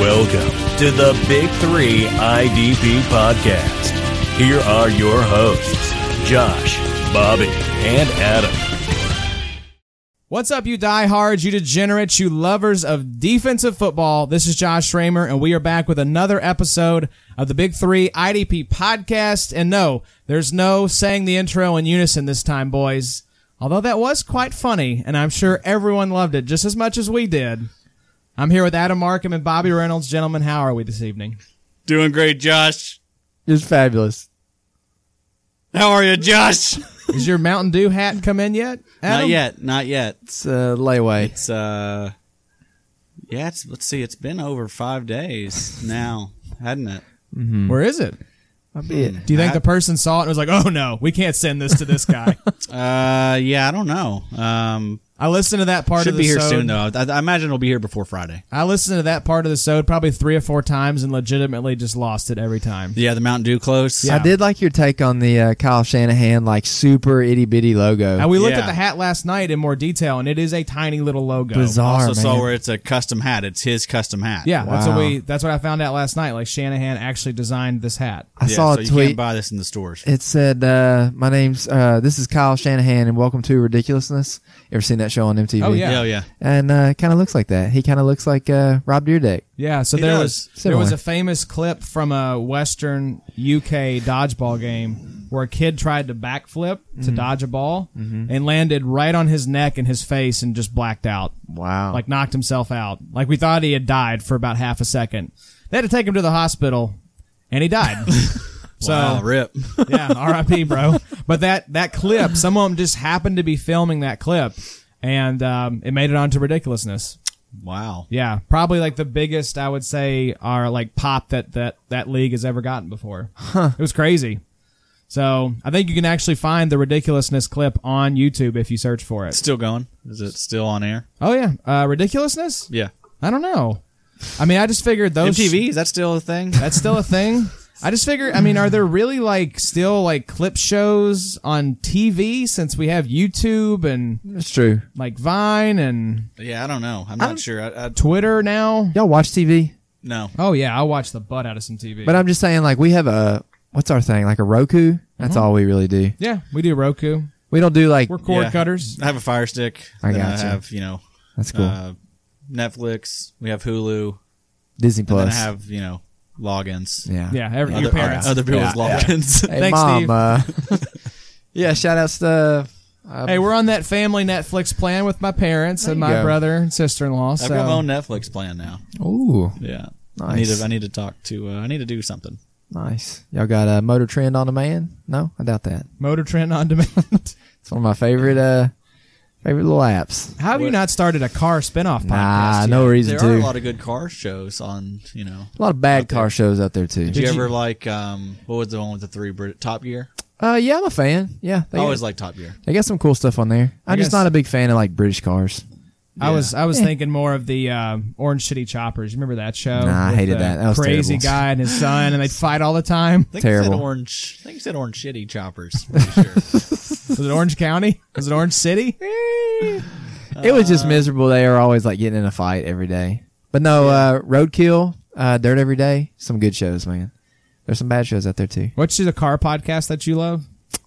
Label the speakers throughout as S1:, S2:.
S1: Welcome to the Big Three IDP Podcast. Here are your hosts, Josh, Bobby, and Adam.
S2: What's up, you diehards, you degenerates, you lovers of defensive football? This is Josh Schramer, and we are back with another episode of the Big Three IDP podcast. And no, there's no saying the intro in unison this time, boys. Although that was quite funny, and I'm sure everyone loved it just as much as we did. I'm here with Adam Markham and Bobby Reynolds. Gentlemen, how are we this evening?
S3: Doing great, Josh.
S4: It's fabulous.
S3: How are you, Josh?
S2: Is your Mountain Dew hat come in yet? Adam?
S3: Not yet. Not yet.
S4: It's uh, layaway.
S3: It's uh, yeah. It's, let's see. It's been over five days now, hadn't it?
S2: Where is it? Do you think the person saw it and was like, "Oh no, we can't send this to this guy"?
S3: Uh, yeah. I don't know. Um,
S2: I listened to that part
S3: should
S2: of the
S3: be here
S2: sode.
S3: soon though. I, I imagine it'll be here before Friday.
S2: I listened to that part of the sode probably three or four times and legitimately just lost it every time.
S3: Yeah, the Mountain Dew close.
S2: Yeah.
S4: I did like your take on the uh, Kyle Shanahan like super itty bitty logo.
S2: And we looked at
S3: Yeah.
S2: the hat last night in more detail, and it is a tiny little logo.
S4: Bizarre,
S3: Also saw
S4: man.
S3: where it's a custom hat. It's his custom hat.
S2: Yeah, that's what
S4: Wow.
S2: we. That's what I found out last night. Like Shanahan actually designed this hat.
S4: I
S3: Yeah,
S4: saw
S3: so
S4: a
S3: You
S4: tweet.
S3: can't buy this in the stores.
S4: It said, uh, "My name's uh, this is Kyle Shanahan, and welcome to Ridiculousness." You ever seen that show on MTV?
S2: Oh, yeah.
S3: Yeah. yeah.
S4: And uh, kind of looks like that. He kind of looks like uh, Rob Deerdeck.
S2: Yeah, so
S3: He
S2: there
S3: does.
S2: was there was
S4: Similar.
S2: a famous clip from a Western UK dodgeball game where a kid tried to backflip to
S3: Mm-hmm.
S2: dodge a ball and landed right on his neck and his face and just blacked out.
S4: Wow.
S2: like knocked himself out. Like we thought he had died for about half a second. They had to take him to the hospital, and he died. so
S3: Wow, rip.
S2: yeah, R.I.P. bro. But that that clip, someone just happened to be filming that clip, and um, it made it onto ridiculousness.
S3: wow.
S2: Yeah, probably like the biggest I would say are like pop that that that league has ever gotten before. It was crazy. So I think you can actually find the ridiculousness clip on YouTube if you search for it.
S3: Still going? Is it still on air?
S2: Oh yeah, uh, ridiculousness.
S3: Yeah.
S2: I don't know. I mean, I just figured those
S3: MTV is that still a thing?
S2: That's still a thing. I just figure. I mean, are there really like still like clip shows on TV since we have YouTube and
S4: It's true.
S2: like Vine and
S3: yeah, I don't know. I'm not sure. I, I,
S2: Twitter now?
S4: Y'all watch TV,
S3: no.
S2: Oh yeah, I watch the butt out of some TV.
S4: but I'm just saying, like we have a what's our thing? Like a Roku. That's
S3: Uh-huh.
S4: all we really do.
S2: yeah, we do Roku.
S4: We don't do like
S2: We're cord
S3: Yeah.
S2: cutters.
S3: I have a Fire Stick.
S4: I
S3: Then
S4: gotcha.
S3: I have you know
S4: that's cool.
S3: uh, Netflix. We have Hulu.
S4: Disney
S3: And then I
S4: Plus.
S3: have you know logins.
S4: yeah.
S2: Yeah, every,
S3: Other,
S2: your parents.
S3: other people's
S2: Yeah.
S3: logins.
S4: Hey,
S2: Thanks,
S4: mom.
S2: Steve.
S4: Uh, yeah, shout out stuff. Um,
S2: Hey, we're on that family Netflix plan with my parents and
S4: you
S2: my
S4: go.
S2: brother and sister in law.
S3: I've got my own
S2: So
S3: Netflix plan now.
S4: Ooh,
S3: Yeah. I need
S4: Nice.
S3: to. I need to talk to. Uh, I need to do something.
S4: nice. Y'all got a motor trend on demand? No, I doubt that.
S2: Motor Trend on Demand.
S4: It's one of my favorite uh favorite little apps.
S2: How have you
S3: What-
S2: not started a car spinoff podcast?
S4: Nah,
S2: yet?
S4: no reason
S3: there
S4: to.
S3: are a lot of good car shows on. You know.
S4: a lot of bad car shows out there too.
S3: Did, you,
S2: you-
S3: ever like um? What was the one with the three Brit- Top Gear?
S4: Uh, yeah, I'm a fan. Yeah, they,
S3: I always like Top Gear.
S4: they got some cool stuff on there. I'm
S2: guess-
S4: just not a big fan of like British cars.
S2: I was I was
S4: Yeah.
S2: thinking more of the um, Orange City Choppers. You remember that show?
S4: Nah, I
S2: With
S4: hated
S2: the
S4: that. That was
S2: crazy
S4: terrible.
S2: guy and his son, and they'd fight all the time.
S3: I think It said
S4: Terrible.
S3: orange. I think it said orange shitty choppers. Pretty sure.
S2: Was it Orange County? Was it Orange City?
S4: it was
S3: Uh,
S4: just miserable. They are always like getting in a fight every day. But no, uh, Roadkill, uh, Dirt Every Day, some good shows, man. There's some bad shows out there too.
S2: What's the car podcast that you love?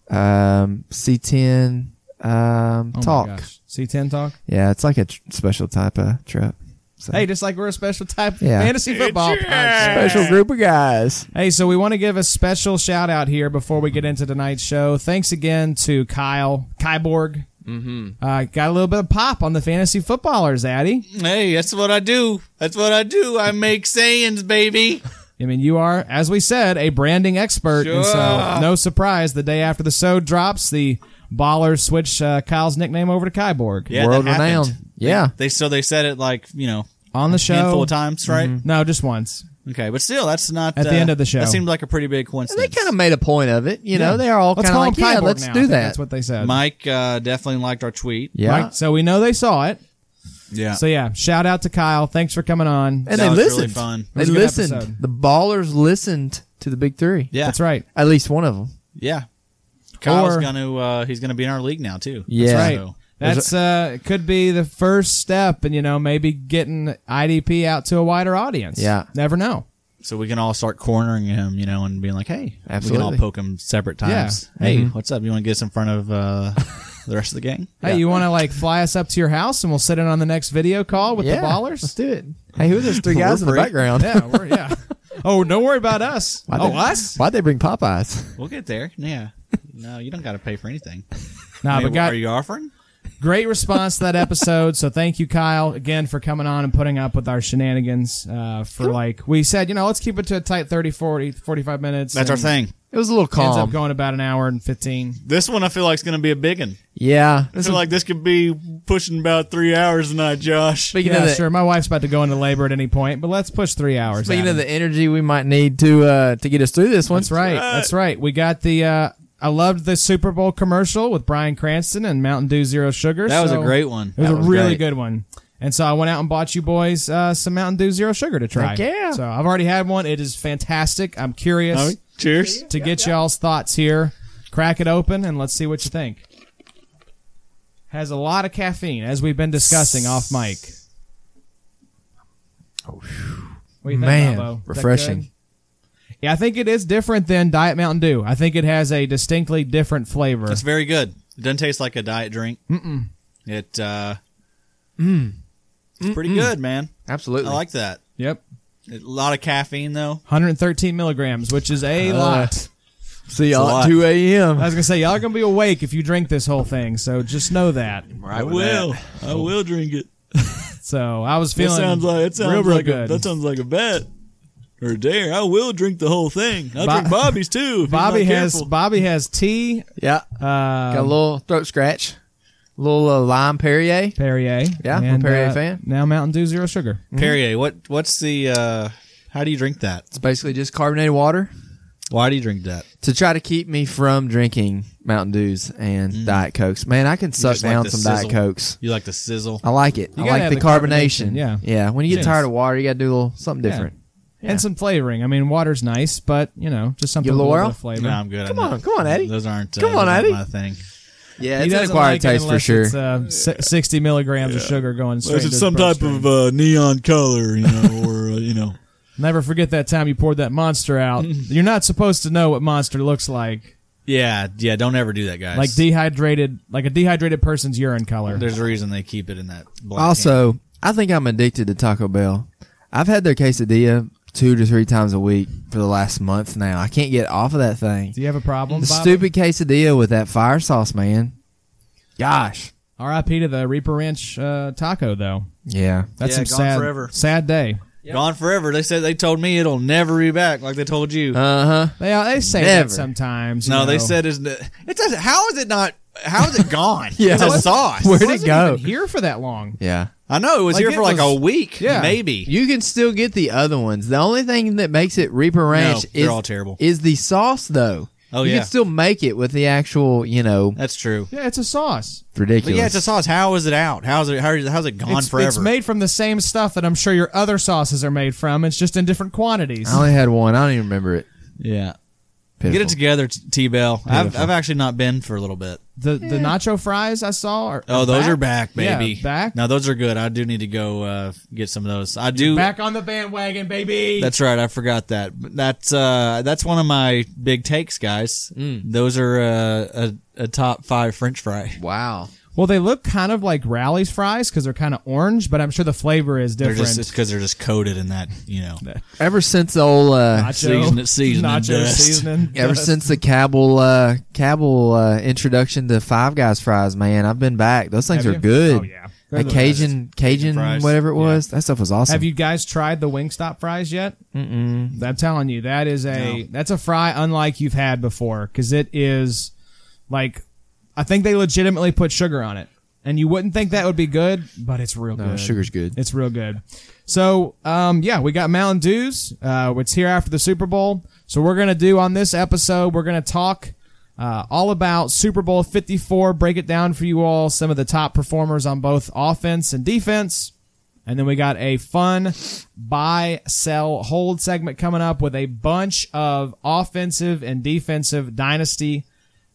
S4: Um, C10 um,
S2: Oh my
S4: Talk.
S2: gosh. C10 Talk.
S4: Yeah, it's like a tr- special type of truck. So.
S2: Hey, just like we're a special type of
S4: Yeah.
S2: fantasy football podcast.
S4: special group of guys.
S2: Hey, so we want to give a special shout out here before we get into tonight's show. Thanks again to Kyle Kyborg. Mm-hmm. Uh, got a little bit of pop on the fantasy footballers, Addy.
S3: hey, that's what I do. That's what I do. I make sayings, baby.
S2: I mean, you are, as we said, a branding expert, and so
S3: Sure.
S2: no surprise, the day after the sode drops, the ballers switch uh, Kyle's nickname over to Kyborg
S3: Yeah, that
S4: World
S3: happened.
S4: renowned. Yeah.
S3: They so they said it like you know
S2: on the show.
S3: handful of times, right?
S2: No, just once.
S3: Okay, but still, that's not uh,
S2: At the end of the show.
S3: That seemed like a pretty big
S4: And they
S3: coincidence.
S4: kind of made a point of it. You
S2: Yeah.
S4: know, Oh, they are all
S2: Let's
S4: kind of
S2: call
S4: like,
S2: him
S4: yeah,
S2: Kyborg
S4: let's
S2: now. I
S4: do
S2: think
S4: that.
S2: That's what they said.
S3: Mike uh, definitely liked our tweet.
S4: yeah.
S2: Right, so we know they saw it.
S3: yeah.
S2: So yeah, shout out to Kyle. Thanks for coming on.
S4: And
S3: That
S4: they
S3: was really
S4: listened.
S3: fun. It
S4: They
S2: was a good
S4: listened.
S2: episode.
S4: The ballers listened to the big three.
S3: yeah,
S2: That's right.
S4: At least one of them.
S3: Yeah, Kyle's
S2: Or-
S3: gonna uh, he's gonna be in our league now too.
S4: Yeah.
S2: That's right.
S3: So,
S2: That's uh, it could be the first step, and you know, maybe getting IDP out to a wider audience.
S4: Yeah.
S2: never know.
S3: So we can all start cornering him, you know, and being like, "Hey, we
S4: Absolutely.
S3: can all poke him separate times.
S2: Yeah. Mm-hmm.
S3: Hey, what's up? You want to get us in front of uh, the rest of the gang?
S2: Hey, you want to like fly us up to your house, and we'll sit in on the next video call with
S4: Yeah,
S2: the
S4: Let's
S2: ballers.
S4: do it. Hey, who are those three guys in the
S3: free.
S4: background?
S2: yeah, we're, yeah. Oh, don't worry about us.
S4: Why'd
S2: oh,
S4: they-
S2: us?
S4: Why'd they bring Popeyes?
S3: We'll get there. Yeah. No, you don't got to pay for anything.
S2: Nah,
S3: I mean,
S2: but got
S3: are you offering?
S2: great response to that episode. so thank you, Kyle, again for coming on and putting up with our shenanigans. Uh, for like we said, you know, let's keep it to a tight 30, 40, 45 minutes.
S3: That's our
S2: and
S3: thing.
S4: It was a little
S2: Ends
S4: calm.
S2: up going about an hour and fifteen.
S3: This one I feel like is going to be a big one.
S4: yeah.
S3: I feel like this could be pushing about three hours tonight, Josh.
S4: Speaking
S2: yeah,
S4: of the,
S2: sure. My wife's about to go into labor at any point, but let's push three hours.
S4: speaking
S2: Adam.
S4: of the energy we might need to uh, to get us through this one.
S2: That's right. That's right. We got the. Uh, I loved the Super Bowl commercial with Brian Cranston and Mountain Dew Zero Sugar.
S3: That was
S2: so-
S3: a great one.
S2: It was
S4: That
S2: a
S4: was
S2: really
S4: great.
S2: good one. And so I went out and bought you boys uh, some Mountain Dew Zero Sugar to try.
S4: Heck yeah.
S2: So I've already had one. It is fantastic. I'm curious
S3: Oh, cheers.
S2: to get y'all's thoughts here. Crack it open and let's see what you think. Has a lot of caffeine, as we've been discussing off mic. What do you think,
S4: Oh, Man,
S2: Bobo? Is that
S4: refreshing.
S2: good? Yeah, I think it is different than Diet Mountain Dew. I think it has a distinctly different flavor.
S3: It's very good. It doesn't taste like a diet drink. Mm-mm. Mm. It, uh, it's pretty good, man.
S4: Absolutely.
S3: I like that.
S2: Yep.
S3: A lot of caffeine, though.
S2: 113 milligrams, which is a
S4: Uh.
S2: lot.
S4: See
S3: a
S4: y'all
S3: lot.
S4: at 2 a.m.
S2: I was gonna say y'all are gonna be awake if you drink this whole thing, so just know that.
S3: I will. I will drink it.
S2: So I was feeling real, real good.
S3: sounds like a bet or a dare. I will drink the whole thing. I'll
S2: Bo- drink
S3: Bobby's too.
S2: Bobby has Bobby has tea,
S4: Yeah. Got
S2: uh,
S4: a little throat scratch. little uh, lime Perrier.
S2: Perrier.
S4: Yeah, I'm a
S2: and,
S4: Perrier
S2: uh,
S4: fan.
S2: Now Mountain Dew Zero Sugar.
S3: Perrier. What? What's the? uh How do you drink that?
S4: It's basically just carbonated water
S3: Why do you drink that?
S4: to try to keep me from drinking Mountain Dews and Diet Cokes. Man, I can suck
S3: just like
S4: down
S3: the
S4: some Diet
S3: sizzle.
S4: Cokes.
S3: You like the sizzle?
S4: I like it. I
S2: gotta
S4: like
S2: have
S4: the,
S2: the
S4: carbonation.
S2: carbonation, yeah.
S4: Yeah. When you get
S2: Yes.
S4: tired of water, you got to do a little something
S2: Yeah.
S4: different.
S2: And some flavoring. I mean, water's nice, but you know, just something
S4: You
S2: with a little
S4: Laurel?
S2: bit of flavor.
S3: No, I'm good.
S4: Come
S3: I'm not-
S4: on, come on, Eddie.
S3: Those aren't. Uh,
S4: Come on,
S3: those aren't
S4: Eddie.
S3: My thing.
S4: Yeah,
S2: He
S4: it's an
S2: doesn't
S4: acquired
S2: like it
S4: taste for
S2: unless
S4: sure.
S2: It's, uh, si- 60 milligrams of sugar going straight. to the bloodstream.
S3: uh, neon color, you know, or uh, you know.
S2: Never forget that time you poured that monster out. You're not supposed to know what monster looks like.
S3: Yeah, yeah. Don't ever do that, guys.
S2: like dehydrated, like a dehydrated person's urine color.
S3: There's a reason they keep it in that. Black can.
S4: Also, I think I'm addicted to Taco Bell. I've had their quesadilla two to three times a week for the last month now. I can't get off of that thing.
S2: Do you have a problem?
S4: The
S2: Bob?
S4: stupid quesadilla with that fire sauce, man. Gosh.
S2: R.I.P. to the Reaper Ranch uh, taco, though.
S4: Yeah.
S2: That's
S3: Yeah,
S2: some
S3: gone
S2: sad,
S3: forever.
S2: sad day.
S3: gone forever. They said they told me it'll never be back, like they told you.
S4: Uh huh.
S2: They they say
S4: Never.
S2: that sometimes. you
S3: No, they
S2: know.
S3: said it's n- it's a, how is it not how is it gone?
S4: Yeah.
S3: It's a sauce.
S4: Where'd
S2: It
S4: it
S2: wasn't
S4: go?
S2: even here for that long.
S4: Yeah.
S3: I know it was
S2: Like,
S3: here
S2: it
S3: for like
S2: was-
S3: a week,
S2: yeah.
S3: maybe.
S4: You can still get the other ones. The only thing that makes it Reaper Ranch
S3: they're
S4: is
S3: all terrible.
S4: Is the sauce though?
S3: Oh,
S4: you
S3: yeah.
S4: can still make it with the actual, you know,
S3: That's true.
S2: Yeah, it's a sauce.
S4: ridiculous.
S3: But yeah, it's a sauce. How is it out? How's it how is it, how's it gone
S2: It's,
S3: forever?
S2: it's made from the same stuff that I'm sure your other sauces are made from. It's just in different quantities.
S4: I
S3: Oh,
S4: only had one. I don't even remember it.
S3: yeah. Get
S4: Pitiful.
S3: it together, T Bell. I've I've actually not been for a little bit.
S2: The the nacho fries I saw are
S3: Oh, those are back,
S2: Yeah,
S3: baby.
S2: back.
S3: Now those are good. I do need to go uh, get some of those. I do
S2: Back on the bandwagon, baby.
S3: That's right. I forgot that. But That's uh, that's one of my big takes, guys.
S2: Mm.
S3: Those are uh, a, a top five French fry.
S4: Wow.
S2: well, they look kind of like Rally's fries because they're kind of orange, but I'm sure the flavor is
S3: They're
S2: different.
S3: just it's because they're just coated in that you know.
S4: Ever since the old uh,
S2: nacho,
S3: Season- seasoning
S2: nacho
S3: dust.
S2: seasoning.
S4: ever
S2: dust.
S4: since the Cabell uh Cabell uh introduction to Five Guys fries, man, I've been back. Those things
S2: Have
S4: are
S2: you? Oh,
S4: good.
S2: yeah. They're
S4: Like
S2: the
S4: Cajun Cajun
S3: fries.
S4: whatever it was. That stuff was awesome.
S2: Have you guys tried the Wingstop fries yet? Mm-mm. I'm telling you, that is a that's a fry unlike you've had before because it is like I think they legitimately put sugar on it, and you wouldn't think that would be good, but it's real
S4: Uh,
S2: good.
S4: sugar's good.
S2: It's real good. So, um, yeah, we got Mountain Dews. Uh, it's here after the Super Bowl. So we're gonna do on this episode. We're gonna talk uh, all about Super Bowl Fifty Four. Break it down for you all. Some of the top performers on both offense and defense. And then we got a fun buy, sell, hold segment coming up with a bunch of offensive and defensive dynasty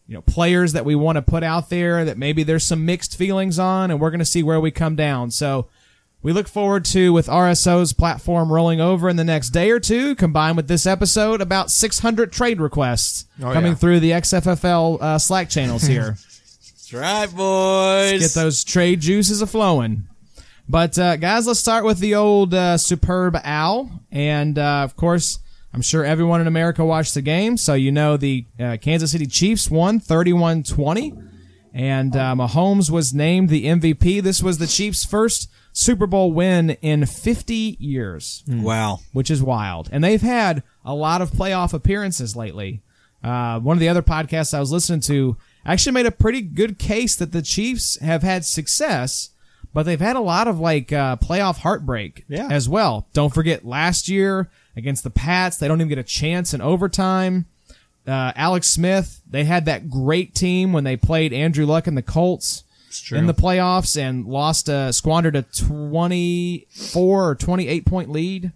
S2: you know players that we want to put out there that maybe there's some mixed feelings on, and we're going to see where we come down. So we look forward to with RSO's platform rolling over in the next day or two, combined with this episode, about 600 trade requests
S4: Oh,
S2: coming
S4: yeah.
S2: through the XFFL uh, Slack channels here.
S3: That's right, boys.
S2: Get those trade juices a flowing. But uh, guys, let's start with the old uh, superb owl, and uh, of course, I'm sure everyone in America watched the game, so you know the uh, Kansas City Chiefs won 31-20, and uh, Mahomes was named the MVP. This was the Chiefs' first Super Bowl win in 50 years
S3: Wow.
S2: which is wild. And they've had a lot of playoff appearances lately. Uh, one of the other podcasts I was listening to actually made a pretty good case that the Chiefs have had success, but they've had a lot of like uh, playoff heartbreak
S3: Yeah.
S2: as well. Don't forget last year against the Pats, they don't even get a chance in overtime. Uh, Alex Smith, they had that great team when they played Andrew Luck and the Colts
S3: true.
S2: in the playoffs and lost, uh, squandered a 24 or 28 point lead.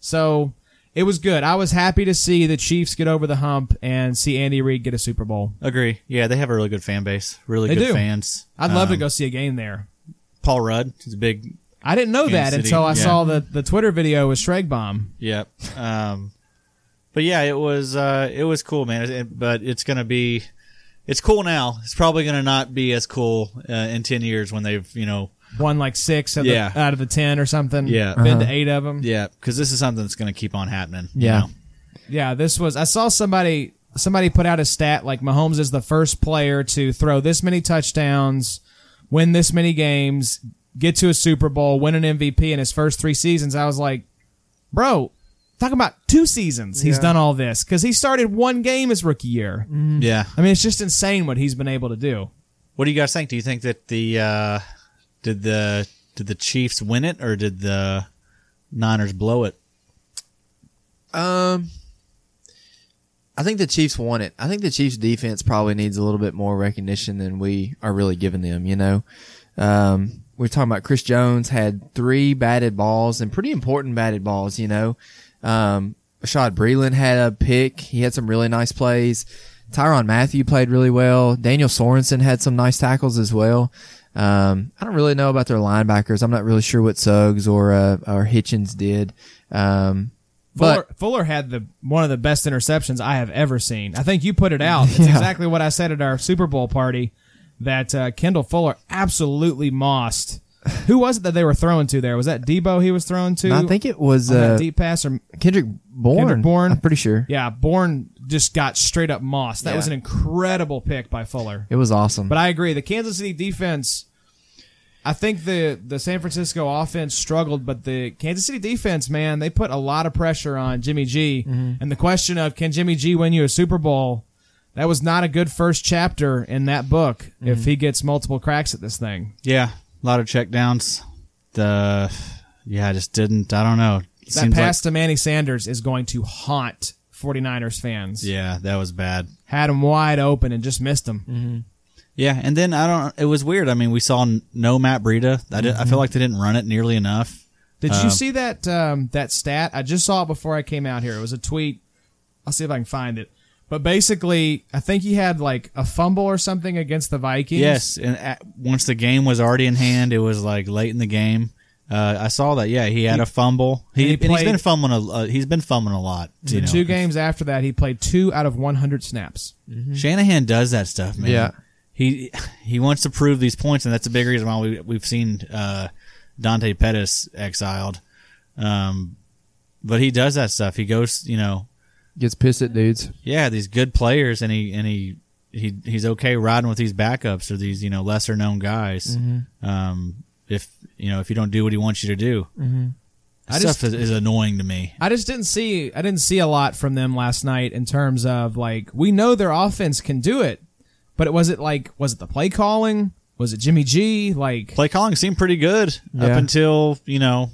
S2: So it was good. I was happy to see the Chiefs get over the hump and see Andy Reid get a Super Bowl.
S3: Agree. Yeah, they have a really good fan base. Really
S2: They
S3: good
S2: do.
S3: fans.
S2: I'd love to
S3: Um,
S2: go see a game there.
S3: Paul Rudd. He's a big.
S2: I didn't know
S3: Kansas
S2: that
S3: City,
S2: until I
S3: yeah.
S2: saw the, the Twitter video with Shreg Bomb.
S3: Yep. Um, but yeah, it was uh, it was cool, man. It- but it's gonna be, it's cool now. It's probably gonna not be as cool uh, in ten years when they've you know
S2: Won like six of
S3: Yeah.
S2: the, out of the 10 or something.
S3: Yeah.
S2: Been to eight of them.
S3: yeah because this is something that's gonna keep on happening. you
S4: Yeah.
S3: know?
S2: Yeah, this was. I saw somebody somebody put out a stat like Mahomes is the first player to throw this many touchdowns, win this many games, get to a Super Bowl, win an MVP in his first three seasons. I was like, bro, talking about two seasons, he's done all this because he started one game his rookie year.
S3: yeah.
S2: I mean, it's just insane what he's been able to do.
S3: What do you guys think? Do you think that the uh, did the did the Chiefs win it or did the Niners blow it?
S4: Um, I think the Chiefs won it. I think the Chiefs defense probably needs a little bit more recognition than we are really giving them. You know, um, we're talking about Chris Jones had three batted balls and pretty important batted balls. You know, um, Rashad Breeland had a pick. He had some really nice plays. Tyron Matthew played really well. Daniel Sorensen had some nice tackles as well. Um, I don't really know about their linebackers. I'm not really sure what Suggs or uh, or Hitchens did. Um, but
S2: Fuller, Fuller had the one of the best interceptions I have ever seen. I think you put it out. It's
S4: Yeah.
S2: exactly what I said at our Super Bowl party that uh, Kendall Fuller absolutely mossed. Who was it that they were throwing to there? Was that Debo he was throwing to?
S4: No, I think it was
S2: on that
S4: uh,
S2: deep pass or
S4: Kendrick Bourne.
S2: Kendrick Bourne.
S4: I'm pretty sure.
S2: yeah, Bourne just got straight up mossed. That was an incredible pick by Fuller.
S4: It was awesome.
S2: But I agree. The Kansas City defense, I think the the San Francisco offense struggled, but the Kansas City defense, man, they put a lot of pressure on Jimmy G. And the question of can Jimmy G win you a Super Bowl? That was not a good first chapter in that book. If he gets multiple cracks at this thing,
S3: Yeah, a lot of checkdowns. The yeah, I just didn't. I don't know. It
S2: that pass to Manny Sanders is going to haunt 49ers fans.
S3: like yeah, that was bad.
S2: Had him wide open and just missed him.
S3: Yeah, and then I don't. It was weird. I mean, we saw n- no Matt Breida. I, did, I
S2: Mm-hmm.
S3: feel like they didn't run it nearly enough.
S2: Did you see that um, that stat? I just saw it before I came out here. It was a tweet. I'll see if I can find it. But basically, I think he had like a fumble or something against the Vikings.
S3: Yes, and at, once the game was already in hand, it was like late in the game. Uh, I saw that. Yeah, he had a fumble.
S2: and he
S3: He, and he's been
S2: played-
S3: fumbling. A, uh, he's been fumbling a lot.
S2: The
S3: You know.
S2: two games Mm-hmm. after that, he played two out of 100 snaps.
S3: Mm-hmm. Shanahan does that stuff, man.
S4: Yeah.
S3: He he wants to prove these points, and that's a big reason why we we've seen uh, Dante Pettis exiled. Um, but he does that stuff. He goes, you know,
S4: Gets pissed at dudes.
S3: yeah, these good players, and he and he, he he's okay riding with these backups or these you know lesser known guys. Um, if you know if you don't do what he wants you to do, mm-hmm.
S2: I
S3: that
S2: just-
S3: stuff is, is annoying to me.
S2: I just didn't see I didn't see a lot from them last night in terms of like we know their offense can do it, but it was it like was it the play calling? Was it Jimmy G? Like
S3: Play calling seemed pretty good up
S4: Yeah.
S3: until you know.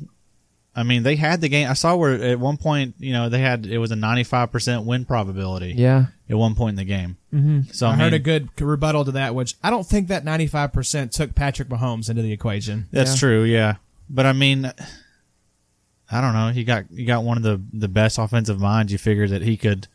S3: I mean, they had the game. I saw where at one point, you know, they had it was a ninety-five percent win probability.
S4: Yeah.
S3: at one point in the game. Mm-hmm. So I,
S2: I
S3: mean,
S2: heard a good rebuttal to that, which I don't think that 95% took Patrick Mahomes into the equation.
S3: That's
S4: Yeah.
S3: true, yeah. But I mean, I don't know. You got you got one of the the best offensive minds. You figure that he could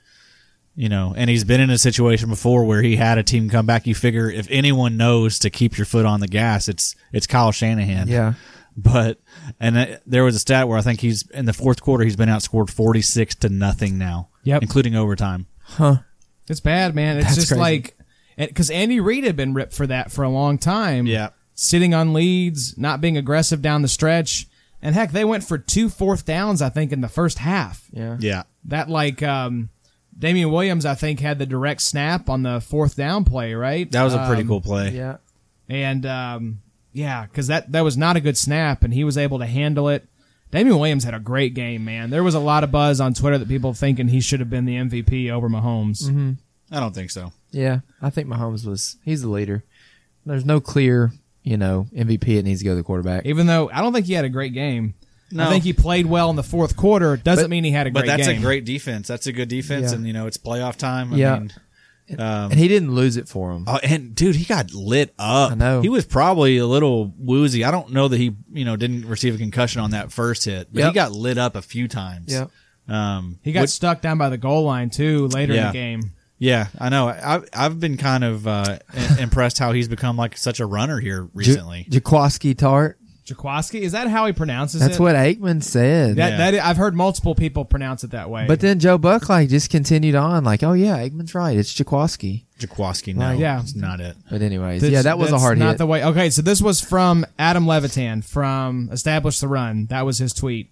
S3: You know, and he's been in a situation before where he had a team come back. You figure if anyone knows to keep your foot on the gas, it's it's Kyle Shanahan.
S4: Yeah.
S3: But and uh, there was a stat where I think he's in the fourth quarter he's been outscored forty six to nothing now.
S2: Yep.
S3: Including overtime.
S2: It's bad, man. It's
S4: That's
S2: just
S4: crazy.
S2: like because Andy Reid had been ripped for that for a long time.
S3: Yeah.
S2: sitting on leads, not being aggressive down the stretch, and heck, they went for two fourth downs. I think in the first half.
S4: Yeah.
S3: Yeah.
S2: That like um, Damian Williams, I think, had the direct snap on the fourth down play. Right.
S3: That was a pretty
S2: Um,
S3: cool play.
S4: Yeah.
S2: And um, yeah, because that that was not a good snap, and he was able to handle it. Damian Williams had a great game, man. There was a lot of buzz on Twitter that people thinking he should have been the MVP over Mahomes.
S3: I don't think so.
S4: Yeah. I think Mahomes was he's the leader. There's no clear, you know, MVP. It needs to go to the quarterback.
S2: Even though I don't think he had a great game. I
S3: No.
S2: think he played well in the fourth quarter. Doesn't
S4: But-
S2: mean he had a great
S3: But that's
S2: game.
S3: a great defense. That's a good defense,
S4: Yeah.
S3: and you know it's playoff time. I
S4: Yeah.
S3: mean,
S4: and he didn't lose it for him.
S3: oh, and dude, he got lit up.
S4: I know.
S3: he was probably a little woozy. I don't know that he you know didn't receive a concussion on that first hit, but
S4: Yep.
S3: he got lit up a few times.
S4: Yep.
S3: Um,
S2: he got
S3: which-
S2: stuck down by the goal line too later in
S3: Yeah.
S2: the game.
S3: yeah, I know. I, I've I've been kind of uh, i- impressed how he's become like such a runner here recently.
S4: J- Jaworski Tart.
S2: Jaworski, is that how he pronounces it?
S4: That's what Aikman said.
S2: That,
S3: Yeah.
S2: that I've heard multiple people pronounce it that way.
S4: But then Joe Buck like just continued on, like, oh yeah, Aikman's right. It's Jaworski.
S3: Jaworski, no,
S4: Like,
S2: yeah.
S3: it's not it.
S4: But anyways,
S2: That's-
S4: yeah, that was a
S2: that's
S4: hard
S2: not
S4: hit.
S2: the way. Okay, so this was from Adam Levitan from Establish the Run. That was his tweet.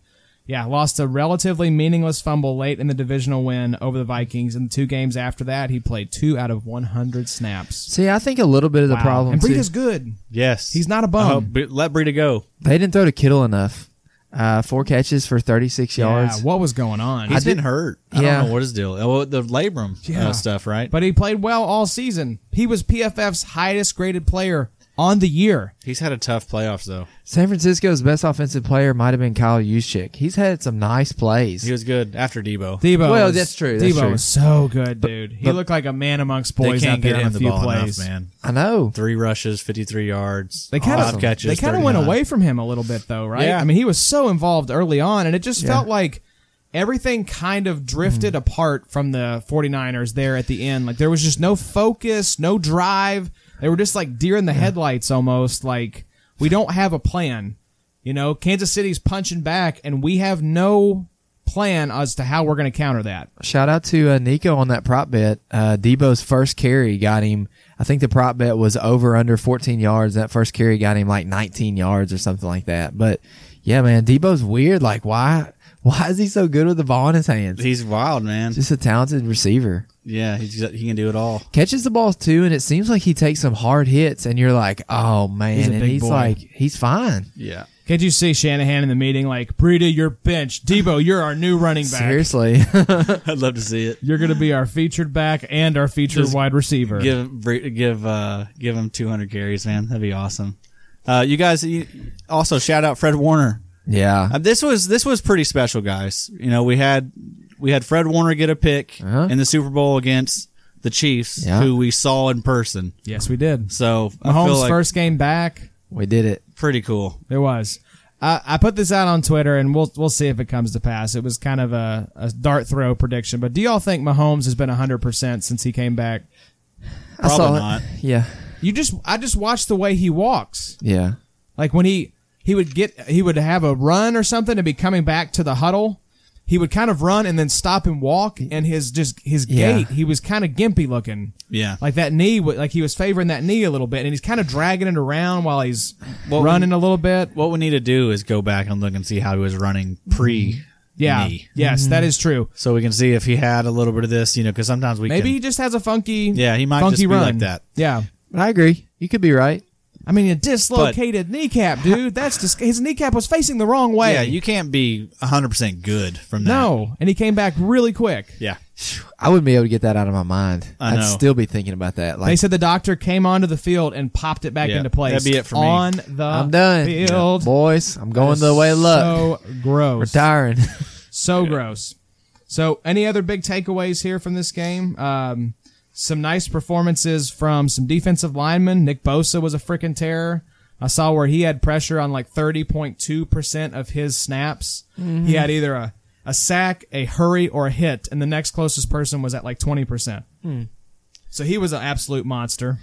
S2: Yeah, lost a relatively meaningless fumble late in the divisional win over the Vikings, and two games after that, he played two out of 100 snaps.
S4: See, I think a little bit of the
S2: Wow.
S4: problem.
S2: And
S4: too-
S2: Breed is good.
S3: Yes,
S2: He's not a bum.
S3: Oh, but let Breida go.
S4: They didn't throw to Kittle enough. Uh, four catches for 36 yards.
S2: Yeah, what was going on?
S3: He's
S4: I
S3: been
S4: did-
S3: hurt. I
S4: Yeah.
S3: don't know what his deal. Oh, the labrum
S2: Yeah.
S3: uh, stuff, right?
S2: but he played well all season. He was PFF's highest graded player on the year.
S3: he's had a tough playoffs though.
S4: San Francisco's best offensive player might have been Kyle Juszczyk. He's had some nice plays.
S3: He was good after Debo.
S2: Debo,
S4: Well,
S2: was-
S4: that's true, that's
S2: Debo
S4: true.
S2: was so good, dude. He
S4: but-
S2: looked like a man amongst
S3: They
S2: boys
S3: can't
S2: out there on
S3: get
S2: a
S3: him the
S2: few
S3: ball
S2: plays.
S3: enough, man.
S4: I know.
S3: Three rushes, fifty-three yards.
S2: They kind
S3: five
S2: of
S3: catches.
S2: they kind of went
S3: 39.
S2: away from him a little bit though, right?
S3: Yeah.
S2: I mean, he was so involved early on and it just
S4: Yeah.
S2: felt like everything kind of drifted apart from the 49ers there at the end. Like there was just no focus, no drive. They were just like deer in the headlights almost like we don't have a plan. You know, Kansas City's punching back and we have no plan as to how we're going to counter that.
S4: Shout out to uh, Nico on that prop bet. Uh, Debo's first carry got him. I think the prop bet was over under 14 yards. That first carry got him like 19 yards or something like that. But yeah, man, Debo's weird. Like, why? Why is he so good with the ball in his hands?
S3: He's wild, man.
S4: Just a talented receiver.
S3: Yeah, he's, he can do it all.
S4: catches the ball too, and it seems like he takes some hard hits, and you're like, oh man,
S2: He's a
S4: and
S2: big
S4: he's
S2: boy.
S4: like, he's fine.
S3: Yeah,
S2: Can't you see Shanahan in the meeting like, "Breida, you're bench. Debo, you're our new running back."
S4: Seriously,
S3: I'd love to see it.
S2: You're going to be our featured back and our featured
S3: Just
S2: wide receiver.
S3: Give Bre- give uh, give him two hundred carries, man. That'd be awesome. Uh, you guys you, also shout out Fred Warner.
S4: yeah,
S3: Uh, this was this was pretty special, guys. You know, we had we had Fred Warner get a pick
S4: Uh-huh.
S3: in the Super Bowl against the Chiefs,
S4: Yeah.
S3: who we saw in person.
S2: yes, we did.
S3: So I feel
S2: Mahomes'
S3: like
S2: first game back.
S4: we did it.
S3: pretty cool.
S2: There was. I I put this out on Twitter, and we'll we'll see if it comes to pass. It was kind of a, a dart throw prediction, but do y'all think Mahomes has been 100 percent since he came back?
S4: I
S3: Probably
S4: saw
S3: not.
S4: it. Yeah,
S2: You just I just watched the way he walks.
S4: yeah,
S2: Like when he he would get he would have a run or something and be coming back to the huddle. He would kind of run and then stop and walk, and his just his
S4: Yeah.
S2: gait. He was kind of gimpy looking.
S3: Yeah.
S2: like that knee, wa- like he was favoring that knee a little bit, and he's kind of dragging it around while he's running a little bit.
S3: what we need to do is go back and look and see how he was running pre
S2: Mm-hmm. Yeah,
S3: knee.
S2: yes,
S4: Mm-hmm.
S2: that is true.
S3: so we can see if he had a little bit of this you know because sometimes we
S2: Maybe
S3: can-
S2: he just has a funky,
S3: Yeah, he might
S2: funky
S3: just be
S2: run
S3: like that.
S2: Yeah,
S4: but I agree. You could be right.
S2: I mean a dislocated kneecap, dude. That's just his kneecap was facing the wrong way.
S3: yeah you can't be 100% good from that
S2: no, and he came back really quick.
S3: yeah
S4: I wouldn't be able to get that out of my mind.
S3: I
S4: would
S3: know.
S4: still be thinking about that.
S2: They
S4: Like,
S2: said the doctor came onto the field and popped it back
S3: Yeah,
S2: into place.
S3: that'd be it for me.
S2: On the
S4: I'm done,
S2: field.
S4: boys. I'm going the way of luck.
S2: So gross.
S4: Retiring.
S2: So gross. So, any other big takeaways here from this game? Um, some nice performances from some defensive linemen. Nick Bosa was a freaking terror. I saw where he had pressure on like 30.2% of his snaps. He had either a a sack, a hurry, or a hit, and the next closest person was at like twenty percent. So he was an absolute monster.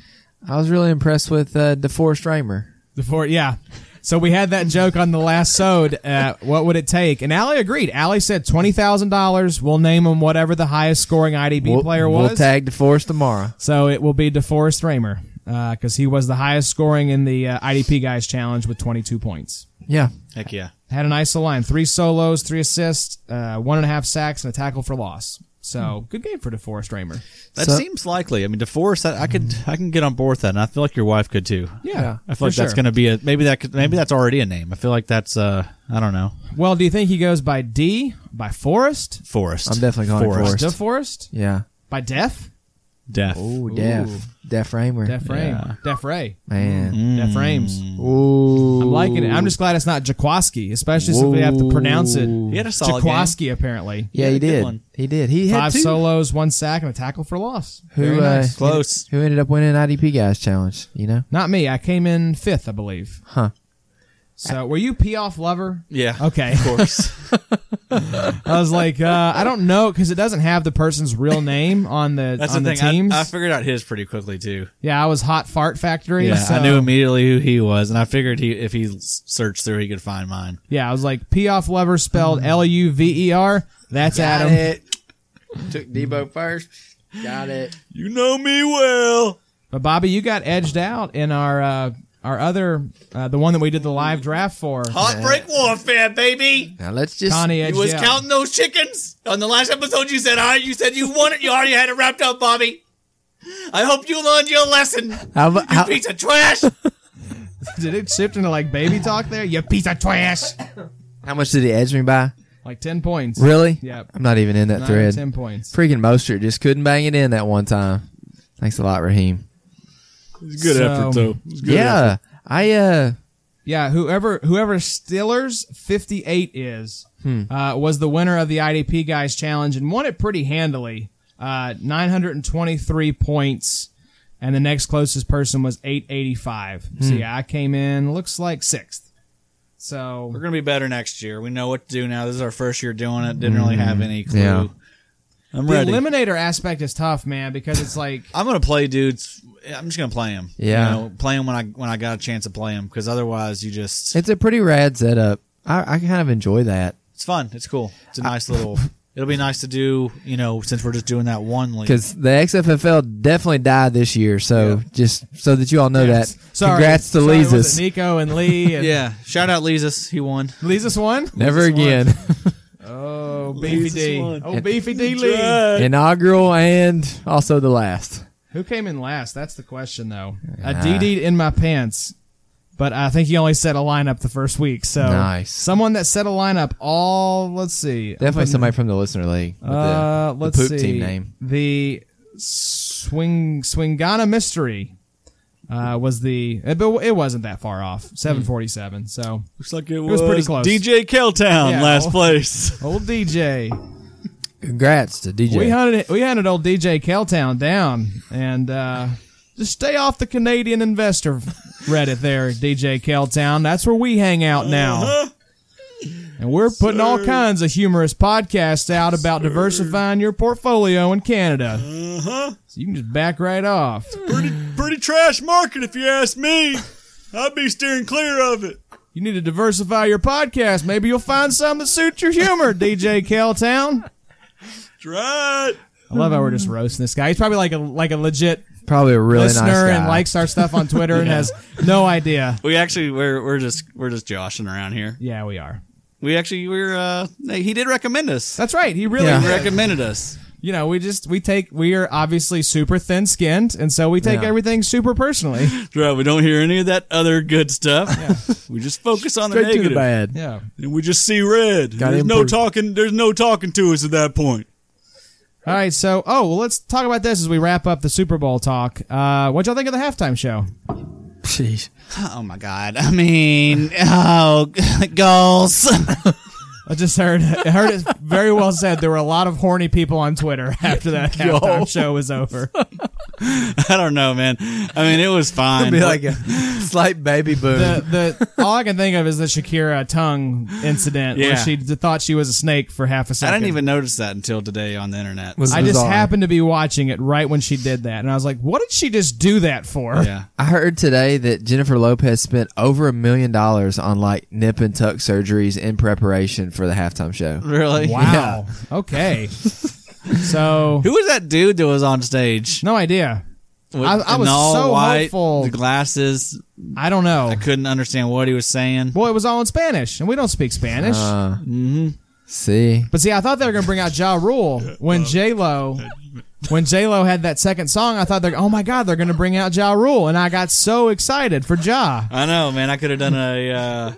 S4: I was really impressed with uh, DeForest Raymer.
S2: The four, yeah. So we had that joke on the last sode. Uh, what would it take? And Allie agreed. Allie said twenty thousand dollars. We'll name him whatever the highest scoring IDB
S4: We'll-
S2: player
S4: We'll
S2: was.
S4: tag DeForest tomorrow.
S2: so it will be DeForest Raymer because he was the highest scoring in the uh, IDP guys challenge with twenty two points.
S4: Yeah.
S3: Heck yeah.
S2: Had an ISO line, three solos, three assists, uh, one and a half sacks, and a tackle for loss. So good game for DeForest Raymer.
S3: That
S4: So-
S3: seems likely. I mean, DeForest, I, I could, I can get on board with that, and I feel like your wife could too.
S2: Yeah,
S3: Mm-hmm. I feel like
S2: for
S3: that's
S2: sure.
S3: going to be a maybe that could, maybe that's already a name. I feel like that's uh, I don't know,
S2: Well, do you think he goes by D by Forest,
S3: Forest.
S4: I'm definitely calling it
S2: DeForest,
S4: Forrest. Yeah.
S2: by Def,
S3: Death.
S4: Ooh, Def. Def Raymer.
S2: Def Rame, Def Ray,
S4: Man.
S2: Def Rames.
S4: Ooh.
S2: I'm liking it. I'm just glad it's not Jaquaski, especially since we have to pronounce it.
S4: Whoa.
S3: He had a solid game.
S2: Jaquaski, apparently.
S4: Yeah,
S3: Yeah,
S4: he
S3: good
S4: did.
S3: one.
S4: He did. He had
S2: Five
S4: two.
S2: solos, one sack, and a tackle for loss. Very
S4: who uh,
S2: nice.
S3: Close.
S4: who ended up winning IDP guys challenge? You know.
S2: Not me. I came in fifth, I believe.
S4: Huh.
S2: So were you pee off lover?
S3: Yeah.
S2: Okay.
S3: Of course.
S2: I was like, uh, I don't know because it doesn't have the person's real name on the
S3: That's
S2: on
S3: the
S2: the,
S3: thing. I-
S2: teams.
S3: I, figured out his pretty quickly too.
S2: yeah, I was Hot Fart Factory.
S3: Yeah,
S2: so-
S3: I knew immediately who he was, and I figured he if he searched through, he could find mine.
S2: Yeah, I was like pee off lover spelled L U V E R. That's Adam.
S4: it. Took Debo first. Got it.
S3: You know me well.
S2: But Bobby, you got edged out in our uh, our other uh, the one that we did the live draft for.
S1: Oh,
S3: Heartbreak warfare, baby.
S4: Now let's just.
S2: Connie edged you out.
S3: those chickens on the last episode. You said I. You said you won it. You already had it wrapped up, Bobby. I hope you learned your lesson.
S4: How, about- how,
S3: piece of trash.
S2: Did it shift into like baby talk there? You piece of trash.
S4: how much did he edge me by?
S2: Like ten points.
S4: Really?
S2: Yep.
S4: I'm not even in that
S2: Nine,
S4: thread.
S2: Ten points.
S4: Freaking Mostert just couldn't bang it in that one time. Thanks a lot, Raheem.
S3: Good
S2: So-
S3: effort, though.
S4: yeah, I uh,
S2: Yeah, whoever whoever Stillers fifty eight is
S4: Hmm.
S2: uh, was the winner of the IDP guys challenge and won it pretty handily. Uh, nine hundred and twenty three points, and the next closest person was eight eighty five. So
S4: Hmm.
S2: yeah, I came in looks like sixth.
S3: We're
S2: So
S3: gonna be better next year. We know what to do now. This is our first year doing it. Didn't really have any clue.
S4: Yeah.
S3: I'm
S2: Mm-hmm. the
S3: ready.
S2: eliminator aspect is tough, man, because it's like
S3: I'm gonna play dudes. I'm just gonna play them.
S4: Yeah.
S3: you know, play them when I when I got a chance to play them because otherwise you just
S4: it's a pretty rad setup. I, I kind of enjoy that
S3: it's fun. It's cool. It's a nice little. It'll be nice to do. You know, since we're just doing that one league.
S4: because the XFFL definitely died this year. So just so that you all know that.
S2: sorry,
S4: Congrats to
S2: sorry, was
S4: Leezus.
S2: it Nico and Lee. And
S3: Yeah, shout out Leezus. He won.
S2: Lisa's one.
S4: Never again.
S2: Oh, beefy D.
S3: won.
S2: Oh, beefy D. Lee.
S4: Inaugural and also the last.
S2: Who came in last? That's the question, though. I DD'd in my pants, but I think he only set a lineup the first week. So
S4: Nice.
S2: someone that set a lineup all. Let's see.
S4: Definitely somebody from the listener league. With
S2: Uh,
S4: the,
S2: let's
S4: the poop
S2: see.
S4: team name.
S2: The swing swingana mystery uh, was the. It, but it wasn't that far off. Seven forty seven. So
S3: Looks like it
S2: was pretty close.
S3: DJ Keltown,
S2: Yeah.
S3: last place.
S2: old DJ.
S4: Congrats to DJ.
S2: We hunted we hunted old DJ Keltown down and uh, just stay off the Canadian investor Reddit there, DJ Keltown. That's where we hang out now. And we're putting all kinds of humorous podcasts out about diversifying your portfolio in Canada. Uh-huh. So you can just back right off.
S3: pretty, pretty trash market, if you ask me. I'd be steering clear of it.
S2: You need to diversify your podcast. Maybe you'll find some that suits your humor, DJ Keltown.
S3: That's right.
S2: I love how we're just roasting this guy. He's probably like a like a legit
S4: Probably a really
S2: listener
S4: nice guy.
S2: and likes our stuff on Twitter and has no idea.
S3: We actually we're we're just we're just joshing around here.
S2: Yeah, we are.
S3: We actually we're uh he did recommend us.
S2: That's right. He really,
S4: Yeah.
S3: He recommended us.
S2: you know, we just we take we are obviously super thin skinned, and so we take
S4: Yeah.
S2: everything super personally.
S3: That's right. We don't hear any of that other good stuff. We just focus on the
S4: straight to
S3: negative.
S4: the bad.
S2: yeah.
S3: And we just see red.
S4: Gotta
S3: there's no
S4: improve.
S3: talking there's no talking to us at that point.
S2: All right. So, oh well, let's talk about this as we wrap up the Super Bowl talk. Uh, what y'all think of the halftime show?
S4: Jeez.
S3: Oh my god. I mean, oh goals.
S2: I just heard I heard it very well said. There were a lot of horny people on Twitter after that halftime show was over.
S3: I don't know, man. I mean, it was fine.
S4: be like a slight baby boom.
S2: the the all I can think of is the Shakira tongue incident where
S3: Yeah.
S2: she d- thought she was a snake for half a
S3: I
S2: second.
S3: didn't even notice that until today on the internet.
S4: Was-
S2: I just
S4: Bizarre.
S2: happened to be watching it right when she did that, and I was like, "What did she just do that for?"
S3: yeah.
S4: I heard today that Jennifer Lopez spent over a million dollars on like nip and tuck surgeries in preparation for the halftime show.
S3: Really?
S2: Wow. Okay. so
S3: Who was that dude that was on stage?
S2: no idea.
S3: With-
S2: I- I was
S3: in all
S2: so
S3: white,
S2: hopeful.
S3: The glasses.
S2: I don't know.
S3: I couldn't understand what he was saying.
S2: Well, it was all in Spanish, and we don't speak Spanish.
S4: Uh, See,
S2: But see, I thought they were gonna bring out Ja Rule when J Lo, when J Lo had that second song. I thought they're, oh my god, they're gonna bring out Ja Rule, and I got so excited for Ja.
S3: I know, man. I could have done a uh,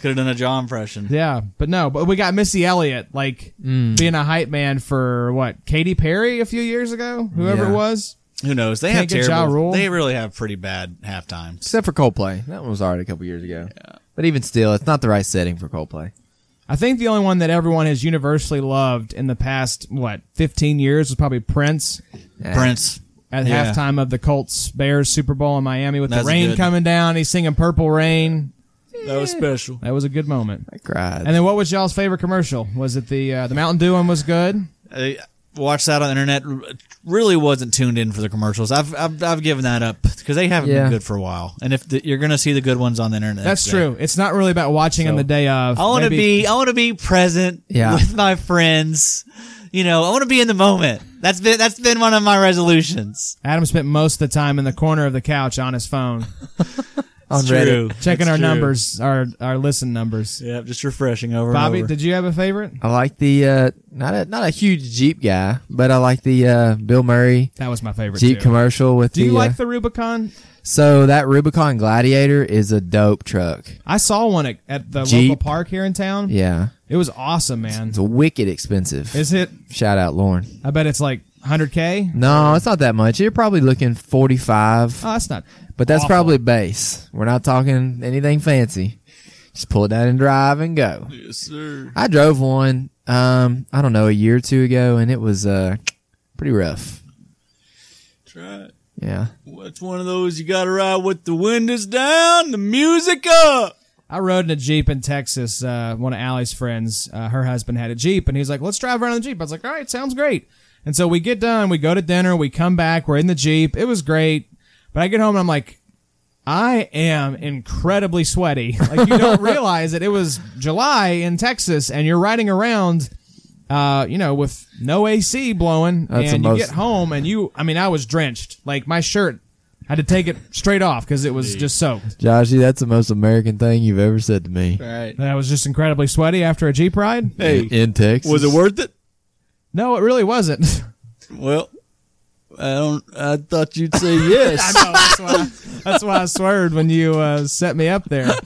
S3: could have done a jaw impression.
S2: Yeah, but no, but we got Missy Elliott like
S4: Mm.
S2: being a hype man for what Katy Perry a few years ago, whoever
S4: Yeah.
S2: it was.
S3: Who knows? They
S2: Can't
S3: have
S2: get
S3: terrible.
S2: Ja Rule.
S3: They really have pretty bad halftimes.
S4: except for Coldplay, that one was already a couple years ago. But even still, it's not the right setting for Coldplay.
S2: I think the only one that everyone has universally loved in the past what 15 years was probably Prince
S4: Yeah.
S3: Prince.
S2: at
S3: Yeah.
S2: halftime of the Colts Bears Super Bowl in Miami with
S3: That's
S2: the rain
S3: good.
S2: coming down. He's singing Purple Rain.
S3: That was special.
S2: That was a good moment.
S4: I cried.
S2: And then what was y'all's favorite commercial? Was it the uh, the Mountain Dew one was good?
S3: I watched Uh, that on the internet. R- Really wasn't tuned in for the commercials. I've I've, I've given that up because they haven't
S4: Yeah.
S3: been good for a while. And if the, you're gonna see the good ones on the internet,
S2: That's
S3: today.
S2: true. It's not really about watching on
S3: So-
S2: the day of.
S3: I want to
S2: Maybe-
S3: be I want to be present
S4: Yeah.
S3: with my friends. You know, I want to be in the moment. That's been that's been one of my resolutions.
S2: Adam spent most of the time in the corner of the couch on his phone.
S4: on
S3: It's
S4: Reddit.
S3: true.
S2: checking
S3: It's
S2: our
S3: true.
S2: numbers, our our listen numbers.
S3: Yeah, just refreshing over.
S2: Bobby,
S3: and over.
S2: did you have a favorite?
S4: I like the uh, not a not a huge Jeep guy, but I like the uh, Bill Murray
S2: That was my favorite.
S4: Jeep
S2: too.
S4: commercial with
S2: Do you
S4: the, uh,
S2: like the Rubicon?
S4: so that Rubicon Gladiator is a dope truck.
S2: I saw one at, at the
S4: Jeep.
S2: local park here in town.
S4: Yeah,
S2: It was awesome, man.
S4: it's wicked expensive.
S2: Is it?
S4: Shout out Lauren.
S2: I bet it's like 100k.
S4: No, it's not that much. You're probably looking 45,
S2: Oh, that's not.
S4: but that's
S2: awful.
S4: probably base. We're not talking anything fancy. Just pull it down and drive and go.
S3: Yes, sir.
S4: I drove one, um, I don't know, a year or two ago, and it was uh, pretty rough.
S3: Try it.
S4: Yeah.
S3: What's one of those you gotta ride with the windows down, the music up?
S2: I rode in a Jeep in Texas. Uh, one of Allie's friends, uh, her husband had a Jeep, and he's like, let's drive around in the Jeep. I was like, all right, sounds great. And so we get done, we go to dinner, we come back, we're in the Jeep. It was great. But I get home and I'm like, I am incredibly sweaty. Like, you don't realize that it was July in Texas, and you're riding around. Uh, you know, with no AC blowing,
S4: That's
S2: and
S4: the
S2: you
S4: most-
S2: get home, and you—I mean, I was drenched. Like my shirt, I had to take it straight off because it was just soaked.
S4: Joshy, that's the most American thing you've ever said to me.
S3: Right.
S2: That I was just incredibly sweaty after a Jeep ride.
S4: In, in Texas.
S3: Was it worth it?
S2: No, it really wasn't.
S3: Well, I don't. I thought you'd say yes.
S2: No, that's, why, that's why I swerved when you uh, set me up there. All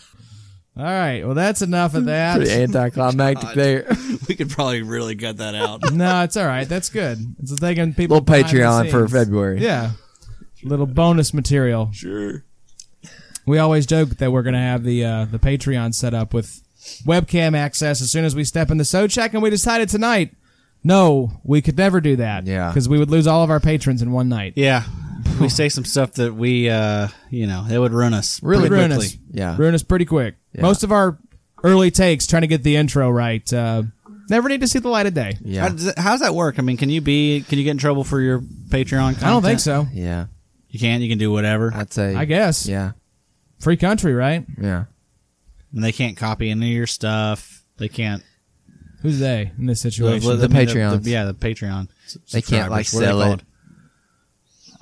S2: right. Well, that's enough of
S4: Pretty
S2: that.
S4: anticlimactic there.
S3: we could probably really cut that out.
S2: No, it's all right. That's good. It's a thing on people.
S4: Little
S2: behind the
S4: Patreon for
S2: scenes.
S4: February.
S2: Yeah. Little bonus material.
S3: sure.
S2: We always joke that we're gonna have the uh, the Patreon set up with webcam access as soon as we step into SoCheck, and we decided tonight, no, we could never do that.
S4: Yeah.
S2: Because we would lose all of our patrons in one night.
S3: Yeah, we say some stuff that we, uh you know, it would ruin us
S4: Really
S3: pretty
S2: ruin
S3: quickly.
S2: us.
S4: Yeah.
S2: ruin us pretty quick. Most of our early takes trying to get the intro right. Uh, never need to see the light of day.
S3: How
S4: Yeah.
S3: does, it- how does that work? I mean, can you be? Can you get in trouble for your Patreon? Content?
S2: I don't think so.
S4: Yeah.
S3: You can. You can do whatever,
S4: I'd say.
S2: I guess
S4: Yeah.
S2: free country, right?
S4: Yeah.
S3: and they can't copy any of your stuff. They can't.
S2: Who's they in this situation?
S3: I mean,
S4: the Patreons.
S3: yeah, the Patreon.
S4: They can't,
S3: subscribers. What are they
S4: like, sell it.
S3: called?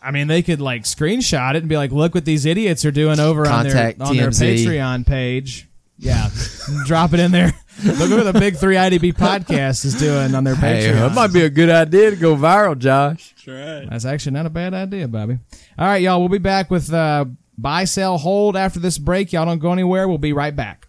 S2: I mean, they could like screenshot it and be like, "Look what these idiots are doing over
S4: Contact
S2: on their on their
S4: TMZ.
S2: Patreon page." Yeah, drop it in there. Look at what the Big Three IDB podcast is doing on their
S4: Hey,
S2: Patreon.
S4: that might be a good idea to go viral, Josh.
S2: That's actually not a bad idea, Bobby. All right, y'all. We'll be back with uh, buy, sell, hold after this break. Y'all don't go anywhere. We'll be right back.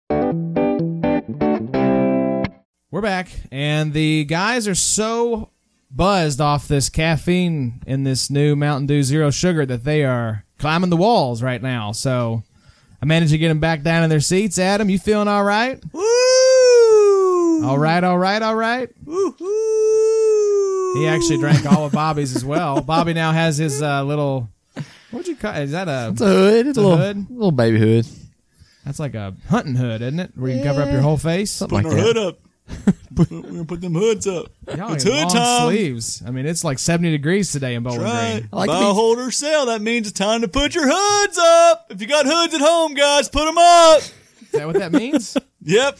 S2: We're back, and the guys are so buzzed off this caffeine in this new Mountain Dew Zero Sugar that they are climbing the walls right now. So I managed to get them back down in their seats. Adam, you feeling all right?
S3: Woo!
S2: All right, all right, all right.
S3: Woo-hoo!
S2: He actually drank all of Bobby's as well. Bobby now has his uh, little. What'd you call? Is that a?
S4: It's a hood. It's,
S2: a
S4: a little,
S2: hood?
S4: little baby hood.
S2: That's like a hunting hood, isn't it? Where you can cover up your whole face.
S4: Something like that.
S3: up. We're gonna put them hoods up.
S2: Y'all
S3: It's
S2: in
S3: hood
S2: long
S3: time.
S2: sleeves. I mean, it's like seventy degrees today in Bowling Green.
S4: I like to
S3: Buy,
S4: be-
S3: hold, or sell. That means it's time to put your hoods up. If you got hoods at home, guys, put them up.
S2: Is that what that means?
S3: Yep.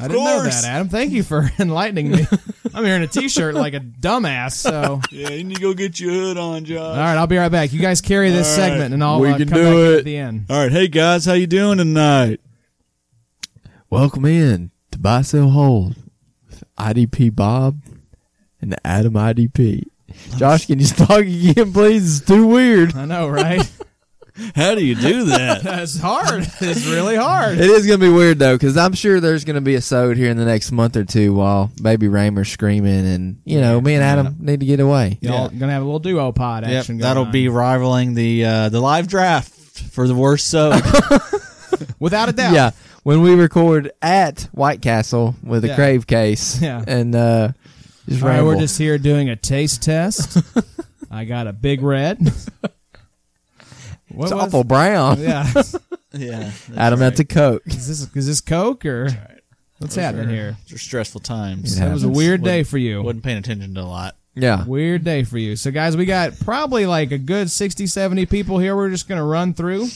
S2: I didn't know
S3: course.
S2: that, Adam. Thank you for enlightening me. I'm wearing a t-shirt like a dumbass. So, all
S3: Yeah, you need to go get your hood on, Josh.
S2: right, I'll be right back. You guys carry this
S3: All right.
S2: segment, and I'll
S4: We
S2: uh,
S4: can
S2: come
S4: do
S2: back in
S4: it.
S2: at the end.
S3: All right, hey guys, how you doing tonight?
S4: Welcome in to Buy Sell Hold with IDP Bob and Adam IDP. Josh, can you talk again, please? It's too weird.
S2: I know, right?
S3: How do you do that?
S2: That's hard. It's really hard.
S4: It is going to be weird though, because I'm sure there's going to be a sode here in the next month or two while Baby Raymer's screaming, and you know, me and Adam need to get away.
S2: Y'all gonna have a little duo pod
S3: yep,
S2: action. going
S3: that'll
S2: on.
S3: be rivaling the uh, the live draft for the worst so
S2: without a doubt.
S4: Yeah. when we record at White Castle with a
S2: Yeah.
S4: crave case,
S2: Yeah.
S4: and uh, just
S2: All right, we're
S4: ramble.
S2: just here doing a taste test. I got a big red. What
S4: it's
S2: was-
S4: awful brown.
S2: Yeah.
S3: yeah,
S4: Adam, that's a Coke.
S2: Is this is this Coke or what's happening here?
S3: those are stressful times.
S4: Yeah.
S2: It was a
S4: happens.
S2: weird day
S3: Wouldn't-
S2: for you.
S3: Wasn't paying attention to a lot.
S4: Yeah,
S2: Weird day for you. So, guys, we got probably like a good 60, 70 people here. We're just going to run through.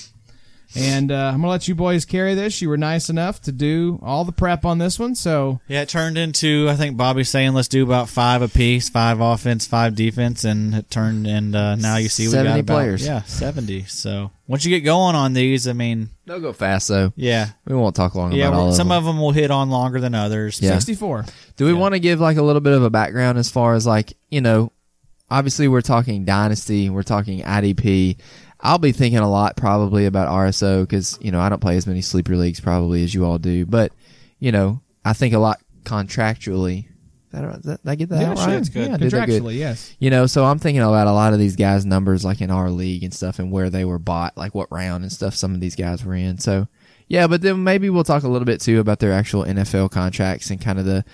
S2: And uh, I'm going to let you boys carry this. You were nice enough to do all the prep on this one. So,
S3: Yeah, it turned into I think Bobby saying let's do about five apiece, five offense, five defense, and it turned and uh, now you see we got
S4: 70
S3: about
S4: players.
S3: yeah seventy. So once you get going on these, I mean
S4: they'll go fast though.
S3: yeah
S4: We won't talk long
S3: yeah
S4: about all
S3: we're-
S4: of
S3: some
S4: them.
S3: of them will hit on longer than others.
S4: Yeah.
S2: 64.
S4: Do we want to give like a little bit of a background as far as like you know? Obviously, we're talking dynasty. We're talking IDP. I'll be thinking a lot probably about RSO because you know I don't play as many sleeper leagues probably as you all do, but you know I think a lot contractually. Is that, is that, did I get that
S2: Yeah,
S4: out
S2: sure,
S4: right?
S2: it's good.
S4: Yeah, I did that good.
S2: Contractually, yes.
S4: You know, so I'm thinking about a lot of these guys' numbers, like in our league and stuff, and where they were bought, like what round and stuff some of these guys were in. So, yeah, but then maybe we'll talk a little bit too about their actual NFL contracts and kind of the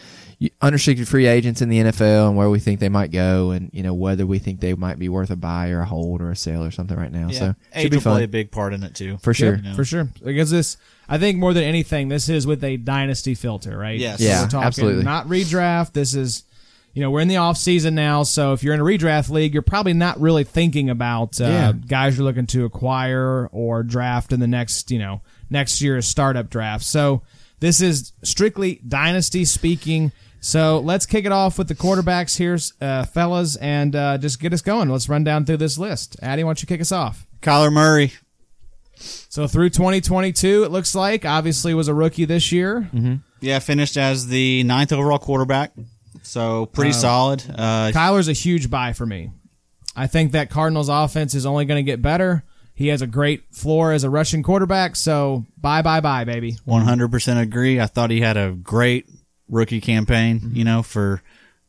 S4: unrestricted free agents in the NFL and where we think they might go, and you know whether we think they might be worth a buy or a hold or a sale or something right now.
S3: Yeah.
S4: So should
S3: age
S4: be
S3: will play a
S4: fun
S3: big part in it too.
S4: for sure.
S2: Yep, For sure. Because this, I think more than anything, this is with a dynasty filter, right?
S3: Yes.
S2: So
S3: Yeah,
S2: we're talking
S4: absolutely.
S2: Not redraft. This is, you know, we're in the off season now. So if you're in a redraft league, you're probably not really thinking about uh,
S4: Yeah.
S2: guys you're looking to acquire or draft in the next, you know, next year's startup draft. So this is strictly dynasty speaking. So let's kick it off with the quarterbacks here, uh, fellas, and uh, just get us going. Let's run down through this list. Addy, why don't you kick us off?
S3: Kyler Murray,
S2: So through 2022, it looks like obviously was a rookie this year.
S3: Mm-hmm. yeah, finished as the ninth overall quarterback, so pretty solid. Uh,
S2: Kyler's a huge buy for me. I think that Cardinals offense is only going to get better. He has a great floor as a rushing quarterback. So bye bye bye baby.
S3: 100% agree. I thought he had a great rookie campaign,
S4: Mm-hmm.
S3: you know, for,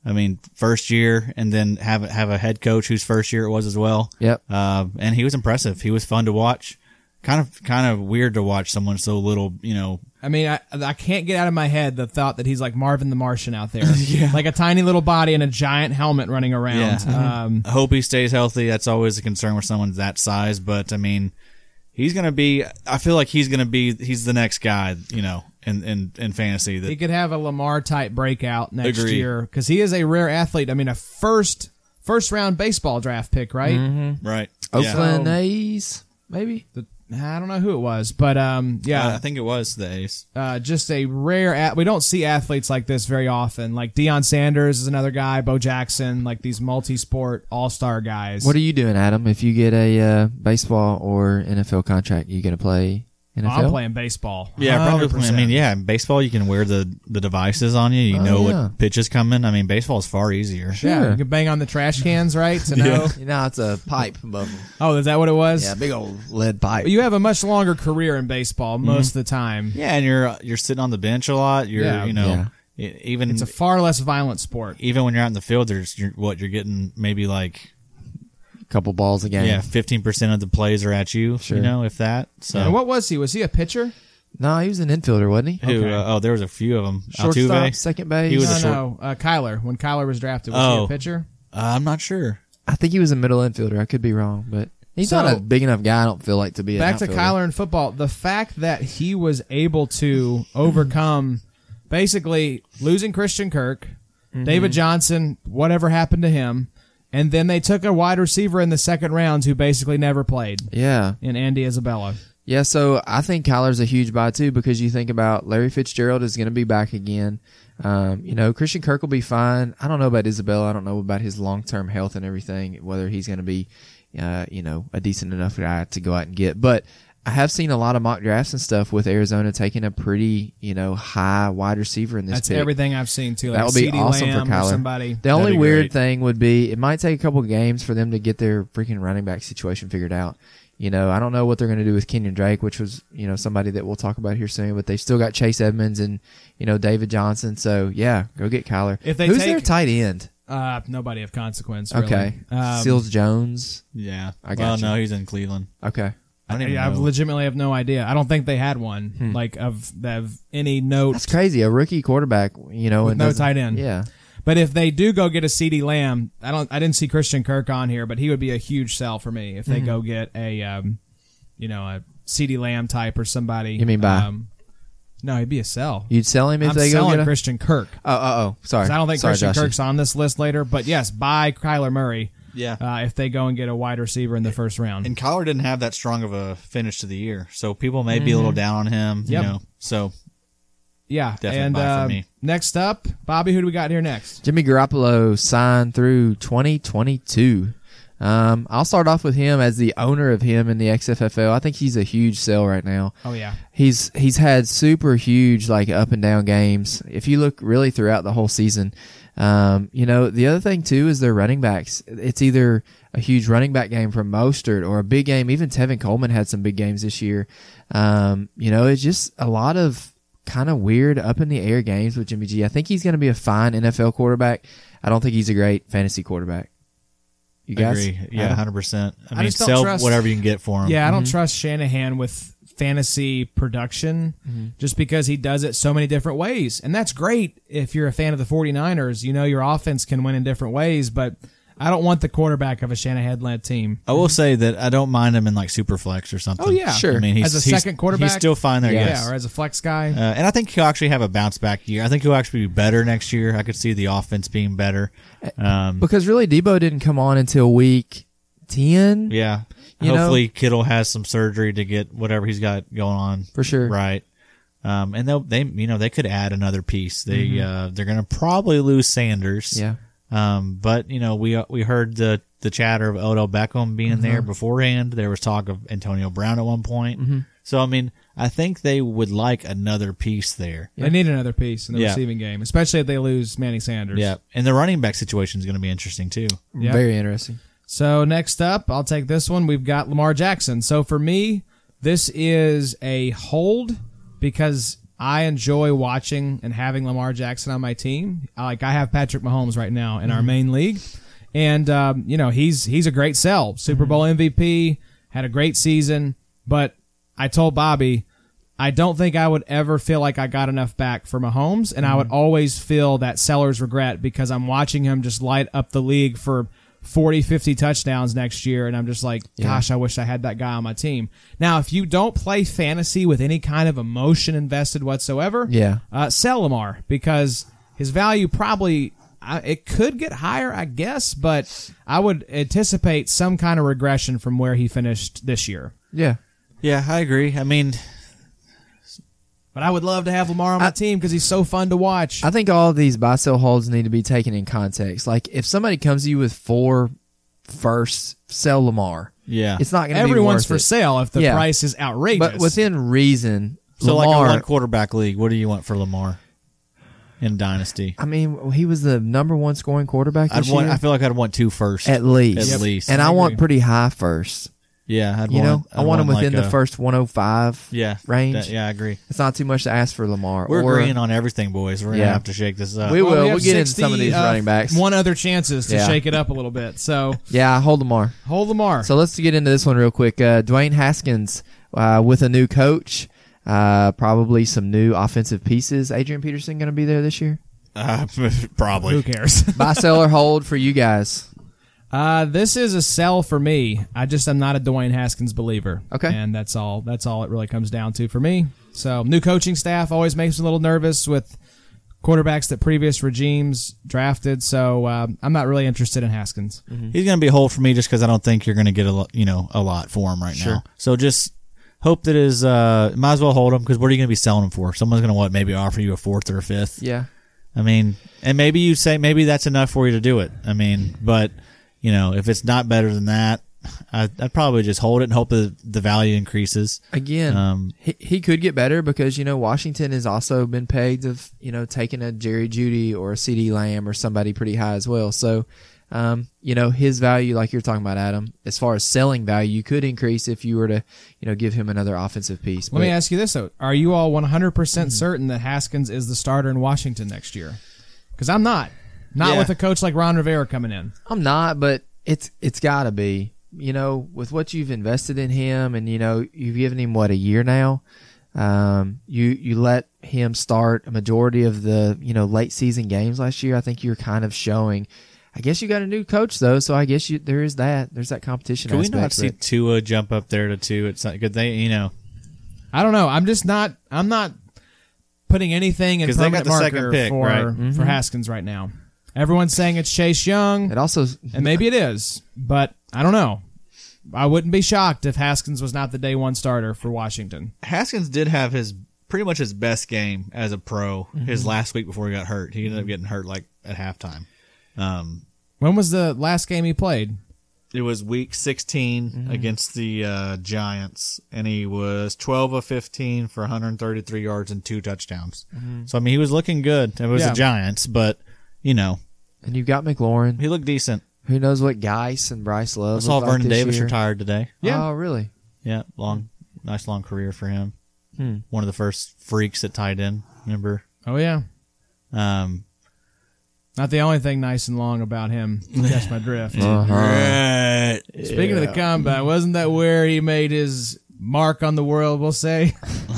S3: I mean, first year and then have, have a head coach whose first year it was as well.
S4: Yep.
S3: Uh, and he was impressive. He was fun to watch. Kind of, kind of weird to watch someone so little, you know.
S2: I mean, I, I can't get out of my head the thought that he's like Marvin the Martian out there, like a tiny little body and a giant helmet running around.
S3: Yeah.
S4: Mm-hmm.
S2: Um,
S3: I hope he stays healthy. That's always a concern with someone that size, but I mean, he's going to be, I feel like he's going to be, he's the next guy, you know, in, in, in fantasy
S2: he
S3: that,
S2: could have a Lamar type breakout next
S3: Agree.
S2: year because he is a rare athlete. I mean, a first first round baseball draft pick, right?
S3: right. Yeah.
S4: Oakland A's, maybe.
S2: the, I don't know who it was, but um,
S3: Uh, I
S2: yeah,
S3: think it was the ace.
S2: uh, just a rare. At- we don't see athletes like this very often. Like Deion Sanders is another guy, Bo Jackson, like these multi-sport all-star guys.
S4: What are you doing, Adam? If you get a uh, baseball or NFL contract, you going to play NFL?
S2: Oh, I'm playing baseball.
S3: Yeah, probably. I
S2: 100%.
S3: mean, yeah, in baseball you can wear the the devices on you. You
S4: Oh,
S3: know
S4: yeah.
S3: what pitch is coming. I mean, baseball is far easier.
S2: Yeah,
S4: Sure.
S2: you can bang on the trash cans, right? To know.
S4: You know, it's a pipe above them.
S2: Oh, is that what it was?
S4: Yeah, big old lead pipe.
S2: But you have a much longer career in baseball
S3: Mm-hmm.
S2: most of the time.
S3: Yeah, and you're you're sitting on the bench a lot. You're
S2: Yeah.
S3: you know e- even
S2: It's a far less violent sport.
S3: even when you're out in the field, there's you're, what you're getting maybe like
S4: couple balls a game.
S3: yeah fifteen percent of the plays are at you.
S4: Sure.
S3: You know if that. So
S2: And what was he? Was he a pitcher?
S4: No, he was an infielder, wasn't he?
S3: who? Uh, oh, there was a few of them.
S4: Shortstop,
S3: Altuve.
S4: second base.
S3: He was
S2: no,
S3: a short.
S2: no. Uh, Kyler. When Kyler was drafted, was he
S3: Oh.
S2: a pitcher?
S3: Uh, I'm not sure.
S4: I think he was a middle infielder. I could be wrong, but he's
S2: So-
S4: not a big enough guy. I don't feel like to be an
S2: Back to
S4: outfielder.
S2: Kyler in football. The fact that he was able to overcome basically losing Christian Kirk,
S4: Mm-hmm.
S2: David Johnson, whatever happened to him, and then they took a wide receiver in the second round who basically never played
S4: Yeah,
S2: in Andy Isabella.
S4: yeah. So I think Kyler's a huge buy too because you think about Larry Fitzgerald is going to be back again. Um, you know, Christian Kirk will be fine. I don't know about Isabel. I don't know about his long term health and everything. Whether he's going to be, uh, you know, a decent enough guy to go out and get, but. I have seen a lot of mock drafts and stuff with Arizona taking a pretty, you know, high wide receiver in this
S2: That's
S4: pick.
S2: everything I've seen too. Like
S4: that would be
S2: CeeDee
S4: awesome
S2: Lamb
S4: for
S2: or
S4: Kyler.
S2: somebody.
S4: The only
S3: be
S4: weird
S3: great.
S4: thing would be it might take a couple games for them to get their freaking running back situation figured out. You know, I don't know what they're going to do with Kenyon Drake, which was you know somebody that we'll talk about here soon. But they've still got Chase Edmonds and you know David Johnson. So yeah, go get Kyler.
S2: If they
S4: Who's
S2: take-
S4: their tight end?
S2: Uh, nobody of consequence. Really.
S4: Okay,
S2: Um,
S4: Seals Jones.
S3: Yeah.
S4: I
S3: well,
S4: gotcha.
S3: no, he's in Cleveland.
S4: Okay,
S3: I don't even
S2: I, I
S3: know.
S2: legitimately have no idea. I don't think they had one like of, of any note.
S4: Hmm. that's crazy. A rookie quarterback, you know,
S2: With
S4: and
S2: no
S4: doesn't-
S2: tight end.
S4: Yeah,
S2: But if they do go get a CD Lamb, I don't. I didn't see Christian Kirk on here, but he would be a huge sell for me if
S4: Mm-hmm.
S2: they go get a, um, you know, a CD Lamb type or somebody.
S4: You mean buy?
S2: Um, no, he'd be a sell.
S4: you'd sell him if
S2: I'm
S4: they go
S2: selling
S4: get a.
S2: Christian Kirk.
S4: oh, oh, oh, sorry.
S2: 'Cause I don't think
S4: Sorry,
S2: Christian
S4: Joshy.
S2: Kirk's on this list later, but yes, buy Kyler Murray.
S3: Yeah.
S2: Uh, if they go and get a wide receiver in the first round,
S3: and Kyler didn't have that strong of a finish to the year, so people may be a little down on him.
S2: Yep.
S3: You know, so
S2: yeah,
S3: definitely
S2: and
S3: buy for
S2: uh,
S3: me.
S2: next up, Bobby, who do we got here next?
S4: Jimmy Garoppolo signed through 2022. Um, I'll start off with him as the owner of him in the XFFL. I think he's a huge sell right now.
S2: Oh yeah,
S4: He's he's had super huge like up and down games. If you look really throughout the whole season, um, you know the other thing too is their running backs. It's either a huge running back game from Mostert or a big game. Even Tevin Coleman had some big games this year. Um, you know it's just a lot of kind of weird up in the air games with Jimmy G. I think he's going to be a fine NFL quarterback. I don't think he's a great fantasy quarterback. You guys,
S3: agree. Yeah,
S4: Adam?
S3: hundred percent. I, mean,
S2: just don't
S3: sell
S2: trust-
S3: whatever you can get for him.
S2: Yeah, I don't trust Shanahan with fantasy production just because he does it so many different ways. And that's great if you're a fan of the 49ers. You know, your offense can win in different ways, but I don't want the quarterback of a Shanahan led team.
S3: I will say that I don't mind him in like super flex or something.
S2: Oh, yeah.
S4: Sure.
S3: I mean, he's
S2: As a
S3: he's-
S2: second quarterback?
S3: he's still fine there. Yes.
S2: Yeah, or as a flex guy.
S3: Uh, and I think he'll actually have a bounce back year. I think he'll actually be better next year. I could see the offense being better. Um,
S4: because really Debo didn't come on until week ten.
S3: yeah.
S4: You know-
S3: Hopefully, Kittle has some surgery to get whatever he's got going on
S4: For sure.
S3: Right. Um, and they'll they you know they could add another piece. They
S2: Mm-hmm.
S3: uh, they're gonna probably lose Sanders.
S4: Yeah.
S3: Um, but you know we we heard the the chatter of Odell Beckham being there beforehand. There was talk of Antonio Brown at one point. So I mean, I think they would like another piece there.
S2: They need another piece in the
S3: Yeah.
S2: receiving game, especially if they lose Manny Sanders.
S3: Yeah, and the running back situation is going to be interesting too.
S2: Yeah.
S4: Very interesting.
S2: So next up, I'll take this one. We've got Lamar Jackson. So for me, this is a hold because I enjoy watching and having Lamar Jackson on my team. Like I have Patrick Mahomes right now in our main league, and um, you know he's he's a great sell. Super Bowl MVP had a great season, but I told Bobby. I don't think I would ever feel like I got enough back for Mahomes, and I would always feel that seller's regret because I'm watching him just light up the league for 40, 50 touchdowns next year, and I'm just like, gosh, I wish I had that guy on my team. Now, if you don't play fantasy with any kind of emotion invested whatsoever,
S4: Yeah.
S2: uh, sell Lamar because his value probably I it could get higher, I guess, but I would anticipate some kind of regression from where he finished this year.
S4: Yeah.
S3: Yeah, I agree. I mean,
S2: But I would love to have Lamar on my
S4: I-
S2: team because he's so fun to watch.
S4: I think all of these buy sell holds need to be taken in context. Like if somebody comes to you with four firsts, sell Lamar.
S3: Yeah.
S4: It's not going to be
S2: Everyone's
S4: worth
S2: for
S4: it.
S2: sale if the
S4: Yeah.
S2: price is outrageous.
S4: But within reason,
S3: so
S4: Lamar,
S3: like a one quarterback league, what do you want for Lamar in dynasty?
S4: I mean, he was the number one scoring quarterback
S3: I'd
S4: this
S3: want.
S4: year?
S3: I feel like I'd want two first
S4: at least.
S3: At least.
S4: And I,
S2: I
S4: want
S2: agree.
S4: pretty high first.
S3: yeah, I'd
S4: You
S3: want,
S4: know, I
S3: I'd
S4: want him within
S3: like
S4: the
S3: a-
S4: first 105
S3: yeah
S4: range.
S3: that- yeah, I agree.
S4: It's not too much to ask for Lamar.
S3: We're
S4: or,
S3: agreeing on everything, boys. We're
S4: Yeah.
S3: gonna have to shake this up.
S4: We will.
S2: Well,
S4: We
S2: have
S4: will get into some of
S2: 60,
S4: these
S2: uh,
S4: running backs.
S2: One other chances to
S4: Yeah.
S2: shake it up a little bit. So
S4: Yeah, hold Lamar.
S2: hold Lamar.
S4: So let's get into this one real quick. Uh, Dwayne Haskins uh, with a new coach, uh, probably some new offensive pieces. Adrian Peterson going to be there this year.
S3: Uh,
S2: Who
S3: probably.
S2: cares?
S4: Buy, sell, or hold for you guys.
S2: Uh, this is a sell for me. I just am not a Dwayne Haskins believer.
S4: Okay.
S2: and that's all. That's all it really comes down to for me. So new coaching staff always makes me a little nervous with quarterbacks that previous regimes drafted. So uh, I'm not really interested in
S4: Mm-hmm.
S2: Haskins.
S3: He's gonna be a hold for me just because I don't think you're gonna get a lot, you know, a lot for him right now. So just hope that is. Uh, might as well hold him because what are you gonna be selling him for? Someone's gonna what? Maybe offer you a fourth or a fifth.
S4: Yeah.
S3: I mean, and maybe you say maybe that's enough for you to do it. I mean, but you know, if it's not better than that, I, I'd probably just hold it and hope that the value increases.
S4: Again,
S3: Um,
S4: he, he could get better because, you know, Washington has also been pegged of, you know, taking a Jerry Judy or a CD Lamb or somebody pretty high as well. So, um, you know, his value, like you're talking about, Adam, as far as selling value, you could increase if you were to, you know, give him another offensive piece.
S2: Let me
S4: But-
S2: ask you this though: Are you all 100
S3: Mm-hmm.
S2: percent certain that Haskins is the starter in Washington next year? Because I'm not. Not
S4: Yeah.
S2: with a coach like Ron Rivera coming in.
S4: I'm not, but it's it's got to be. You know, with what you've invested in him, and you know, you've given him what a year now. Um, you you let him start a majority of the you know late season games last year. I think you're kind of showing. I guess you got a new coach though, so I guess you there is that. There's that competition.
S3: Can we
S4: aspect
S3: not
S4: of
S3: see
S4: it.
S3: Tua jump up there to two? It's not good. They, you know,
S2: I don't know. I'm just not. I'm not putting anything in
S3: 'Cause they got
S2: permanent
S3: the second
S2: marker
S3: pick,
S2: for
S3: right? Mm-hmm.
S2: for Haskins right now. Everyone's saying it's Chase Young,
S4: It also
S2: and maybe it is, but I don't know. I wouldn't be shocked if Haskins was not the day one starter for Washington.
S3: Haskins did have his pretty much his best game as a pro his last week before he got hurt. He ended up getting hurt like at halftime. Um,
S2: When was the last game he played?
S3: it was week 16 against the uh, Giants, and he was 12 of 15 for 133 yards and two touchdowns. So, I mean, he was looking good. It was
S2: Yeah.
S3: the Giants, but, you know,
S4: and you've got McLaurin.
S3: he looked decent.
S4: Who knows what Geis and Bryce Love?
S3: I saw
S4: look like
S3: Vernon
S4: this
S3: Davis
S4: year.
S3: retired today.
S2: Yeah.
S4: Oh, really?
S3: Yeah, long, nice long career for him.
S4: Hmm.
S3: One of the first freaks that tied in, remember?
S2: Oh yeah,
S3: Um,
S2: not the only thing nice and long about him. That's my drift.
S3: Uh, Uh-huh.
S2: Speaking of the combine, wasn't that where he made his mark on the world? We'll say.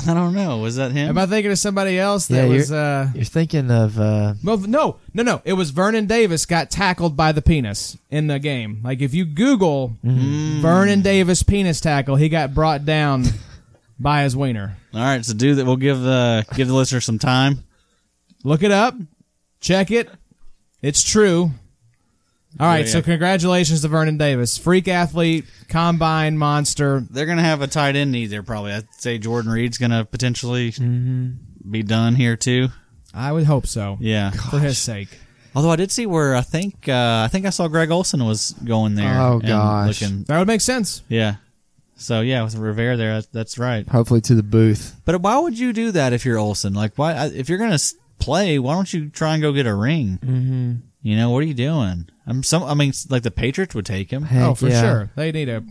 S3: I don't know. Was that him?
S2: Am I thinking of somebody else that
S4: Yeah,
S2: was? Uh,
S4: You're thinking of uh,
S2: Well, no, no, no. It was Vernon Davis got tackled by the penis in the game. Like if you Google
S3: Mm-hmm.
S2: Vernon Davis penis tackle, he got brought down by his wiener.
S3: All right, so do that. We'll give the give the listener some time.
S2: Look it up, check it. It's true. All right,
S3: Yeah,
S2: so
S3: yeah.
S2: congratulations to Vernon Davis, freak athlete, combine monster.
S3: They're gonna have a tight end need there probably. I'd say Jordan Reed's gonna potentially be done here too.
S2: I would hope so.
S3: Yeah.
S2: for his sake.
S3: Although I did see where I think uh, I think I saw Greg Olson was going there.
S4: Oh,
S3: and
S4: gosh.
S3: looking-
S2: That would make sense.
S3: yeah. So yeah, with Rivera there, that's, that's right.
S4: hopefully to the booth.
S3: But why would you do that if you're Olson? Like, why if you're gonna s- play, why don't you try and go get a ring? Mm-hmm. You know what are you doing? I'm some. I mean, s- like the Patriots would take him.
S4: Heck
S2: oh, for
S4: yeah.
S2: sure. They need a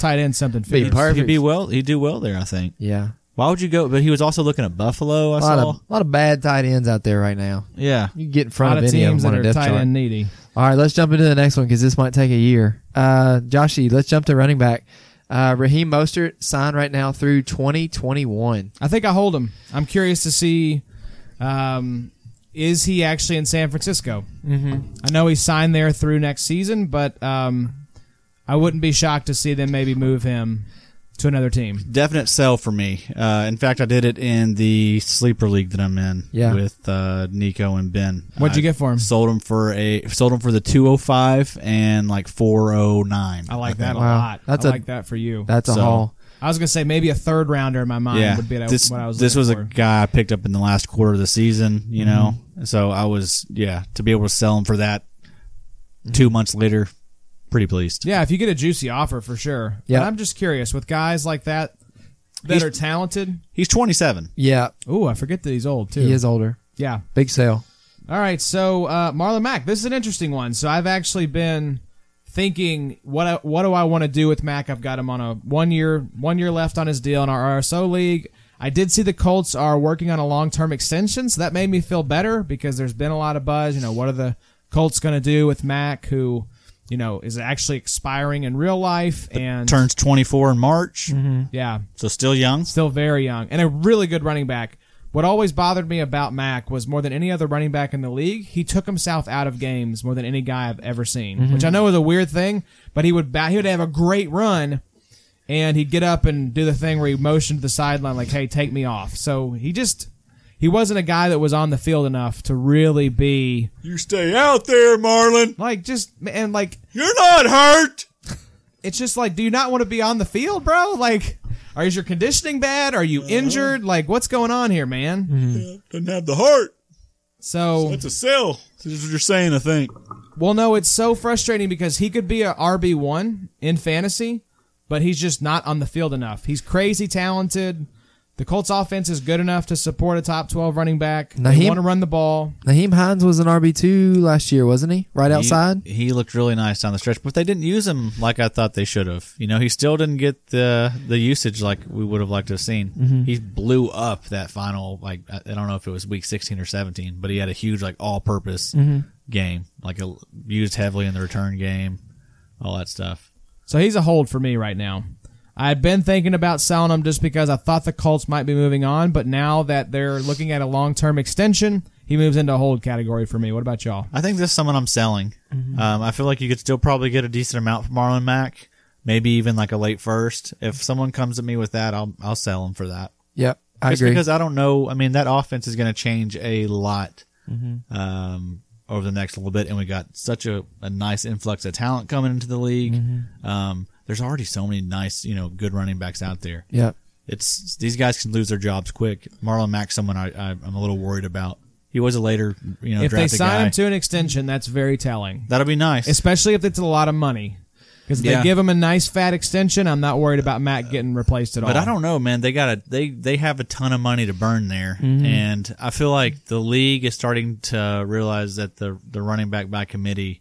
S2: tight end something.
S4: Be
S2: fierce.
S4: perfect.
S3: He'd be well. He'd do well there, I think.
S4: Yeah.
S3: Why would you go? But he was also looking at Buffalo. I
S4: A lot
S3: saw.
S4: of, lot of bad tight ends out there right now.
S3: yeah.
S4: You can get in
S2: A
S4: front
S2: lot
S4: of,
S2: of
S4: any of
S2: teams
S4: them
S2: that
S4: on a
S2: are
S4: depth
S2: tight
S4: chart.
S2: end needy.
S4: All right, let's jump into the next one because this might take a year. Uh, Joshy, let's jump to running back. Uh, Raheem Mostert signed right now through 2021.
S2: I think I hold him. I'm curious to see um, is he actually in San Francisco? Mm-hmm. I know he's signed there through next season, but um, I wouldn't be shocked to see them maybe move him to another team.
S3: Definite sell for me. Uh, in fact, I did it in the sleeper league that I'm in
S4: Yeah.
S3: with uh, Nico and Ben.
S2: What'd you
S3: I
S2: get for him?
S3: Sold him for a sold him for the 205 and like 409.
S2: I like that a
S4: Wow.
S2: lot.
S4: That's
S2: I
S4: a-
S2: like that for you.
S4: That's a
S3: So-
S4: haul.
S2: I was gonna say maybe a third rounder in my mind
S3: yeah,
S2: would be
S3: this
S2: what I was.
S3: this was
S2: looking
S3: a
S2: for. Mm-hmm.
S3: guy I picked up in the last quarter of the season. You know, so I was yeah to be able to sell him for that two months later pretty pleased.
S2: Yeah, if you get a juicy offer for sure.
S4: Yeah.
S2: But I'm just curious with guys like that that
S3: He's-
S2: are talented.
S3: He's 27.
S4: Yeah,
S2: Ooh, I forget that he's old too.
S4: he is older.
S2: Yeah.
S4: Big sale.
S2: All right. So uh, Marlon Mack, this is an interesting one. So I've actually been thinking what I, what do I want to do with Mack? I've got him on a one year one year left on his deal in our RSO league. I did see the Colts are working on a long term extension, so that made me feel better because there's been a lot of buzz. You know, what are the Colts going to do with Mack, who you know is actually expiring in real life and
S3: Turns 24 in March,
S2: Mm-hmm. yeah
S3: so still young.
S2: still very young and a really good running back. What always bothered me about Mack was more than any other running back in the league, he took himself out of games more than any guy I've ever seen, which I know is a weird thing, but he would bat, he would have a great run and he'd get up and do the thing where he motioned to the sideline like, "Hey, take me off." So, he just he wasn't a guy that was on the field enough to really be
S3: You stay out there, Marlon.
S2: like just and like
S3: You're not hurt.
S2: it's just like, do you not want to be on the field, bro? Like, are is your conditioning bad? Are you injured? Like, what's going on here, man?
S3: Doesn't have the heart.
S2: So,
S3: a sell. This is what you're saying, I think.
S2: well, no, it's so frustrating because he could be a RB one in fantasy, but he's just not on the field enough. He's crazy talented. The Colts offense is good enough to support a top twelve running back.
S4: Now
S2: they
S4: he-
S2: want to run the ball.
S4: Naheem Hines was an RB two last year, wasn't he? Right outside.
S3: He, he looked really nice down the stretch, but they didn't use him like I thought they should have. You know, he still didn't get the the usage like we would have liked to have seen. He blew up that final like I I don't know if it was week 16 or 17, but he had a huge like all-purpose game, like a, used heavily in the return game, all that stuff.
S2: So he's a hold for me right now. I had been thinking about selling him just because I thought the Colts might be moving on, but now that they're looking at a long term extension, he moves into a hold category for me. What about y'all?
S3: I think this is someone I'm selling.
S2: Mm-hmm.
S3: Um, I feel like you could still probably get a decent amount from Marlon Mack, maybe even like a late first. If someone comes at me with that, I'll I'll sell him for that.
S4: Yep, I
S3: Just
S4: agree.
S3: because I don't know. I mean, that offense is going to change a lot
S2: Mm-hmm.
S3: um, over the next little bit, and we got such a, a nice influx of talent coming into the league.
S2: Mm-hmm.
S3: Um, there's already so many nice, you know, good running backs out there.
S4: yep.
S3: It's these guys can lose their jobs quick. Marlon Mack's someone I, I I'm a little worried about. He was a later, you know,
S2: if they
S3: drafted
S2: sign
S3: guy.
S2: him to an extension, that's very telling.
S3: That'll be nice.
S2: especially if it's a lot of money. Because if
S3: Yeah. Uh,
S2: they give him a nice fat extension, I'm not worried about Matt getting replaced at all.
S3: But I don't know, man. They got a they they have a ton of money to burn there, and I feel like the league is starting to realize that the the running back by committee,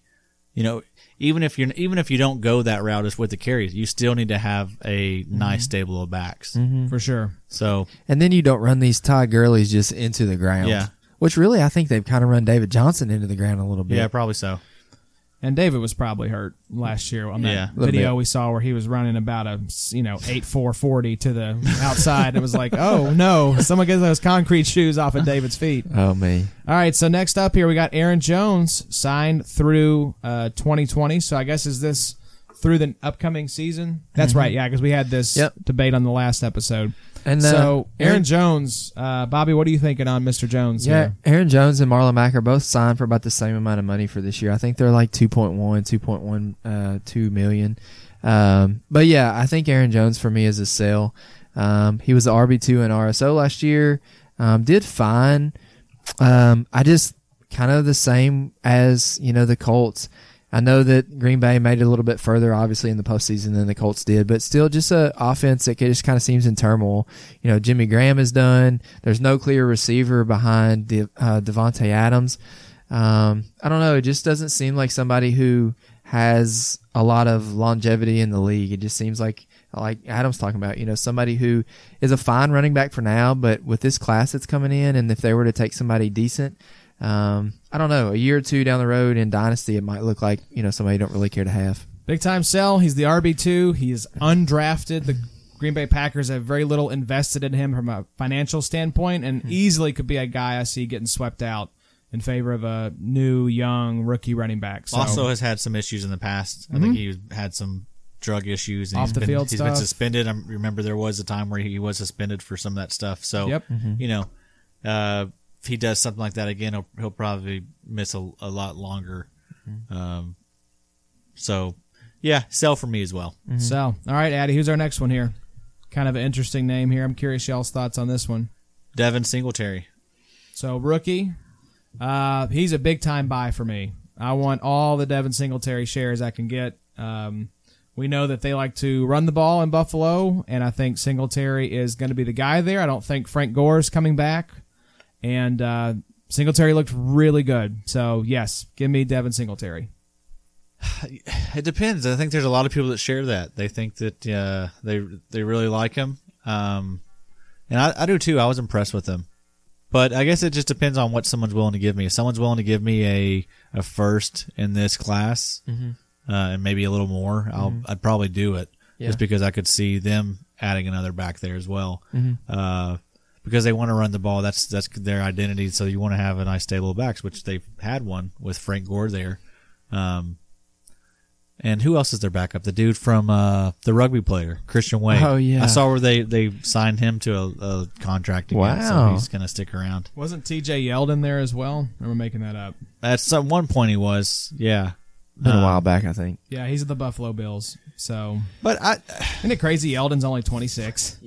S3: you know, even if you're even if you don't go that route as with the carries, you still need to have a nice stable of backs.
S2: for sure.
S3: So
S4: And then you don't run these Ty Gurley's just into the ground.
S3: Yeah.
S4: Which really, I think they've kind of run David Johnson into the ground a little bit.
S3: yeah, probably so.
S2: And David was probably hurt last year on that
S3: Yeah.
S4: Little
S2: video
S4: bit.
S2: we saw where he was running about a you know eight four forty to the outside. it was like, oh no, someone gets those concrete shoes off of David's feet.
S4: Oh me.
S2: All right, so next up here we got Aaron Jones signed through uh, 2020. So I guess is this through the upcoming season? That's right, yeah, because we had this
S4: Mm-hmm. Yep.
S2: debate on the last episode.
S4: And, uh,
S2: so Aaron,
S4: Aaron-
S2: Jones, uh, Bobby, what are you thinking on Mr. Jones?
S4: Yeah,
S2: here?
S4: Aaron Jones and Marlon Mack are both signed for about the same amount of money for this year. I think they're like 2.1, 2.1, uh, 2 million. Um, but yeah, I think Aaron Jones for me is a sell. Um, he was the RB2 in RSO last year. Um, did fine. Um, I just kind of the same as, you know, the Colts. I know that Green Bay made it a little bit further, obviously, in the postseason than the Colts did, but still just a offense that just kind of seems in turmoil. You know, Jimmy Graham is done. There's no clear receiver behind De- uh, Devontae Adams. Um, I don't know. It just doesn't seem like somebody who has a lot of longevity in the league. It just seems like like Adam's talking about, you know, somebody who is a fine running back for now, but with this class that's coming in, and if they were to take somebody decent, um, I don't know, a year or two down the road in Dynasty, it might look like, you know, somebody you don't really care to have.
S2: Big time sell. He's the RB2. He is undrafted. The Green Bay Packers have very little invested in him from a financial standpoint
S4: Hmm.
S2: and easily could be a guy I see getting swept out in favor of a new, young, rookie running back. So, Mm-hmm.
S3: Also has had some issues in the past. I think he had some drug issues. and
S2: Off
S3: he's
S2: the
S3: been-
S2: field
S3: he's been
S2: stuff.
S3: suspended. I remember there was a time where he was suspended for some of that stuff. So
S2: Yep. Mm-hmm.
S3: you know, uh, if he does something like that again, he'll, he'll probably miss a, a lot longer.
S2: Mm-hmm.
S3: Um, so yeah, sell for me as well.
S2: so, all right, Addy, who's our next one here? Kind of an interesting name here. I'm curious y'all's thoughts on this one.
S3: Devin Singletary.
S2: So rookie, uh, he's a big time buy for me. I want all the Devin Singletary shares I can get. Um, we know that they like to run the ball in Buffalo, and I think Singletary is going to be the guy there. I don't think Frank Gore is coming back, and uh, Singletary looked really good. So yes, give me Devin Singletary.
S3: It depends. I think there's a lot of people that share that. They think that uh, they they really like him, um, and I, I do too. I was impressed with him, but I guess it just depends on what someone's willing to give me. If someone's willing to give me a a first in this class,
S4: Mm-hmm.
S3: uh, and maybe a little more, I'll I'd probably do it just because I could see them adding another back there as well.
S4: Mm-hmm.
S3: Uh, because they want to run the ball. That's that's their identity. So you want to have a nice stable of backs, which they've had one with Frank Gore there. Um, and who else is their backup? The dude from uh, the rugby player, Christian Wade.
S4: Oh, yeah.
S3: I saw where they, they signed him to a, a contract again, so
S4: Wow.
S3: he's gonna stick around.
S2: Wasn't T.J. Yeldon there as well? Or we're making that up.
S3: At some one point he was, yeah.
S4: Been a while back, I think.
S2: Yeah, he's at the Buffalo Bills. So
S3: But I
S2: isn't it crazy? Yeldon's only twenty six.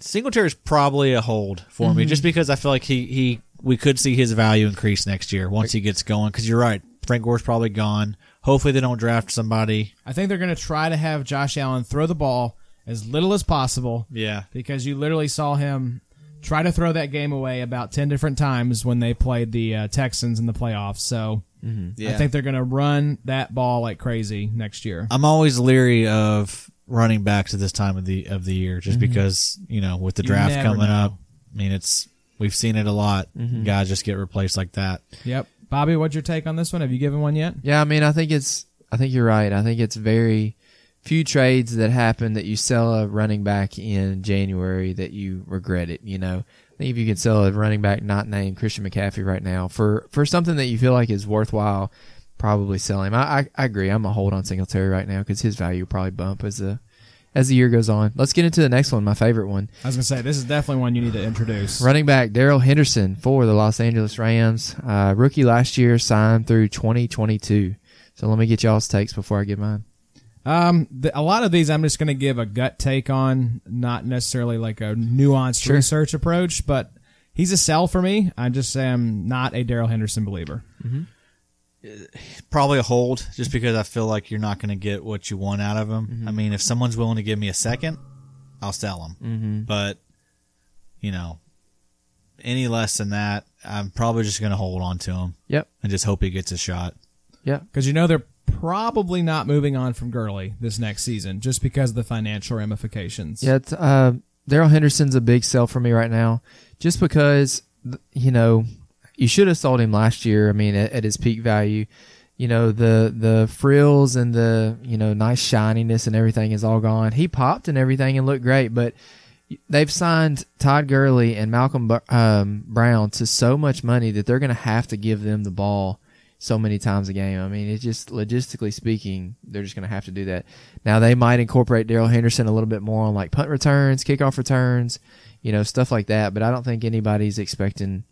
S3: Singletary's probably a hold for
S2: Mm-hmm.
S3: me, just because I feel like he, he we could see his value increase next year once he gets going. Because you're right, Frank Gore's probably gone. Hopefully they don't draft somebody.
S2: I think they're going to try to have Josh Allen throw the ball as little as possible
S3: Yeah,
S2: because you literally saw him try to throw that game away about 10 different times when they played the uh, Texans in the playoffs. So I think they're going to run that ball like crazy next year.
S3: I'm always leery of running backs at this time of the of the year, just because you know with the
S2: Mm-hmm. You
S3: draft
S2: never
S3: coming
S2: know. Mm-hmm.
S3: up. I mean, it's we've seen it a lot. Guys just get replaced like that.
S2: Yep. Bobby, what's your take on this one? Have you given one yet?
S4: Yeah, I mean, I think it's. I think you're right. I think it's very few trades that happen that you sell a running back in January that you regret it. You know, I think if you can sell a running back not named Christian McCaffrey right now for for something that you feel like is worthwhile, probably sell him. I I, I agree. I'm a hold on Singletary right now because his value will probably bump as the as the year goes on. Let's get into the next one. My favorite one.
S2: I was going to say, this is definitely one you need to introduce.
S4: Running back Daryl Henderson for the Los Angeles Rams, uh, rookie last year, signed through 2022. So let me get y'all's takes before I give mine.
S2: Um, the, a lot of these I'm just going to give a gut take on, not necessarily like a nuanced research approach, but he's a sell for me. I just am not a Daryl Henderson believer.
S3: Probably a hold, just because I feel like you're not going to get what you want out of them. I mean, if someone's willing to give me a second, I'll sell them. But you know, any less than that, I'm probably just going to hold on to him
S4: Yep.
S3: and just hope he gets a shot.
S4: Yep.
S2: because you know they're probably not moving on from Gurley this next season just because of the financial ramifications.
S4: Yeah. It's, uh, Daryl Henderson's a big sell for me right now, just because th- you know you should have sold him last year. I mean, at, at his peak value, you know the the frills and the you know nice shininess and everything is all gone. He popped and everything and looked great, but they've signed Todd Gurley and Malcolm Br- um, Brown to so much money that they're going to have to give them the ball so many times a game. I mean, it's just logistically speaking, they're just going to have to do that. Now they might incorporate Daryl Henderson a little bit more on like punt returns, kickoff returns, you know, stuff like that. But I don't think anybody's expecting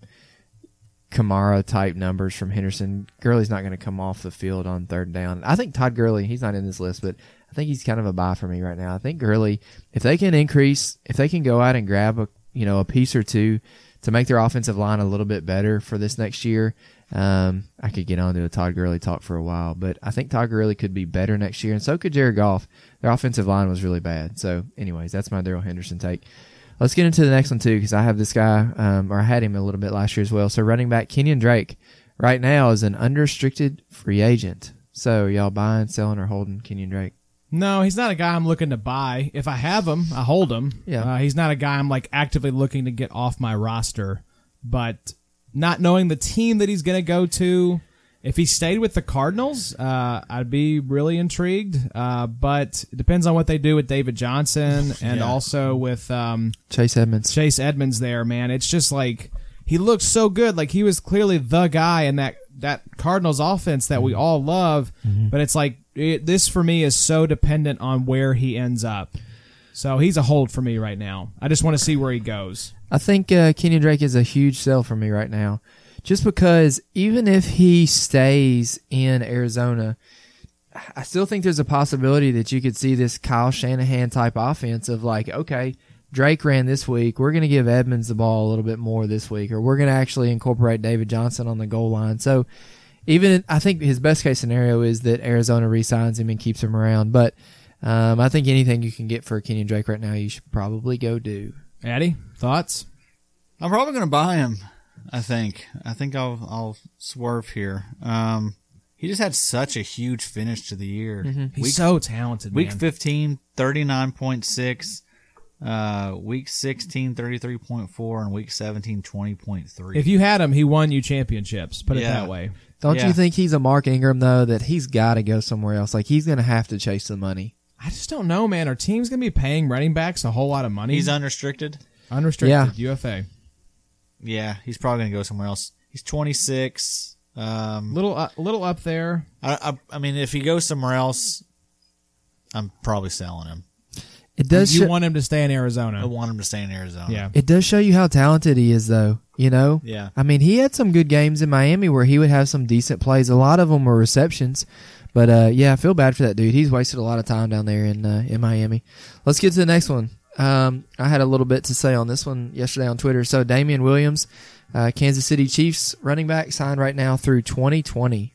S4: Kamara type numbers from Henderson. Gurley's not going to come off the field on third down. I think Todd Gurley, he's not in this list, but I think he's kind of a buy for me right now. I think Gurley, if they can increase, if they can go out and grab a you know a piece or two to make their offensive line a little bit better for this next year, um, I could get on to a Todd Gurley talk for a while, but I think Todd Gurley could be better next year, and so could Jared Goff. Their offensive line was really bad. So, anyways, that's my Daryl Henderson take. Let's get into the next one too, because I have this guy, um, or I had him a little bit last year as well. So running back Kenyon Drake right now is an unrestricted free agent. So y'all buying, selling, or holding Kenyon Drake?
S2: No, he's not a guy I'm looking to buy. If I have him, I hold him.
S4: Yeah.
S2: Uh, he's not a guy I'm like actively looking to get off my roster, but not knowing the team that he's going to go to, if he stayed with the Cardinals, uh, I'd be really intrigued. Uh, but it depends on what they do with David Johnson and also with um,
S4: Chase Edmonds.
S2: Chase Edmonds there, man. It's just like he looked so good. Like he was clearly the guy in that that Cardinals offense that we all love. But it's like it, this for me is so dependent on where he ends up. So he's a hold for me right now. I just want to see where he goes.
S4: I think uh, Kenyon Drake is a huge sell for me right now, just because even if he stays in Arizona, I still think there's a possibility that you could see this Kyle Shanahan type offense of like, okay, Drake ran this week. We're going to give Edmonds the ball a little bit more this week, or we're going to actually incorporate David Johnson on the goal line. So even I think his best case scenario is that Arizona re-signs him and keeps him around. But um, I think anything you can get for Kenyon Drake right now, you should probably go do.
S2: Addy, thoughts?
S3: I'm probably going to buy him. I think. I think I'll I'll swerve here. Um, he just had such a huge finish to the year.
S2: He's so talented,
S3: Week
S2: man.
S3: 15, 39.6. Uh, week 16, 33.4. And week 17, 20.3.
S2: If you had him, he won you championships. Put it
S3: Yeah.
S2: that way.
S4: Don't
S3: Yeah.
S4: you think he's a Mark Ingram though? That he's got to go somewhere else. Like he's going to have to chase the money.
S2: I just don't know, man. Our team's gonna be paying running backs a whole lot of money.
S3: he's unrestricted,
S2: unrestricted UFA.
S3: yeah, he's probably going to go somewhere else. He's 26. Um,
S2: Little, uh, little up there.
S3: I, I, I mean, if he goes somewhere else, I'm probably selling him.
S4: It does.
S2: you
S4: sho-
S2: want him to stay in
S3: I
S2: Arizona?
S3: want him to stay in Arizona.
S2: Yeah.
S4: it does show you how talented he is, though. You know.
S3: Yeah.
S4: I mean, he had some good games in Miami where he would have some decent plays. A lot of them were receptions. But uh, yeah, I feel bad for that dude. He's wasted a lot of time down there in uh, in Miami. Let's get to the next one. Um, I had a little bit to say on this one yesterday on Twitter. So Damian Williams, uh, Kansas City Chiefs running back, signed right now through 2020.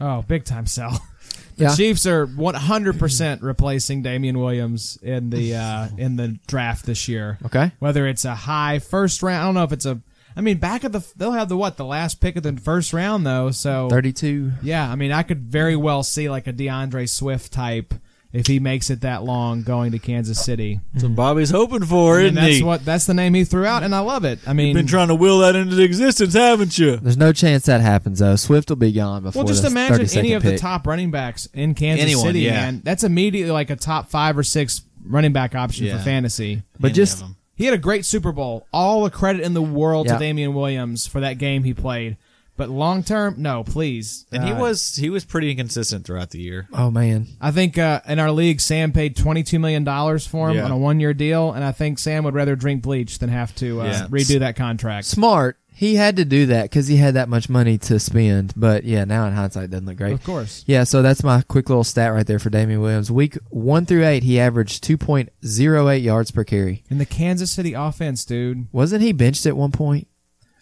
S2: Oh, big time sell. The
S4: Yeah.
S2: Chiefs are 100% replacing Damian Williams in the uh, in the draft this year.
S4: Okay.
S2: Whether it's a high first round, I don't know if it's a I mean back at the they'll have the what, the last pick of the first round though, so
S4: 32.
S2: yeah, I mean I could very well see like a DeAndre Swift type if he makes it that long going to Kansas City.
S4: Mm-hmm.
S3: So Bobby's hoping for,
S2: And that's what that's the name he threw out and I love it. I mean
S3: trying to will that into existence, haven't you?
S4: There's no chance that happens, though. Swift will be gone before
S2: Well, just
S4: the
S2: imagine
S4: 32nd
S2: any of the
S4: pick.
S2: top running backs in Kansas
S3: Anyone,
S2: City,
S3: yeah.
S2: man. That's immediately like a top five or six running back option for
S3: Yeah.
S2: fantasy.
S4: But just
S2: He had a great Super Bowl. All the credit in the world to
S4: Yeah.
S2: Damian Williams for that game he played. But long term, no, please.
S3: and he
S2: Uh,
S3: was he was pretty inconsistent throughout the year.
S4: oh man,
S2: I think uh, in our league, Sam paid twenty two million dollars for him
S3: Yeah.
S2: on a one year deal, and I think Sam would rather drink bleach than have to uh,
S3: Yeah.
S2: redo that contract.
S4: smart. He had to do that because he had that much money to spend. But yeah, now in hindsight, it doesn't look great.
S2: Of course.
S4: Yeah, so that's my quick little stat right there for Damian Williams. Week one through eight, he averaged 2.08 yards per carry.
S2: In the Kansas City offense, dude.
S4: Wasn't he benched at one point?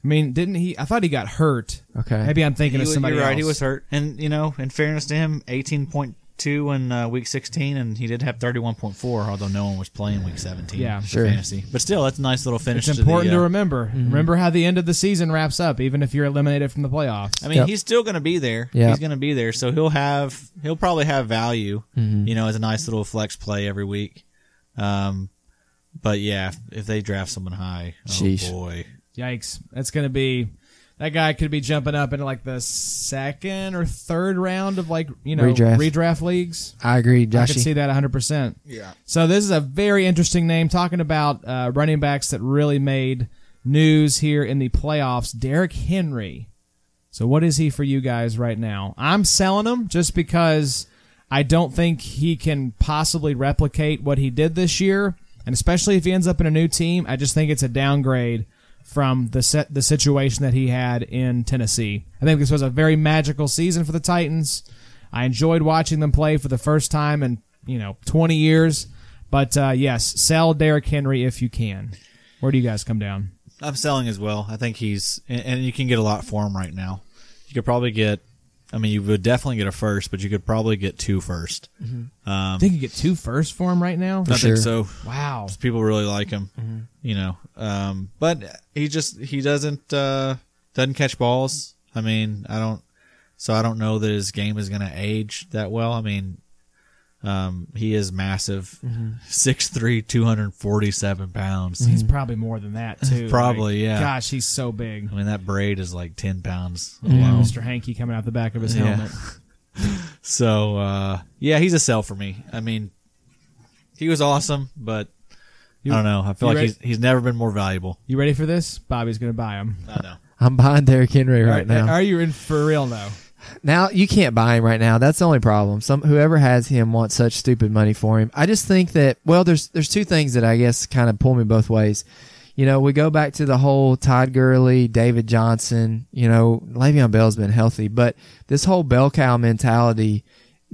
S2: I mean, didn't he? I thought he got hurt.
S4: Okay.
S2: Maybe I'm thinking of
S3: was-
S2: somebody
S3: you're right,
S2: else.
S3: he was hurt. And you know, in fairness to him, eighteen point two in uh, week sixteen, and he did have thirty one point four, although no one was playing week seventeen.
S2: Yeah.
S3: for
S4: Sure.
S3: fantasy. But still, that's a nice little finish.
S2: It's important
S3: to,
S2: to
S3: the, uh,
S2: remember. Remember how the end of the season wraps up, even if you're eliminated from the playoffs.
S3: I mean,
S4: Yep.
S3: he's still going to be there.
S4: Yeah.
S3: He's going to be there, so he'll have he'll probably have value.
S2: Mm-hmm.
S3: You know, as a nice little flex play every week. Um, but yeah, if, if they draft someone high, oh
S4: Sheesh.
S3: boy,
S2: Yikes! That's gonna be that guy could be jumping up into like the second or third round of like you know
S4: Redraft.
S2: redraft, leagues.
S4: I agree,
S2: I can see
S4: Joshy.
S2: that 100. percent Yeah. So this is a very interesting name. Talking about uh, running backs that really made news here in the playoffs. Derrick Henry. So what is he for you guys right now? I'm selling him just because I don't think he can possibly replicate what he did this year, and especially if he ends up in a new team, I just think it's a downgrade from the set, the situation that he had in Tennessee. I think this was a very magical season for the Titans. I enjoyed watching them play for the first time in you know 20 years, but uh, yes, sell Derrick Henry if you can. Where do you guys come down?
S3: I'm selling as well. I think he's and, and you can get a lot for him right now. You could probably get. I mean, you would definitely get a first, but you could probably get two first. Um,
S2: I think you get two first Mm-hmm. for Mm-hmm. him right now.
S3: I think
S4: sure.
S3: so.
S2: Wow.
S3: People really like him, you know. Um, but he just he doesn't uh, doesn't catch balls. I mean, I don't. So I don't know that his game is going to age that well. I mean, um, he is massive,
S2: Mm-hmm.
S3: six three, two hundred forty seven pounds.
S2: He's probably more than that too.
S3: Probably,
S2: Like,
S3: yeah. Oh,
S2: Gosh, he's so big.
S3: I mean, that braid is like ten pounds.
S2: Yeah, Mr. Hanky coming out the back of his
S3: Yeah.
S2: helmet.
S3: So uh, yeah, he's a sell for me. I mean, he was awesome, but I don't know. I feel
S2: you
S3: like
S2: ready?
S3: he's he's never been more valuable.
S2: You ready for this? Bobby's gonna buy him
S3: I know.
S4: I'm buying Derrick Henry right now.
S2: Are you in for real now?
S4: Now you can't buy him right now. That's the only problem. Some whoever has him wants such stupid money for him. I just think that well, there's there's two things that I guess kind of pull me both ways. You know, we go back to the whole Todd Gurley, David Johnson. You know, Le'Veon Bell's been healthy, but this whole bell cow mentality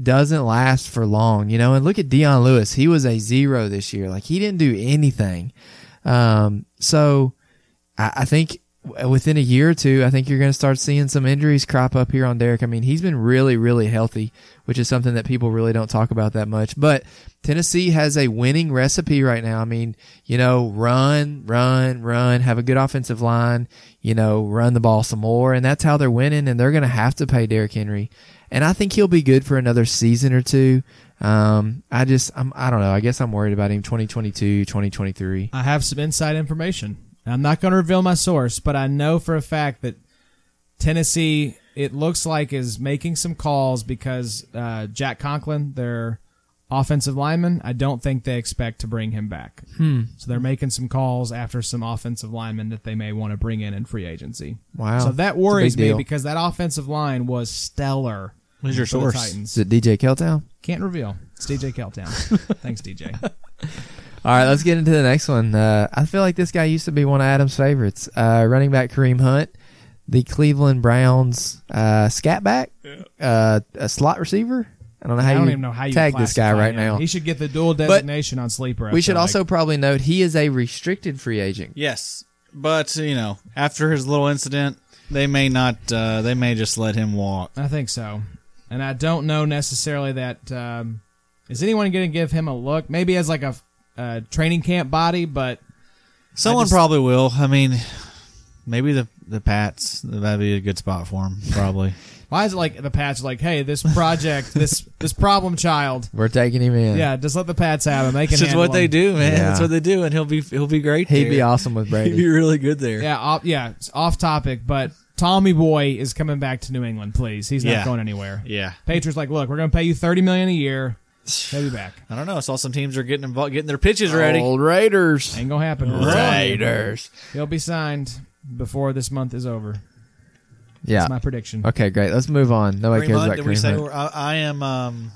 S4: doesn't last for long. You know, and look at Dion Lewis. He was a zero this year. Like he didn't do anything. Um, so I, I think w- within a year or two, I think you're going to start seeing some injuries crop up here on Derek. I mean, he's been really, really healthy, which is something that people really don't talk about that much. But Tennessee has a winning recipe right now. I mean, you know, run, run, run, have a good offensive line, you know, run the ball some more. And that's how they're winning. And they're going to have to pay Derrick Henry. And I think he'll be good for another season or two. Um, I just, I'm, I don't know. I guess I'm worried about him 2022, 2023.
S2: I have some inside information. I'm not going to reveal my source, but I know for a fact that Tennessee, it looks like, is making some calls because uh, Jack Conklin, their offensive lineman, I don't think they expect to bring him back. Hmm. So they're making some calls after some offensive linemen that they may want to bring in in free agency.
S4: Wow.
S2: So
S4: It's a
S2: that
S4: big
S2: worries me
S4: deal.
S2: because that offensive line was stellar.
S3: Who's your
S2: for the
S3: source?
S2: Titans.
S4: Is it DJ Keltown?
S2: Can't reveal. It's DJ Keltown. Thanks, DJ.
S4: All right, let's get into the next one. Uh, I feel like this guy used to be one of Adam's favorites. Uh, running back Kareem Hunt, the Cleveland Browns uh, scat back, uh, a slot receiver. I don't know how
S2: I
S4: you
S2: don't even know how you
S4: tag this guy
S2: classify
S4: right
S2: him.
S4: now.
S2: He should get the dual designation on sleeper. I
S4: we should
S2: feel like.
S4: also probably note he is a restricted free agent.
S3: Yes, but you know, after his little incident, they may not. Uh, they may just let him walk.
S2: I think so, and I don't know necessarily that. Um, is anyone going to give him a look? Maybe as like a uh, training camp body, but
S3: Someone
S2: just-
S3: probably will. I mean, maybe the the Pats. That'd be a good spot for him. Probably.
S2: why is it like the Pats? are Like, hey, this project, this this problem child.
S4: We're taking him in.
S2: Yeah, just let the Pats have him. They can
S3: That's just
S2: handle
S3: what they
S2: him.
S3: do, man.
S4: Yeah.
S3: That's what they do, and he'll be he'll be great.
S4: he'd be
S3: there.
S4: awesome with
S3: He'd be
S4: Brady.
S3: really good there.
S2: Yeah, off, yeah. It's off topic, but Tommy Boy is coming back to New England. Please, he's not
S3: Yeah.
S2: going anywhere.
S3: Yeah.
S2: Patriots like, look, we're going to pay you thirty million a year. He'll be back.
S3: I don't know. I saw some teams are getting involved, getting their pitches ready.
S4: Old Raiders.
S2: Ain't gonna happen.
S4: Raiders.
S2: He'll be signed before this month is over.
S4: Yeah.
S2: That's my prediction.
S4: Okay, great. Let's move on. Nobody cares
S3: Fremont,
S4: about
S3: did we
S4: Kareem
S3: say
S4: Hunt.
S3: we're- I, uh, I am? Um,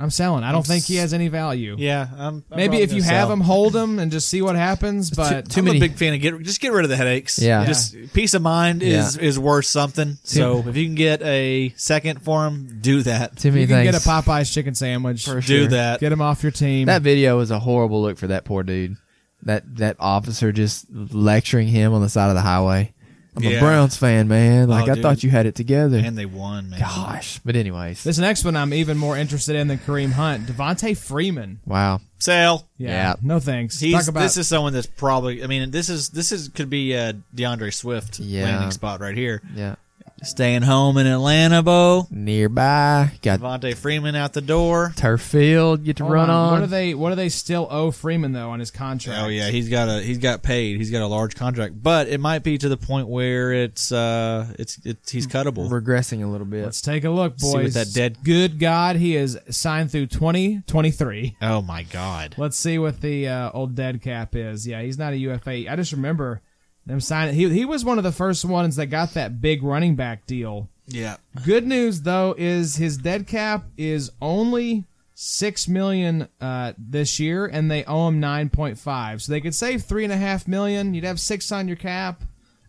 S2: I'm selling. I don't think he has any value.
S3: yeah, I'm. I'm
S2: Maybe
S3: probably
S2: if you
S3: gonna
S2: have
S3: sell.
S2: him, hold him and just see what happens. But
S3: I'm a big fan of get just get rid of the headaches.
S4: Yeah.
S3: just peace of mind is
S4: Yeah.
S3: is worth something. So if you can get a second for him, do that.
S4: Too many
S2: you can get a
S4: things.
S2: Popeyes chicken sandwich.
S4: For
S3: Do
S4: sure.
S3: that.
S2: Get him off your team.
S4: That video was a horrible look for that poor dude. That that officer just lecturing him on the side of the highway. I'm
S3: Yeah.
S4: a Browns fan, man. Like
S3: Oh,
S4: I
S3: dude.
S4: thought you had it together.
S3: and they won, man.
S4: Gosh. But anyways.
S2: this next one I'm even more interested in than Kareem Hunt. Devontae Freeman.
S4: wow.
S3: Sale.
S2: Yeah.
S4: Yeah.
S2: No thanks.
S3: He's,
S2: Talk about
S3: this is someone that's probably. I mean, this is this is could be uh, DeAndre Swift
S4: Yeah.
S3: landing spot right here.
S4: Yeah.
S3: Staying home in Atlanta, Bo.
S4: Nearby. Got
S3: Devontae Freeman out the door.
S4: turf field. Get to
S2: Hold
S4: run on.
S2: What are they what do they still owe Freeman though on his contract?
S3: Oh yeah, he's got a he's got paid. He's got a large contract, but it might be to the point where it's uh it's it's he's cuttable.
S4: Regressing a little bit.
S2: Let's take a look,
S3: See what
S2: boys.
S3: that dead-
S2: Good God, he is signed through twenty twenty three.
S3: oh my god.
S2: Let's see what the uh, old dead cap is. Yeah, he's not a UFA. I just remember them signing. He he was one of the first ones that got that big running back deal.
S3: Yeah.
S2: Good news though is his dead cap is only six million uh, this year, and they owe him nine point five. So they could save three and a half million. You'd have six on your cap.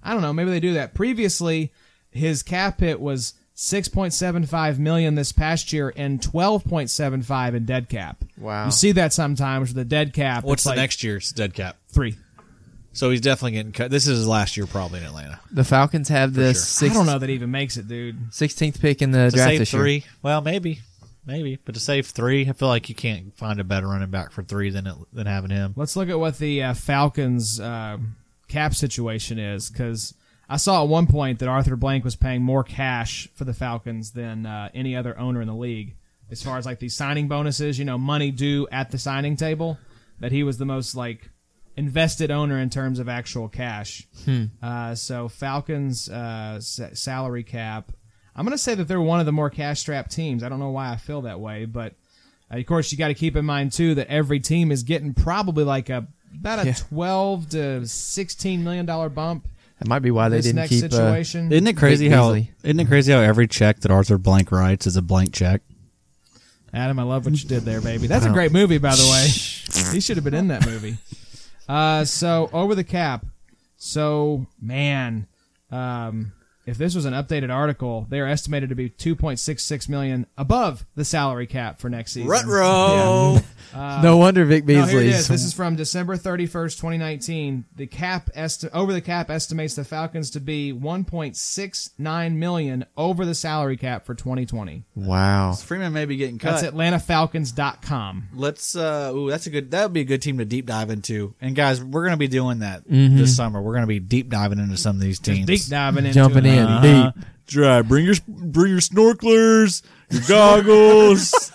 S2: I don't know. Maybe they do that. Previously, his cap hit was six point seven five million this past year, and twelve point seven five in dead cap.
S4: Wow.
S2: You see that sometimes with the dead cap.
S3: What's
S2: it's
S3: the
S2: like
S3: next year's dead cap?
S2: three?
S3: So he's definitely getting cut. This is his last year probably in Atlanta.
S4: the Falcons have the
S2: I don't know that even makes it, dude.
S4: sixteenth pick in the
S3: To
S4: draft
S3: save
S4: this
S3: three,
S4: year.
S3: well, maybe, maybe, but to save three, I feel like you can't find a better running back for three than it, than having him.
S2: Let's look at what the uh, Falcons uh, cap situation is because I saw at one point that Arthur Blank was paying more cash for the Falcons than uh, any other owner in the league as far as like these signing bonuses, you know, money due at the signing table. That he was the most like invested owner in terms of actual cash. Uh, so Falcons uh, sa- salary cap. I'm gonna say that they're one of the more cash strapped teams. I don't know why I feel that way, but uh, of course, you got to keep in mind too that every team is getting probably like a about a
S4: Yeah.
S2: twelve to sixteen million dollar bump.
S4: That might be why they
S2: this
S4: didn't
S2: next
S4: keep. Uh,
S2: situation,
S3: Isn't it
S4: crazy
S3: crazy
S4: how-
S3: how
S4: Beasley.
S3: isn't it crazy how every check that Arthur Blank writes is a blank check?
S2: Adam, I love what you did there, baby. That's a great movie, by the way. he should have been in that movie. Uh, so over the cap. So man, um, If this was an updated article, they are estimated to be 2.66 million above the salary cap for next season.
S4: Rut row. no wonder Vic
S2: uh, No, Oh, here it
S4: Beasley's
S2: is. This is from December 31st, 2019. The cap esti- over the cap estimates the Falcons to be 1.69 million over the salary cap for 2020.
S4: wow.
S3: Freeman may be getting cut.
S2: That's atlantafalcons.com.
S3: Let's uh ooh, that's a good that would be a good team to deep dive into. And guys, we're gonna be doing that this summer. We're gonna be deep diving into some of these teams.
S2: Deep diving into
S4: Jumping
S2: it.
S4: in deep.
S3: Dry. Bring your bring your snorkelers, your goggles.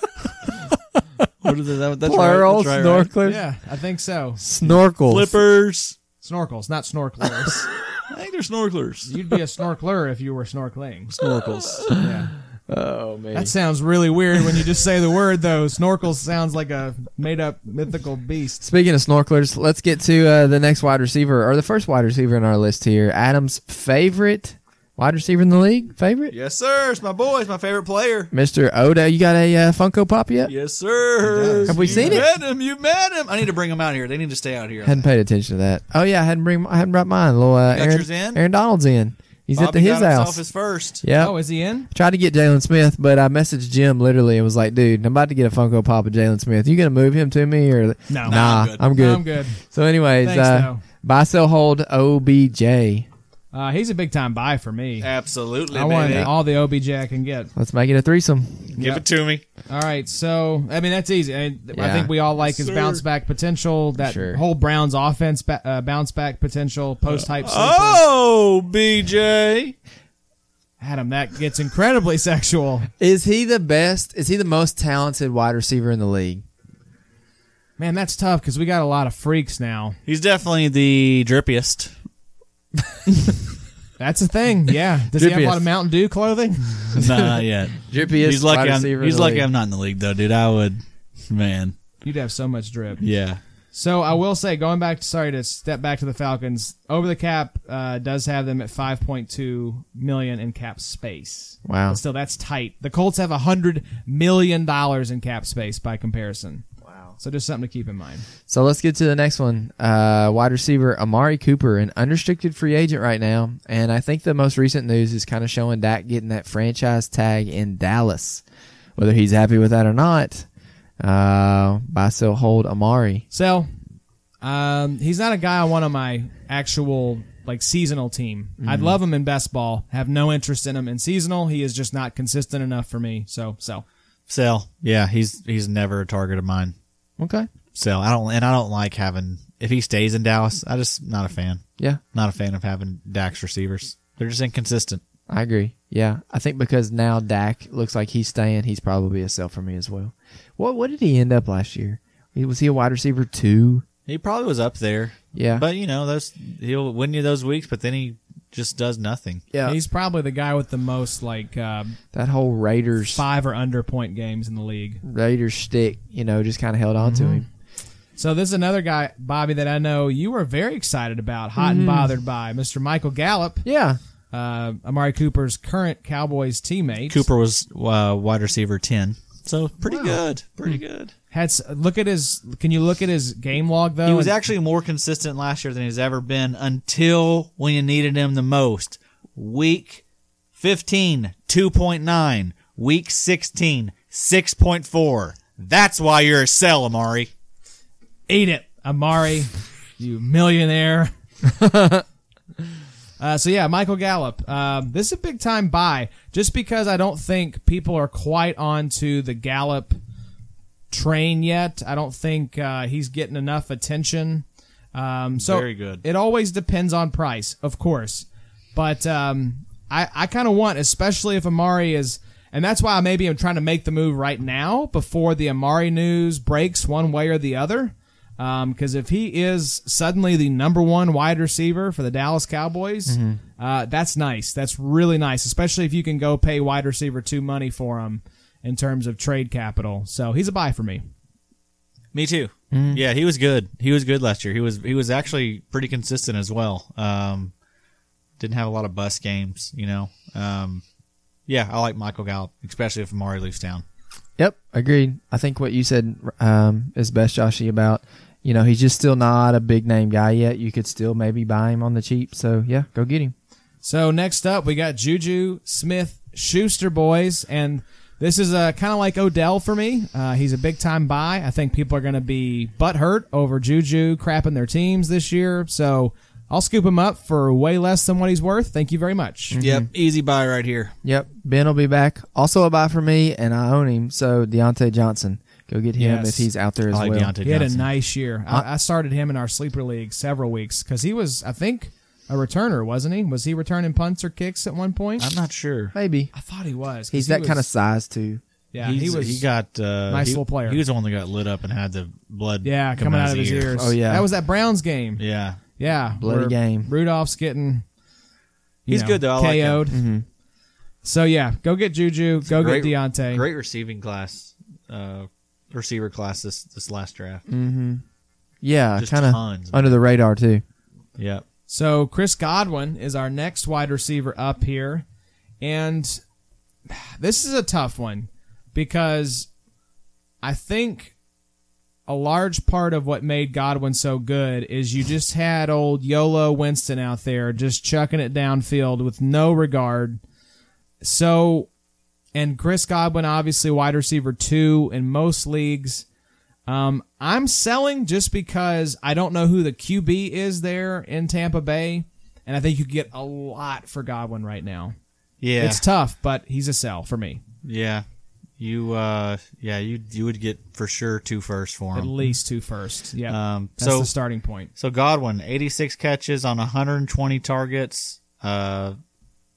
S3: what is that? That's
S4: Plural
S3: right, that's right, right.
S4: snorkelers.
S2: Yeah, I think so.
S4: Snorkels.
S3: flippers.
S2: Snorkels, not snorkelers.
S3: I think they're snorkelers.
S2: You'd be a snorkeler if you were snorkeling.
S3: Snorkels.
S2: Yeah.
S4: Oh man.
S2: That sounds really weird when you just say the word, though. Snorkels sounds like a made up mythical beast.
S4: Speaking of snorkelers, let's get to uh, the next wide receiver or the first wide receiver in our list here. Adam's favorite wide receiver in the league, favorite
S3: yes, sir. It's my boy. It's my favorite player.
S4: Mr. Oda. You got a uh, Funko Pop yet?
S3: Yes, sir.
S4: Have we
S3: You
S4: seen it?
S3: Met him. You met him. I need to bring him out here. They need to stay out here.
S4: Hadn't paid attention to that. Oh yeah, I hadn't bring I hadn't brought mine. Little uh,
S3: got
S4: Aaron,
S3: yours in?
S4: Aaron Donald's in. He's at the,
S3: Bobby
S4: his
S3: got himself
S4: house.
S3: His first.
S4: yeah.
S2: Oh, is he in?
S4: Tried to get Jalen Smith, but I messaged Jim literally and was like, "Dude, I'm about to get a Funko Pop of Jalen Smith. You gonna move him to me or
S2: No.
S4: Nah,
S3: I'm
S4: I'm good.
S3: good.
S2: I'm good.
S4: So, anyways,
S2: Thanks,
S4: uh,
S2: though.
S4: buy, sell, hold, OBJ.
S2: Uh, he's a big time buy for me.
S3: Absolutely.
S2: I want
S3: baby.
S2: all the OBJ I can get.
S4: Let's make it a threesome.
S3: Give it to me.
S2: All right, so I mean that's easy. I, I
S4: Yeah.
S2: think we all like his bounce back potential. That
S4: Sure.
S2: whole Browns offense ba- uh, bounce back potential, post hype.
S3: Oh, BJ.
S2: Adam, that gets incredibly sexual.
S4: Is he the best? Is he the most talented wide receiver in the league?
S2: Man, that's tough because we got a lot of freaks now.
S3: He's definitely the drippiest.
S2: That's a thing. Yeah. Does he have a lot of
S4: Drippiest.
S2: Mountain Dew clothing?
S3: Not yet.
S4: Drippiest
S3: he's lucky.
S4: wide
S3: I'm,
S4: receiver. in
S3: he's
S4: the
S3: lucky
S4: league.
S3: I'm not in the league though, dude. I would, man.
S2: You'd have so much drip.
S3: Yeah.
S2: So I will say, going back to sorry to step back to the Falcons. Over the cap uh, does have them at 5.2 million in cap space.
S4: Wow.
S2: But still, that's tight. The Colts have 100 million dollars in cap space by comparison. Wow. So just something to keep in mind.
S4: So let's get to the next one. Uh, wide receiver Amari Cooper, an unrestricted free agent right now, and I think the most recent news is kind of showing Dak getting that franchise tag in Dallas. Whether he's happy with that or not, uh, buy, sell, hold Amari.
S2: So, um, he's not a guy I want on my actual like seasonal team.
S4: Mm-hmm.
S2: I'd love him in best ball. Have no interest in him in seasonal. He is just not consistent enough for me. So, so
S3: Sell. Yeah. He's he's never a target of mine.
S4: Okay.
S3: Sell. I don't and I don't like having if he stays in Dallas. I just not a fan.
S4: Yeah,
S3: Not a fan of having Dax receivers. They're just inconsistent.
S4: I agree. Yeah, I think because now Dak looks like he's staying, he's probably a sell for me as well. What What did he end up last year? He- Was he a wide receiver two?
S3: He probably was up there.
S4: Yeah.
S3: But you know those he'll win you those weeks, but then he just does nothing.
S4: Yeah,
S2: he's probably the guy with the most like uh,
S4: that whole Raiders
S2: five or under point games in the league.
S4: Raiders stick, you know, just kind of held on to him.
S2: So this is another guy, Bobby, that I know you were very excited about, hot
S3: Mm-hmm.
S2: and bothered by Mr. Michael Gallup,
S4: Yeah,
S2: uh, Amari Cooper's current Cowboys teammate.
S3: Cooper was uh, wide receiver ten. So pretty good. Pretty good.
S2: had s- look at his. Can you look at his game log though?
S3: He was
S2: And-
S3: actually more consistent last year than he's ever been until when you needed him the most. Week 15, 2.9. Week 16, 6.4. That's why you're a sell, Amari.
S2: Eat it, Amari, you millionaire. uh, so yeah, Michael Gallup. Um, this is a big time buy, just because I don't think people are quite onto the Gallup train yet. I don't think uh, he's getting enough attention. Um, so
S3: Very good.
S2: It always depends on price, of course, but um, I I kind of want, especially if Amari is. And that's why I maybe am trying to make the move right now before the Amari news breaks one way or the other. Because if he is suddenly the number one wide receiver for the Dallas Cowboys, uh, that's nice. That's really nice, especially if you can go pay wide receiver two money for him in terms of trade capital. So he's a buy for me.
S3: Me too. Yeah, he was good. He was good last year. He was he was actually pretty consistent as well. Um, didn't have a lot of bus games, you know. Um, yeah, I like Michael Gallup, especially if Amari leaves town.
S4: Yep, agreed. I think what you said um, is best, Joshy, about you know he's just still not a big name guy yet. You could still maybe buy him on the cheap. So yeah, go get him.
S2: So next up, we got Juju Smith Schuster boys, and this is uh, kind of like Odell for me. Uh, he's a big time buy. I think people are going to be butthurt over Juju crapping their teams this year. So I'll scoop him up for way less than what he's worth. Thank you very much.
S3: Yep, easy buy right here.
S4: Yep. Ben will be back. Also a buy for me, and I own him. So Deontay Johnson, go get him
S2: Yes.
S4: if he's out there
S3: I
S4: as
S3: like
S4: well.
S3: Deontay
S2: He had a
S3: Johnson.
S2: nice year. I, I started him in our sleeper league several weeks because he was, I think, a returner, wasn't he? Was he returning punts or kicks at one point?
S3: I'm not sure.
S4: Maybe
S2: I thought he was. 'cause
S4: he's
S2: he
S4: that
S2: was-
S4: kind of size too.
S2: Yeah, he
S3: He's-
S2: was.
S3: He got uh,
S2: nice
S3: he-
S2: little player.
S3: He was the one that got lit up and had the blood.
S2: yeah,
S3: come
S2: coming out of his
S3: ear.
S2: ears.
S4: Oh, yeah.
S2: that was that Browns game.
S3: Yeah,
S2: Yeah,
S4: Bloody
S2: where
S4: game.
S2: Rudolph's getting. you
S3: He's
S2: know,
S3: good, though. I like him.
S2: KO'd.
S4: Mm-hmm.
S2: So yeah, go get Juju. Go
S3: great,
S2: get Deontay.
S3: Great receiving class, uh, receiver class this this last draft.
S2: Mm.
S4: Yeah,
S3: Just
S4: kind of
S3: tons, man.
S4: under the radar too.
S3: Yep.
S2: So Chris Godwin is our next wide receiver up here, and this is a tough one because I think a large part of what made Godwin so good is you just had old YOLO Winston out there just chucking it downfield with no regard. So, and Chris Godwin, obviously wide receiver two in most leagues. Um, I'm selling just because I don't know who the QB is there in Tampa Bay, and I think you get a lot for Godwin right now.
S3: Yeah.
S2: It's tough, but he's a sell for me
S3: yeah. You uh yeah, you you would get for sure two first for
S2: at
S3: him.
S2: least two first. Yeah,
S3: Um,
S2: that's
S3: so-
S2: the starting point.
S3: So Godwin, 86 catches on 120 targets, uh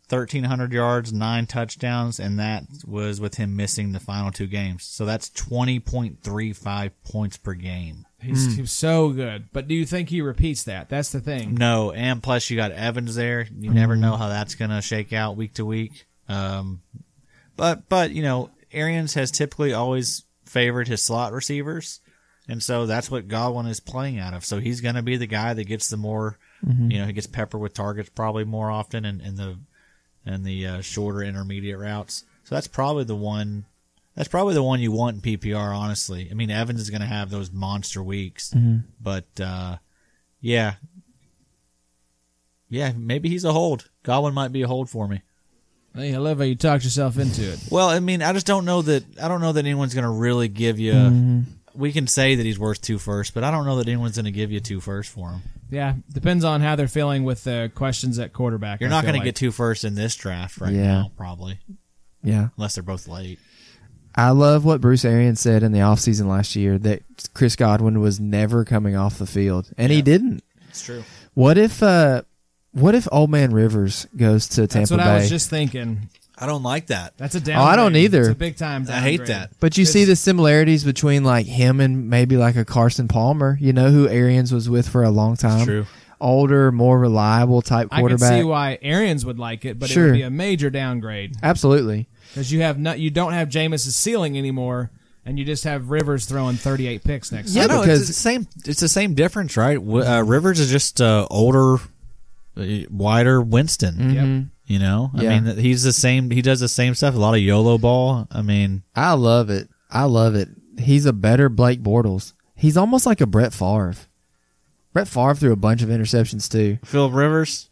S3: 1300 yards, 9 touchdowns and that was with him missing the final two games. So that's 20.35 points per game.
S2: He's,
S3: Hmm.
S2: he's so good, but do you think he repeats that? That's the thing.
S3: No, and plus you got Evans there. You never know how that's going to shake out week to week. Um, but but you know, Arians has typically always favored his slot receivers, and so that's what Godwin is playing out of. So he's going to be the guy that gets the more, you know, he gets peppered with targets probably more often, and, and the and the uh, shorter intermediate routes. So that's probably the one. That's probably the one you want in PPR. Honestly, I mean Evans is going to have those monster weeks, but uh, yeah, yeah, maybe he's a hold. Godwin might be a hold for me.
S2: Hey, I love how you talked yourself into it.
S3: Well, I mean, I just don't know that. I don't know that anyone's going to really give you.
S4: Mm-hmm.
S3: We can say that he's worth two first, but I don't know that anyone's going to give you two first for him.
S2: Yeah, depends on how they're feeling with the questions at quarterback.
S3: You're
S2: I
S3: not
S2: feel
S3: going to
S2: like.
S3: get two first in this draft right
S4: Yeah.
S3: now, probably,
S4: Yeah,
S3: unless they're both late.
S4: I love what Bruce Arians said in the offseason last year that Chris Godwin was never coming off the field, and he didn't.
S3: It's true.
S4: What if? uh What if Old Man Rivers goes to Tampa
S2: That's what
S4: Bay?
S2: I was just thinking.
S3: I don't like that.
S2: That's a down.
S4: I don't either.
S2: It's a big time.
S3: I hate
S2: downgrade.
S3: that.
S4: But you see the similarities between like him and maybe like a Carson Palmer, you know, who Arians was with for a long time.
S3: true.
S4: Older, more reliable type
S2: I can
S4: quarterback.
S2: see why Arians would like it, but it
S4: Sure.
S2: would be a major downgrade
S4: Absolutely.
S2: because you have not, you don't have Jameis's ceiling anymore, and you just have Rivers throwing 38 picks next.
S4: Yeah,
S2: year.
S3: I know,
S4: because-
S3: it's the same. It's the same difference, right? W- Uh, Rivers is just uh, older, uh, wider Winston.
S2: Yep.
S3: You know, I
S4: Mm-hmm. Yeah.
S3: mean, he's the same. He does the same stuff. A lot of YOLO ball. I mean,
S4: I love it. I love it. He's a better Blake Bortles. He's almost like a Brett Favre. Brett Favre threw a bunch of interceptions too.
S3: Philip Rivers.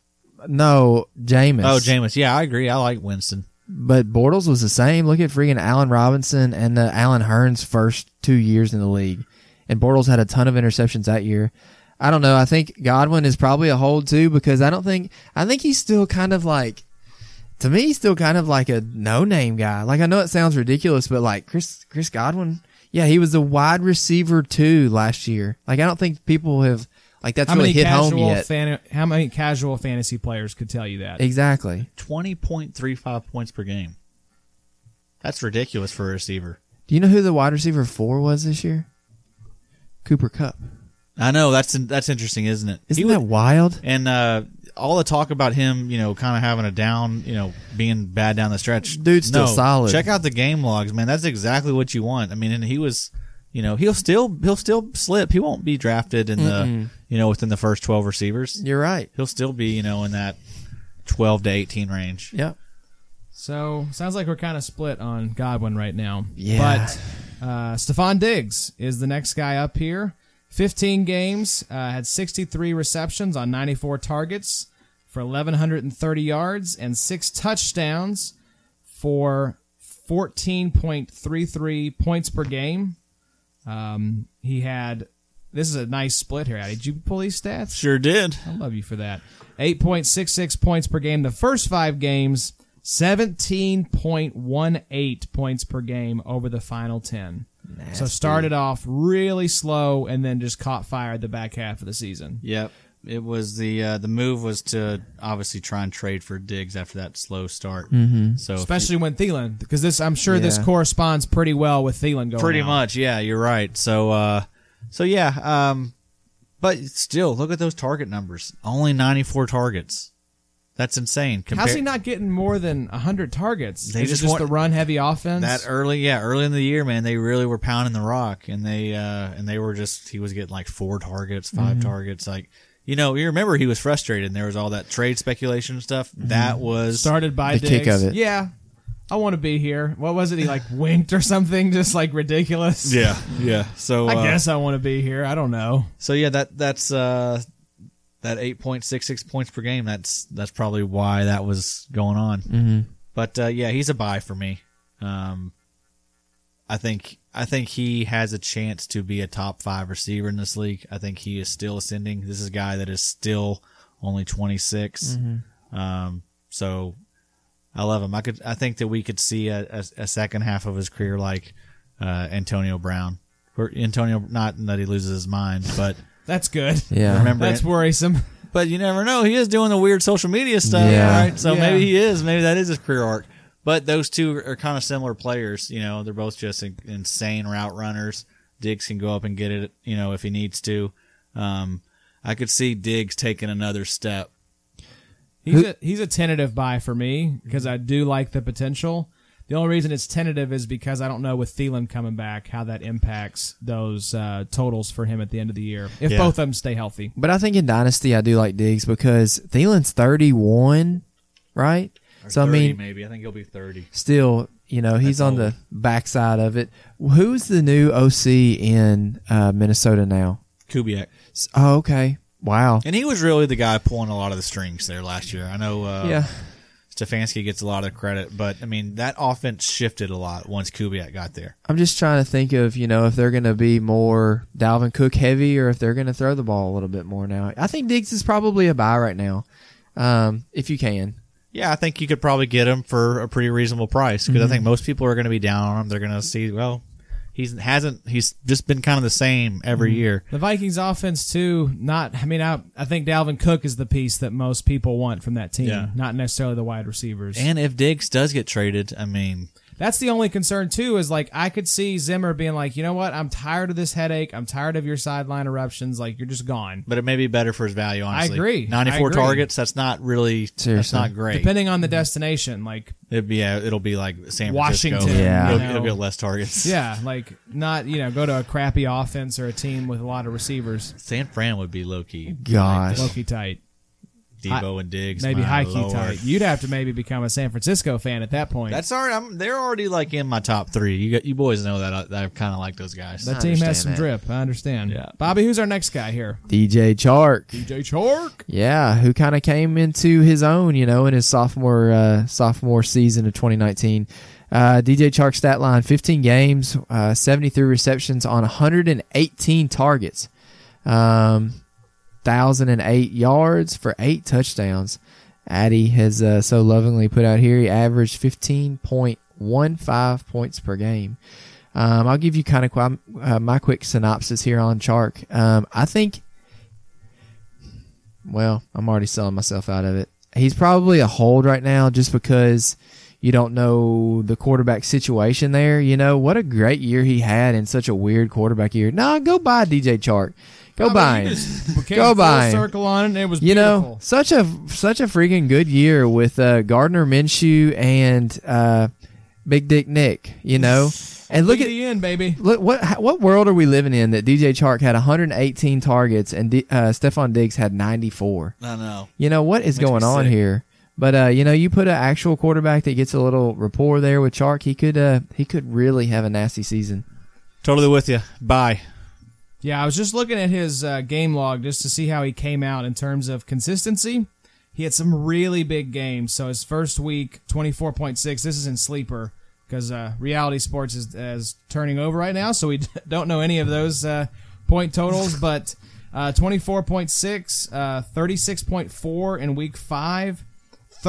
S4: No, Jameis.
S3: Oh, Jameis. Yeah, I agree. I like Winston.
S4: But Bortles was the same. Look at freaking Allen Robinson and uh, Allen Hearns' first two years in the league. And Bortles had a ton of interceptions that year. I don't know. I think Godwin is probably a hold too because I don't think, I think he's still kind of like, to me, he's still kind of like a no name guy. Like, I know it sounds ridiculous, but like Chris, Chris Godwin, yeah, he was a wide receiver too last year. Like, I don't think people have, like, that's
S2: How
S4: really
S2: many
S4: hit home
S2: casual
S4: yet.
S2: fan, how many casual fantasy players could tell you that?
S4: exactly.
S3: Twenty point three five points per game. That's ridiculous for a receiver.
S4: Do you know who the wide receiver four was this year? Cooper Cup.
S3: I know that's that's interesting, isn't it?
S4: Isn't
S3: He
S4: that
S3: would-
S4: wild?
S3: and uh, all the talk about him, you know, kind of having a down, you know, being bad down the stretch.
S4: Dude's still
S3: No,
S4: solid.
S3: Check out the game logs, man. That's exactly what you want. I mean, and he was, you know, he'll still he'll still slip. He won't be drafted in the, you know, within the first twelve receivers.
S4: You're right.
S3: He'll still be, you know, in that twelve to eighteen range.
S4: Yep.
S2: So sounds like we're kind of split on Godwin right now.
S4: Yeah.
S2: But uh, Stephon Diggs is the next guy up here. 15 games, uh, had 63 receptions on 94 targets, for 1,130 yards and six touchdowns for 14.33 points per game. Um, he had, this is a nice split here. Did you pull these stats?
S3: Sure did.
S2: I love you for that. 8.66 points per game the first five games, 17.18 points per game over the final 10. So started off really slow and then just caught fire the back half of the season.
S3: Yep. It was the uh, the move was to obviously try and trade for Diggs after that slow start. Mm-hmm. So if
S2: Especially when Thielen, because this I'm sure this
S4: Yeah.
S2: corresponds pretty well with Thielen going.
S3: pretty
S2: out.
S3: much yeah you're right so uh so yeah um but still look at those target numbers only 94 targets that's insane
S2: How's he not getting more than hundred targets?
S3: They
S2: Is it
S3: just
S2: just
S3: want-
S2: the run heavy offense.
S3: that early yeah early in the year man they really were pounding the rock and they uh and they were just he was getting like four targets 5
S2: Mm-hmm.
S3: targets like you know you remember he was frustrated and there was all that trade speculation and stuff
S2: Mm-hmm.
S3: that was
S2: started by
S4: The kick
S2: Diggs.
S4: of it.
S2: Yeah, I want to be here. What was it? He like winked or something, just like ridiculous.
S3: yeah yeah so
S2: I
S3: uh,
S2: guess I want to be here. I don't know.
S3: So yeah, that that's uh, that eight point six six points per game. That's that's probably why that was going on. Mm-hmm. But uh, yeah, he's a buy for me. Um, I think I think he has a chance to be a top five receiver in this league. I think he is still ascending. This is a guy that is still only twenty Um, so I love him. I could I think that we could see a, a, a second half of his career like uh, Antonio Brown. Or Antonio, not that he loses his mind, but
S2: That's good.
S4: Yeah.
S3: remember
S2: That's worrisome.
S3: but you never know. He is doing the weird social media stuff,
S4: Yeah.
S3: right? So
S2: Yeah.
S3: maybe he is. Maybe that is his career arc. But those two are kind of similar players. You know, they're both just in- insane route runners. Diggs can go up and get it, you know, if he needs to. Um, I could see Diggs taking another step.
S2: He's a, he's a tentative buy for me because I do like the potential. The only reason it's tentative is because I don't know with Thielen coming back how that impacts those uh, totals for him at the end of the year if
S3: Yeah.
S2: both of them stay healthy.
S4: But I think in Dynasty, I do like Diggs because Thielen's 31, right?
S3: Or
S4: so, I
S3: 30
S4: mean,
S3: maybe I think he'll be thirty.
S4: still, you know, he's
S3: That's old.
S4: on the backside of it. Who's the new OC in uh, Minnesota now?
S3: Kubiak,
S4: S- Oh, okay. Wow.
S3: and he was really the guy pulling a lot of the strings there last year. I know. Uh,
S4: Yeah.
S3: Stefanski gets a lot of credit, but I mean that offense shifted a lot once Kubiak got there.
S4: I'm just trying to think of, you know, if they're going to be more Dalvin Cook heavy or if they're going to throw the ball a little bit more now. I think Diggs is probably a buy right now, um, if you can.
S3: Yeah, I think you could probably get him for a pretty reasonable price because I think most people are going to be down on him. They're going to see, well, he's hasn't he's just been kind of the same every year.
S2: The Vikings offense too, not I mean I I think Dalvin Cook is the piece that most people want from that team,
S3: Yeah.
S2: not necessarily the wide receivers.
S3: And if Diggs does get traded, I mean,
S2: That's the only concern too is like I could see Zimmer being like, "You know what? I'm tired of this headache. I'm tired of your sideline eruptions. Like you're just gone."
S3: but it may be better for his value. Honestly,
S2: agree.
S3: Ninety four
S2: I agree.
S3: targets. That's not really. That's
S4: Seriously.
S3: not great.
S2: Depending on the
S4: Mm-hmm.
S2: destination, like
S3: It'd be, yeah, it'll be like San Francisco.
S2: Washington,
S4: Yeah.
S3: it'll,
S2: you know.
S3: it'll get less targets.
S2: yeah, like not, you know, go to a crappy offense or a team with a lot of receivers.
S3: San Fran would be low key.
S4: Gosh.
S2: Low key tight.
S3: Debo and Diggs,
S2: Maybe
S3: my
S2: high key
S3: lord.
S2: tight. You'd have to maybe become a San Francisco fan at that point.
S3: That's all right. I'm, they're already like in my top three. You got, you boys know that I, that I kind of like those guys.
S2: that team
S4: understand
S2: has some
S4: that.
S2: drip. I understand.
S3: Yeah.
S2: Bobby, who's our next guy here?
S4: DJ Chark.
S2: DJ Chark.
S4: Yeah, who kind of came into his own, you know, in his sophomore uh, sophomore season of 2019. Uh, DJ Chark stat line: 15 games, uh, 73 receptions on 118 targets, um, 1,008 yards for eight touchdowns. Addy has uh, so lovingly put out here. He averaged 15.15 points per game. Um, I'll give you kind of qu- uh, my quick synopsis here on Chark. Um, I think well, I'm already selling myself out of it. He's probably a hold right now just because you don't know the quarterback situation there. You know, what a great year he had in such a weird quarterback year. Nah, go buy DJ Chark. Go buy him.
S2: Came
S4: Go
S2: full
S4: by him.
S2: circle on it. And it was
S4: You know,
S2: beautiful.
S4: such a such a freaking good year with uh, Gardner Minshew and uh, Big Dick Nick. You know, and look at
S2: the end, baby.
S4: Look what what world are we living in that DJ Chark had 118 targets and D, uh, Stephon Diggs had 94.
S3: I know.
S4: You know what is
S3: Makes me
S4: going on
S3: sick.
S4: here? But uh, you know, you put an actual quarterback that gets a little rapport there with Chark, he could uh, he could really have a nasty season.
S3: Totally with you. Bye.
S2: Yeah, I was just looking at his uh, game log just to see how he came out in terms of consistency. He had some really big games. So his first week, 24.6. This is in sleeper because uh, reality sports is, is turning over right now. So we don't know any of those uh, point totals, but uh, 24.6, uh, 36.4 in week five,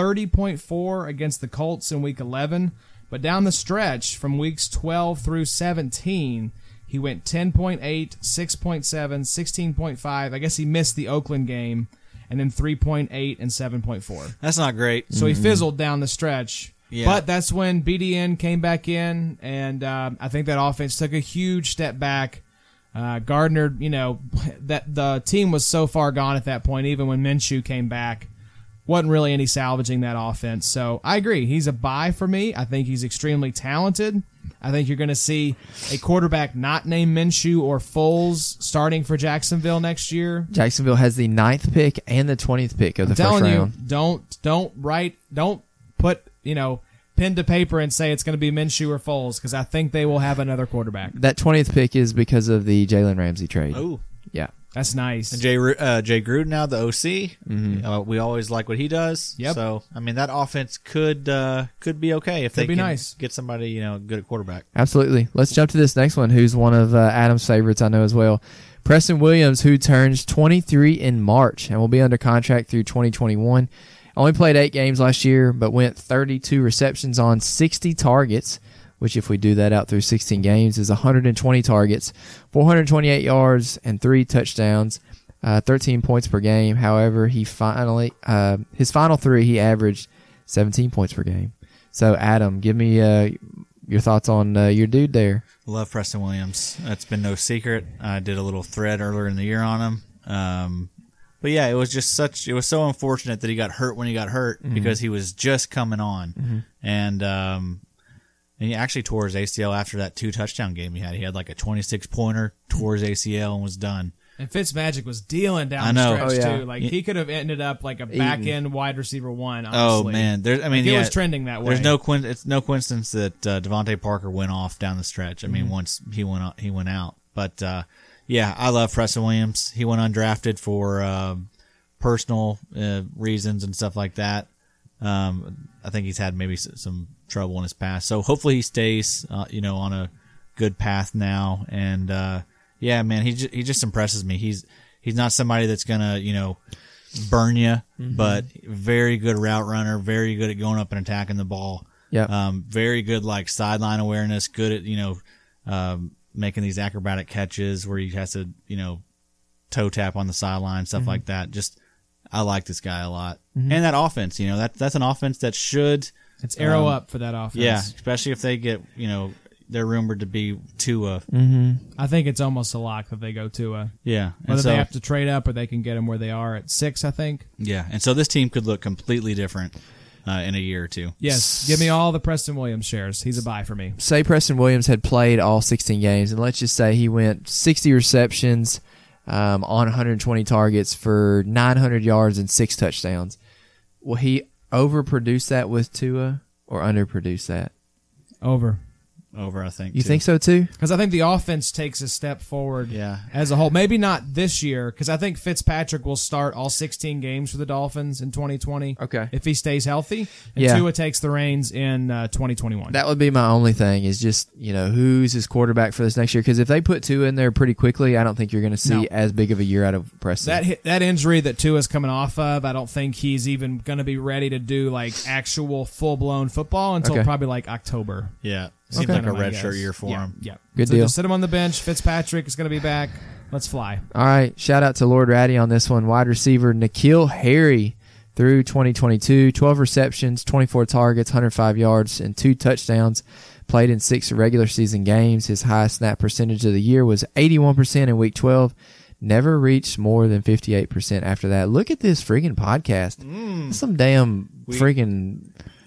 S2: 30.4 against the Colts in week 11. But down the stretch from weeks 12 through 17, he went 10.8, 6.7, 16.5. I guess he missed the Oakland game, and then 3.8 and 7.4.
S3: That's not great.
S2: So he fizzled down the stretch.
S3: Yeah.
S2: But that's when BDN came back in, and um, I think that offense took a huge step back. Uh, Gardner, you know, that the team was so far gone at that point, even when Minshew came back, wasn't really any salvaging that offense. So I agree. He's a buy for me. I think he's extremely talented. I think you're going to see a quarterback not named Minshew or Foles starting for Jacksonville next year.
S4: Jacksonville has the ninth pick and the twentieth pick of the first
S2: telling
S4: round.
S2: you, don't don't write, don't put you know pen to paper and say it's going to be Minshew or Foles because I think they will have another quarterback.
S4: That twentieth pick is because of the Jalen Ramsey trade.
S3: Ooh.
S4: Yeah.
S2: That's nice.
S3: Jay Ru- uh, Jay Gruden now the OC. Uh, we always like what he does.
S2: Mm-hmm. Yep.
S3: So I mean that offense could uh, could be okay if they
S2: be
S3: can
S2: nice.
S3: get somebody you know good at quarterback.
S4: Absolutely. Let's jump to this next one, who's one of uh, Adam's favorites, I know as well. Preston Williams, who turns 23 in March and will be under contract through 2021. Only played eight games last year, but went 32 receptions on 60 targets, which, if we do that out through 16 games, is 120 targets, 428 yards, and three touchdowns, uh, 13 points per game. However, he finally, uh, his final three, he averaged 17 points per game. So, Adam, give me uh, your thoughts on uh, your dude there.
S3: Love Preston Williams. That's been no secret. I did a little thread earlier in the year on him. Um, but yeah, it was just such. It was so unfortunate that he got hurt when he got hurt because he was just coming on, and um, and he actually tore his ACL after that two touchdown game he had. He had like a twenty six pointer, tore his ACL, and was done.
S2: and Fitzmagic was dealing down
S3: I know.
S2: the stretch
S4: Oh, yeah.
S2: too. Like he could have ended up like a back end wide receiver one.
S3: Oh
S2: Honestly.
S3: man, there's I mean
S2: It
S3: yeah,
S2: was trending that way.
S3: There's no coin, it's no coincidence that uh, Devonte Parker went off down the stretch. I mean,
S2: Mm-hmm.
S3: once he went out, he went out. But uh, yeah, I love Preston Williams. He went undrafted for uh, personal uh, reasons and stuff like that. Um, I think he's had maybe s- some trouble in his past, so hopefully he stays, uh, you know, on a good path now. And uh, yeah, man, he j- he just impresses me. He's he's not somebody that's gonna you know burn you, but very good route runner, very good at going up and attacking the ball.
S4: Yep.
S3: Um, very good like sideline awareness, good at you know um, making these acrobatic catches where he has to you know toe tap on the sideline, stuff like that. Just I like this guy a lot, and that offense. You know that that's an offense that should
S2: it's arrow
S3: um,
S2: up for that offense.
S3: yeah, especially if they get you know they're rumored to be Tua.
S2: I think it's almost a lock that they go to a.
S3: Yeah, and
S2: Whether
S3: so
S2: they have to trade up or they can get him where they are at six, I think.
S3: yeah, and so this team could look completely different uh, in a year or two.
S2: Yes, give me all the Preston Williams shares. He's a buy for me.
S4: Say Preston Williams had played all 16 games, and let's just say he went 60 receptions um, on 120 targets for 900 yards and six touchdowns. Will he overproduce that with Tua or underproduce that?
S2: Over.
S3: over. I think
S4: You
S3: too.
S4: think so too?
S2: Because I think the offense takes a step forward
S3: Yeah.
S2: as a whole. Maybe not this year, because I think Fitzpatrick will start all 16 games for the Dolphins in 2020.
S4: Okay.
S2: If he stays healthy. And
S4: Yeah.
S2: Tua takes the reins in uh, 2021.
S4: That would be my only thing is just, you know, who's his quarterback for this next year? Because if they put Tua in there pretty quickly, I don't think you're going to see
S2: No.
S4: as big of a year out of Preston.
S2: that hit, that injury that Tua's coming off of, I don't think he's even going to be ready to do like actual full blown football until
S4: Okay.
S2: probably like October.
S3: Yeah, seems
S4: Okay.
S3: like a
S2: Kinda my
S3: red shirt
S2: guess.
S3: year for
S2: yeah,
S3: him.
S2: Yeah.
S4: Good
S2: so
S4: deal.
S2: Just sit him on the bench. Fitzpatrick is going to be back. Let's fly.
S4: All right. Shout out to Lord Ratty on this one. Wide receiver Nikhil Harry through 2022, 12 receptions, 24 targets, 105 yards, and two touchdowns. Played in six regular season games. His highest snap percentage of the year was 81% in week 12. Never reached more than 58% after that. Look at this freaking podcast. That's Some damn freaking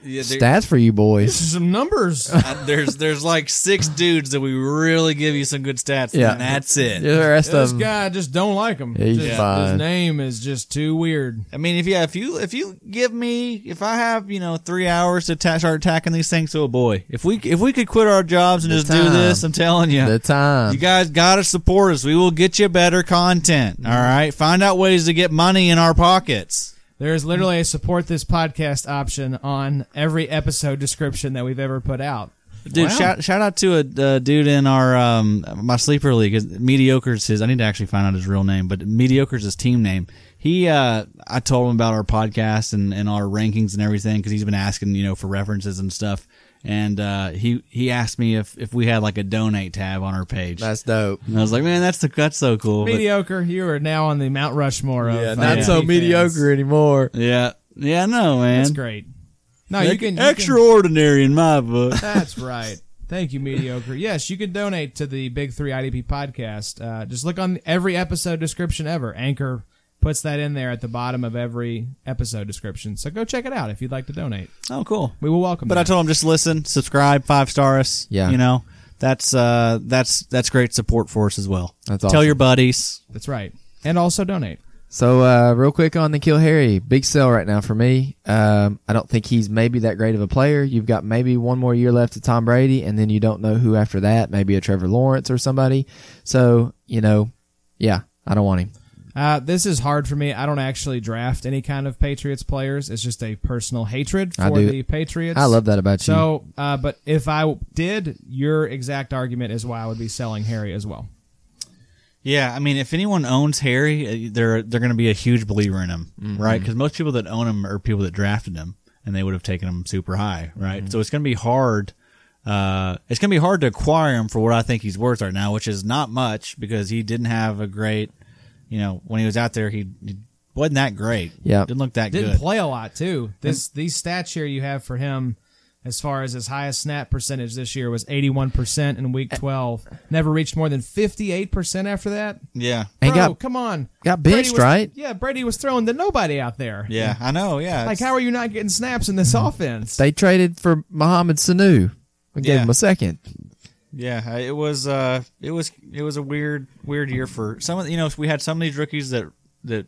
S4: stats for you boys.
S2: Some numbers.
S3: Uh, there's there's like six dudes that we really give you some good stats,
S4: Yeah.
S3: and that's it.
S4: The rest
S2: this
S4: of them.
S2: guy I just don't like him.
S4: He's
S2: Just- His
S4: fine.
S2: name is just too weird.
S3: I mean, if yeah, if you if you give me if I have you know three hours to ta- start attacking these things, oh boy, if we if we could quit our jobs and just do
S4: time.
S3: this, I'm telling you,
S4: The time.
S3: You guys gotta support us. We will get you better content. All right, find out ways to get money in our pockets.
S2: There is literally a support this podcast option on every episode description that we've ever put out.
S3: Dude, shout, shout out to a uh, dude in our um, my sleeper league. His- Mediocre's his. I need to actually find out his real name, but Mediocre's his team name. He, uh, I told him about our podcast and, and our rankings and everything because he's been asking, you know, for references and stuff. And uh, he he asked me if if we had like a donate tab on our page.
S4: That's dope.
S3: and I was like, man, that's the that's so cool. But-
S2: Mediocre, you are now on the Mount Rushmore of
S4: Yeah,
S2: uh,
S4: not
S2: IDP
S4: so
S2: fans.
S4: mediocre anymore.
S3: yeah, yeah, no, man,
S2: That's great. No, you can you can-
S3: extraordinary in my book.
S2: That's right. Thank you, mediocre. Yes, you can donate to the Big Three IDP podcast. Uh, just look on every episode description ever. Anchor puts that in there at the bottom of every episode description. So go check it out if you'd like to donate.
S3: oh, cool.
S2: We will welcome.
S3: But I
S2: that.
S3: told him just listen, subscribe, five stars.
S4: Yeah.
S3: you know that's uh that's that's great support for us as well.
S4: That's
S3: Tell
S4: awesome.
S3: your buddies.
S2: that's right, and also donate.
S4: So uh, real quick on the Kill Harry, big sell right now for me. Um, I don't think he's maybe that great of a player. You've got maybe one more year left to Tom Brady, and then you don't know who after that. Maybe a Trevor Lawrence or somebody. So you know, yeah, I don't want him.
S2: Uh, this is hard for me. I don't actually draft any kind of Patriots players. It's just a personal hatred
S4: I
S2: for
S4: do.
S2: the Patriots.
S4: I love that about you.
S2: So, uh, but if I did, your exact argument is why I would be selling Harry as well.
S3: Yeah, I mean, if anyone owns Harry, uh, they're they're going to be a huge believer in him,
S4: Mm-hmm.
S3: right? 'Cause right? Because most people that own him are people that drafted him, and they would have taken him super high,
S4: Mm-hmm.
S3: right? So it's going to be hard. Uh, it's going to be hard to acquire him for what I think he's worth right now, which is not much because he didn't have a great, you know, when he was out there, he, he wasn't that great.
S4: Yeah.
S3: didn't look that
S2: Didn't
S3: good.
S2: play a lot too. This these stats here you have for him as far as his highest snap percentage this year was 81% in week 12. Never reached more than 58% after that.
S3: Yeah,
S2: Bro,
S4: And got-
S2: come on.
S4: got
S2: Brady
S4: benched,
S2: was-
S4: right?
S2: Yeah, Brady was throwing to nobody out there.
S3: yeah, I know. Yeah,
S2: Like
S3: it's-
S2: how are you not getting snaps in this offense?
S4: Mm-hmm. they traded for Mohamed Sanu. We gave
S3: Yeah.
S4: him a second.
S3: Yeah, I- it was uh, it was it was a weird weird year for some of you know we had some of these rookies that that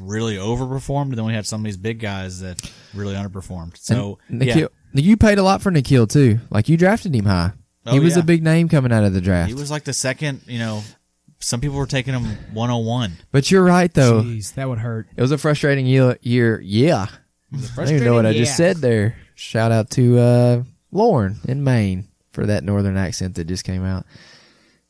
S3: really overperformed, and then we had some of these big guys that really underperformed. So yeah,
S4: Nikhil, you paid a lot for Nikhil too. Like you drafted him high.
S3: Oh,
S4: he was
S3: yeah.
S4: a big name coming out of the draft.
S3: he was like the second. You know, some people were taking him one hundred and one.
S4: but you're right though.
S2: Jeez, that would hurt.
S4: It was a frustrating year. year yeah. I don't even know what I just said there. Shout out to uh, Lauren in Maine for that northern accent that just came out.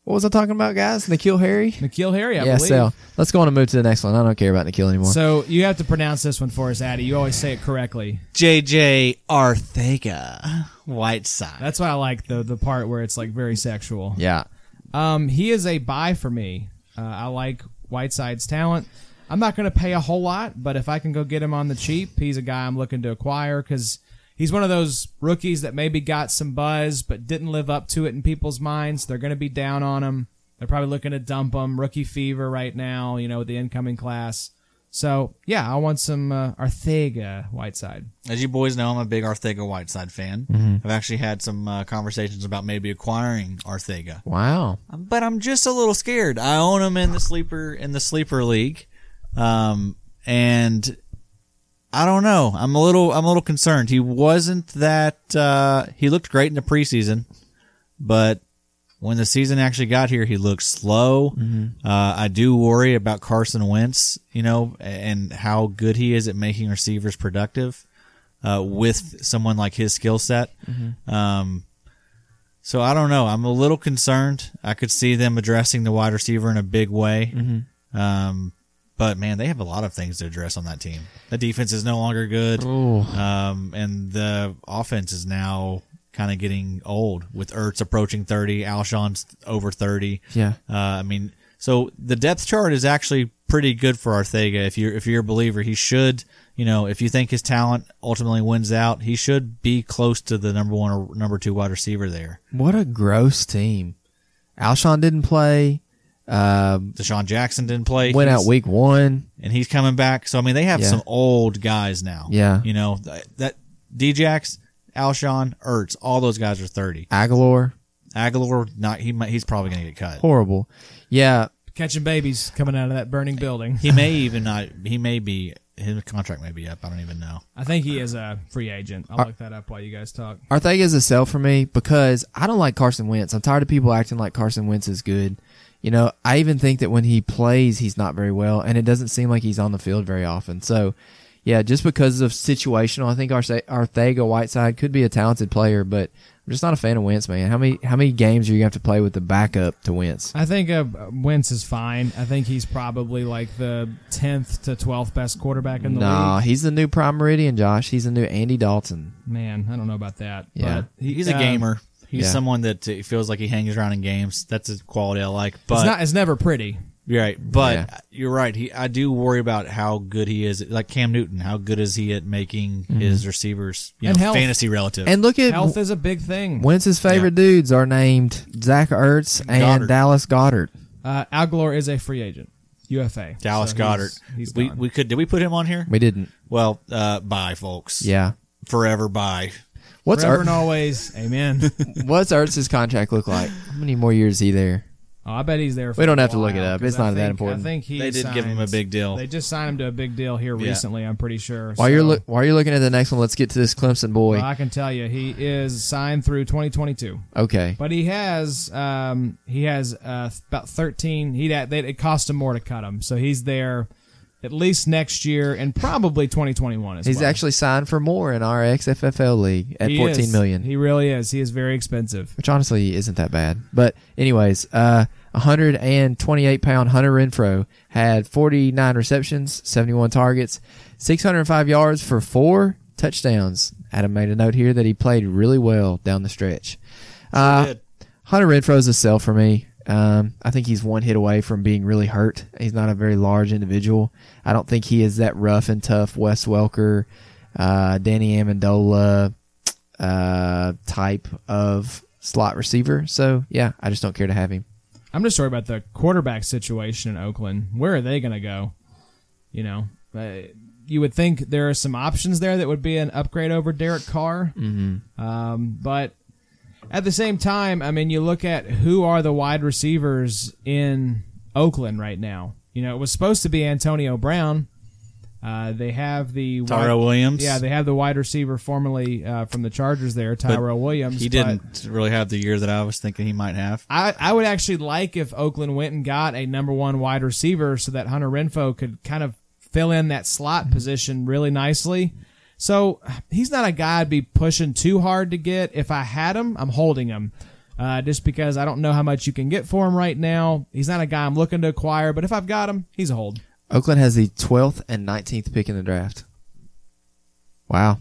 S4: What was I talking about, guys? Nikhil Harry?
S2: Nikhil Harry, I
S4: yeah,
S2: believe.
S4: Sal. Let's go on and move to the next one. I don't care about Nikhil anymore.
S2: So you have to pronounce this one for us, Addy. You always say it correctly.
S3: JJ Arthega Whiteside.
S2: That's why I like the the part where it's like very sexual.
S4: yeah.
S2: Um, he is a buy for me. Uh, I like Whiteside's talent. I'm not going to pay a whole lot, but if I can go get him on the cheap, he's a guy I'm looking to acquire because he's one of those rookies that maybe got some buzz but didn't live up to it in people's minds. They're going to be down on him. They're probably looking to dump him. Rookie fever right now, you know, with the incoming class. So yeah, I want some uh, Arthega Whiteside.
S3: As you boys know, I'm a big Arthega Whiteside fan. I've actually had some uh, conversations about maybe acquiring Arthega.
S4: Wow.
S3: but I'm just a little scared. I own him in the sleeper in the sleeper league, um, and I don't know. I'm a little I'm a little concerned. He wasn't that. Uh, he looked great in the preseason, but when the season actually got here, he looked slow. Uh, I do worry about Carson Wentz, you know, and how good he is at making receivers productive uh, with someone like his skill set. Um, so I don't know. I'm a little concerned. I could see them addressing the wide receiver in a big way. Um, but man, they have a lot of things to address on that team. The defense is no longer good, um, and the offense is now kind of getting old with Ertz approaching 30, Alshon's over 30.
S4: Yeah.
S3: Uh, I mean, so the depth chart is actually pretty good for Arthega. If you're if you're a believer, he should. You know, if you think his talent ultimately wins out, he should be close to the number one or number two wide receiver there.
S4: What a gross team. Alshon didn't play. Um,
S3: Deshaun Jackson didn't play.
S4: went out
S3: He's-
S4: week one.
S3: and he's coming back. So I mean, they have
S4: Yeah.
S3: some old guys now.
S4: Yeah.
S3: you know that, that Djax, Alshon, Ertz, all those guys are thirty.
S4: Aguilar.
S3: Aguilar, not he might he's probably gonna get cut.
S4: Horrible. Yeah.
S2: Catching babies coming out of that burning building.
S3: He may even not. He may be his contract may be up. I don't even know.
S2: I think he is a free agent. I'll look that up while you guys talk.
S4: Arthega is a sell for me because I don't like Carson Wentz. I'm tired of people acting like Carson Wentz is good. You know, I even think that when he plays, he's not very well, and it doesn't seem like he's on the field very often. So, yeah, just because of situational, I think Arce- Arthega Whiteside could be a talented player, but I'm just not a fan of Wentz, man. How many how many games are you gonna have to play with the backup to Wentz?
S2: I think uh, Wentz is fine. I think he's probably like the tenth to twelfth best quarterback in the
S4: Nah,
S2: league.
S4: he's the new Prime Meridian, Josh. He's the new Andy Dalton.
S2: Man, I don't know about that.
S4: Yeah.
S2: but
S3: He's a
S2: um,
S3: gamer. He's
S4: yeah.
S3: someone that uh, feels like he hangs around in games. That's a quality I like. But
S2: it's not. It's never pretty.
S3: You're right, but
S4: Yeah.
S3: you're right. He, I do worry about how good he is. Like Cam Newton, how good is he at making his receivers, you
S2: Mhm. And
S3: know,
S2: health.
S3: fantasy relative?
S4: And look at
S2: Health is a big thing.
S4: Wentz's favorite dudes are named Zach Ertz and
S3: Goddard.
S4: Dallas Goddard.
S2: Uh, Alglor is a free agent. UFA.
S3: Dallas
S2: So he's-
S3: Goddard.
S2: He's
S3: we
S2: gone.
S3: we could did we put him on here?
S4: We didn't.
S3: Well, uh, bye, folks.
S4: Yeah.
S3: forever bye.
S4: What's
S2: Forever and
S4: Ertz,
S2: always. Amen.
S4: what's Ertz's contract look like? How many more years is he there?
S2: Oh, I bet he's there. For
S4: We don't
S2: a
S4: have to look
S2: while,
S4: it up.
S2: 'cause
S4: It's
S2: I
S4: not that
S2: think-
S4: important.
S2: I think he
S3: They did give him
S2: signs-
S3: a big deal.
S2: They just signed him to a big deal here recently. I'm pretty sure.
S4: While you're
S2: So,
S4: look, while you're looking at the next one, let's get to this Clemson boy.
S2: I can tell you, he is signed through 2022.
S4: Okay,
S2: But he has, um, he has uh, about 13. He that they, it cost him more to cut him, so he's there at least next year and probably 2021 as
S4: he's
S2: well.
S4: actually signed for more in our XFFL league at
S2: He
S4: fourteen
S2: is.
S4: million,
S2: He really is. He is very expensive.
S4: which honestly isn't that bad. But anyways, uh, 128 pound Hunter Renfro had 49 receptions, 71 targets, 605 yards for four touchdowns. Adam made a note here that he played really well down the stretch. Uh,
S3: did.
S4: Hunter Renfro's a sell for me. Um, I think he's one hit away from being really hurt. He's not a very large individual. I don't think he is that rough and tough Wes Welker, uh, Danny Amendola uh, type of slot receiver. So yeah, I just don't care to have him.
S2: I'm just worried about the quarterback situation in Oakland. Where are they going to go? You know, uh, you would think there are some options there that would be an upgrade over Derek Carr. Mm-hmm. Um, but at the same time, I mean, you look at who are the wide receivers in Oakland right now. You know, it was supposed to be Antonio Brown. Uh, they have the
S3: Tyrell
S2: wide-
S3: Williams.
S2: Yeah, they have the wide receiver formerly uh, from the Chargers there, Tyrell Williams.
S3: He
S2: but-
S3: didn't really have the year that I was thinking he might have.
S2: I, I would actually like if Oakland went and got a number one wide receiver so that Hunter Renfo could kind of fill in that slot
S4: Mm-hmm.
S2: position really nicely. So he's not a guy I'd be pushing too hard to get. If I had him, I'm holding him. Uh, just because I don't know how much you can get for him right now. He's not a guy I'm looking to acquire, but if I've got him, he's a hold.
S4: Oakland has the 12th and 19th pick in the draft. Wow.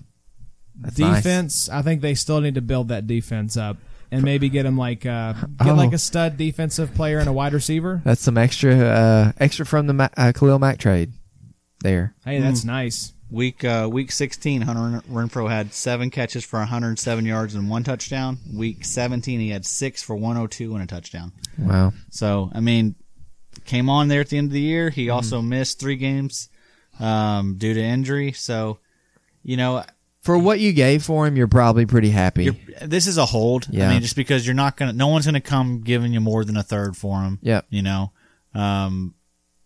S4: That's nice.
S2: defense, I think they still need to build that defense up and maybe get him like uh, get
S4: Oh.
S2: like a stud defensive player and a wide receiver.
S4: That's some extra uh, extra from the Ma- uh, Khalil Mack trade there.
S2: Hey, that's nice.
S3: Week uh, week 16, Hunter Renfro had seven catches for 107 yards and one touchdown. Week 17, he had six for 102 and a touchdown.
S4: Wow.
S3: So I mean, came on there at the end of the year. He also missed three games um, due to injury. So you know,
S4: For what you gave for him, you're probably pretty happy.
S3: you're, this is a hold.
S4: Yeah.
S3: I mean, just because you're not gonna, no one's gonna come giving you more than a third for him.
S4: Yep.
S3: You know, um,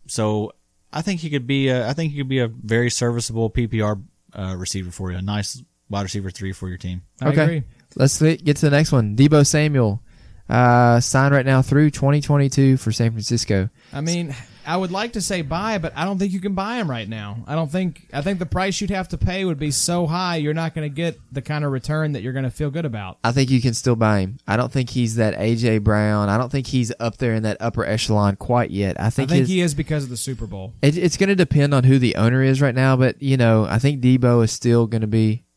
S3: so I think he could be. A, I think he could be a very serviceable PPR uh, receiver for you. A nice wide receiver three for your team.
S2: I agree.
S4: Let's th- get to the next one. Debo Samuel uh, signed right now through 2022 for San Francisco.
S2: I mean, I would like to say buy, but I don't think you can buy him right now. I don't think. I think the price you'd have to pay would be so high, you're not going to get the kind of return that you're going to feel good about.
S4: I think you can still buy him. I don't think he's that AJ Brown. I don't think he's up there in that upper echelon quite yet. I
S2: I
S4: think,
S2: think
S4: his,
S2: he is because of the Super Bowl.
S4: it, it's going to depend on who the owner is right now. But you know, I think Debo is still going to be.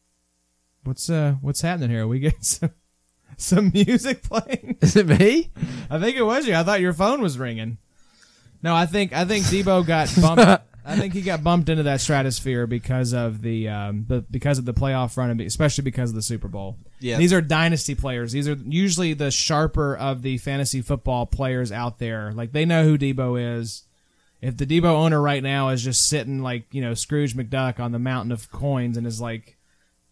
S2: What's uh, what's happening here? Are we getting some some music playing?
S4: Is it me?
S2: I think it was you. I thought your phone was ringing. No, I think I think Debo got bumped. I think he got bumped into that stratosphere because of the um, the because of the playoff run, and be- especially because of the Super Bowl.
S3: Yeah.
S2: these are dynasty players. These are usually the sharper of the fantasy football players out there. Like they know who Debo is. If the Debo owner right now is just sitting like you know Scrooge McDuck on the mountain of coins and is like,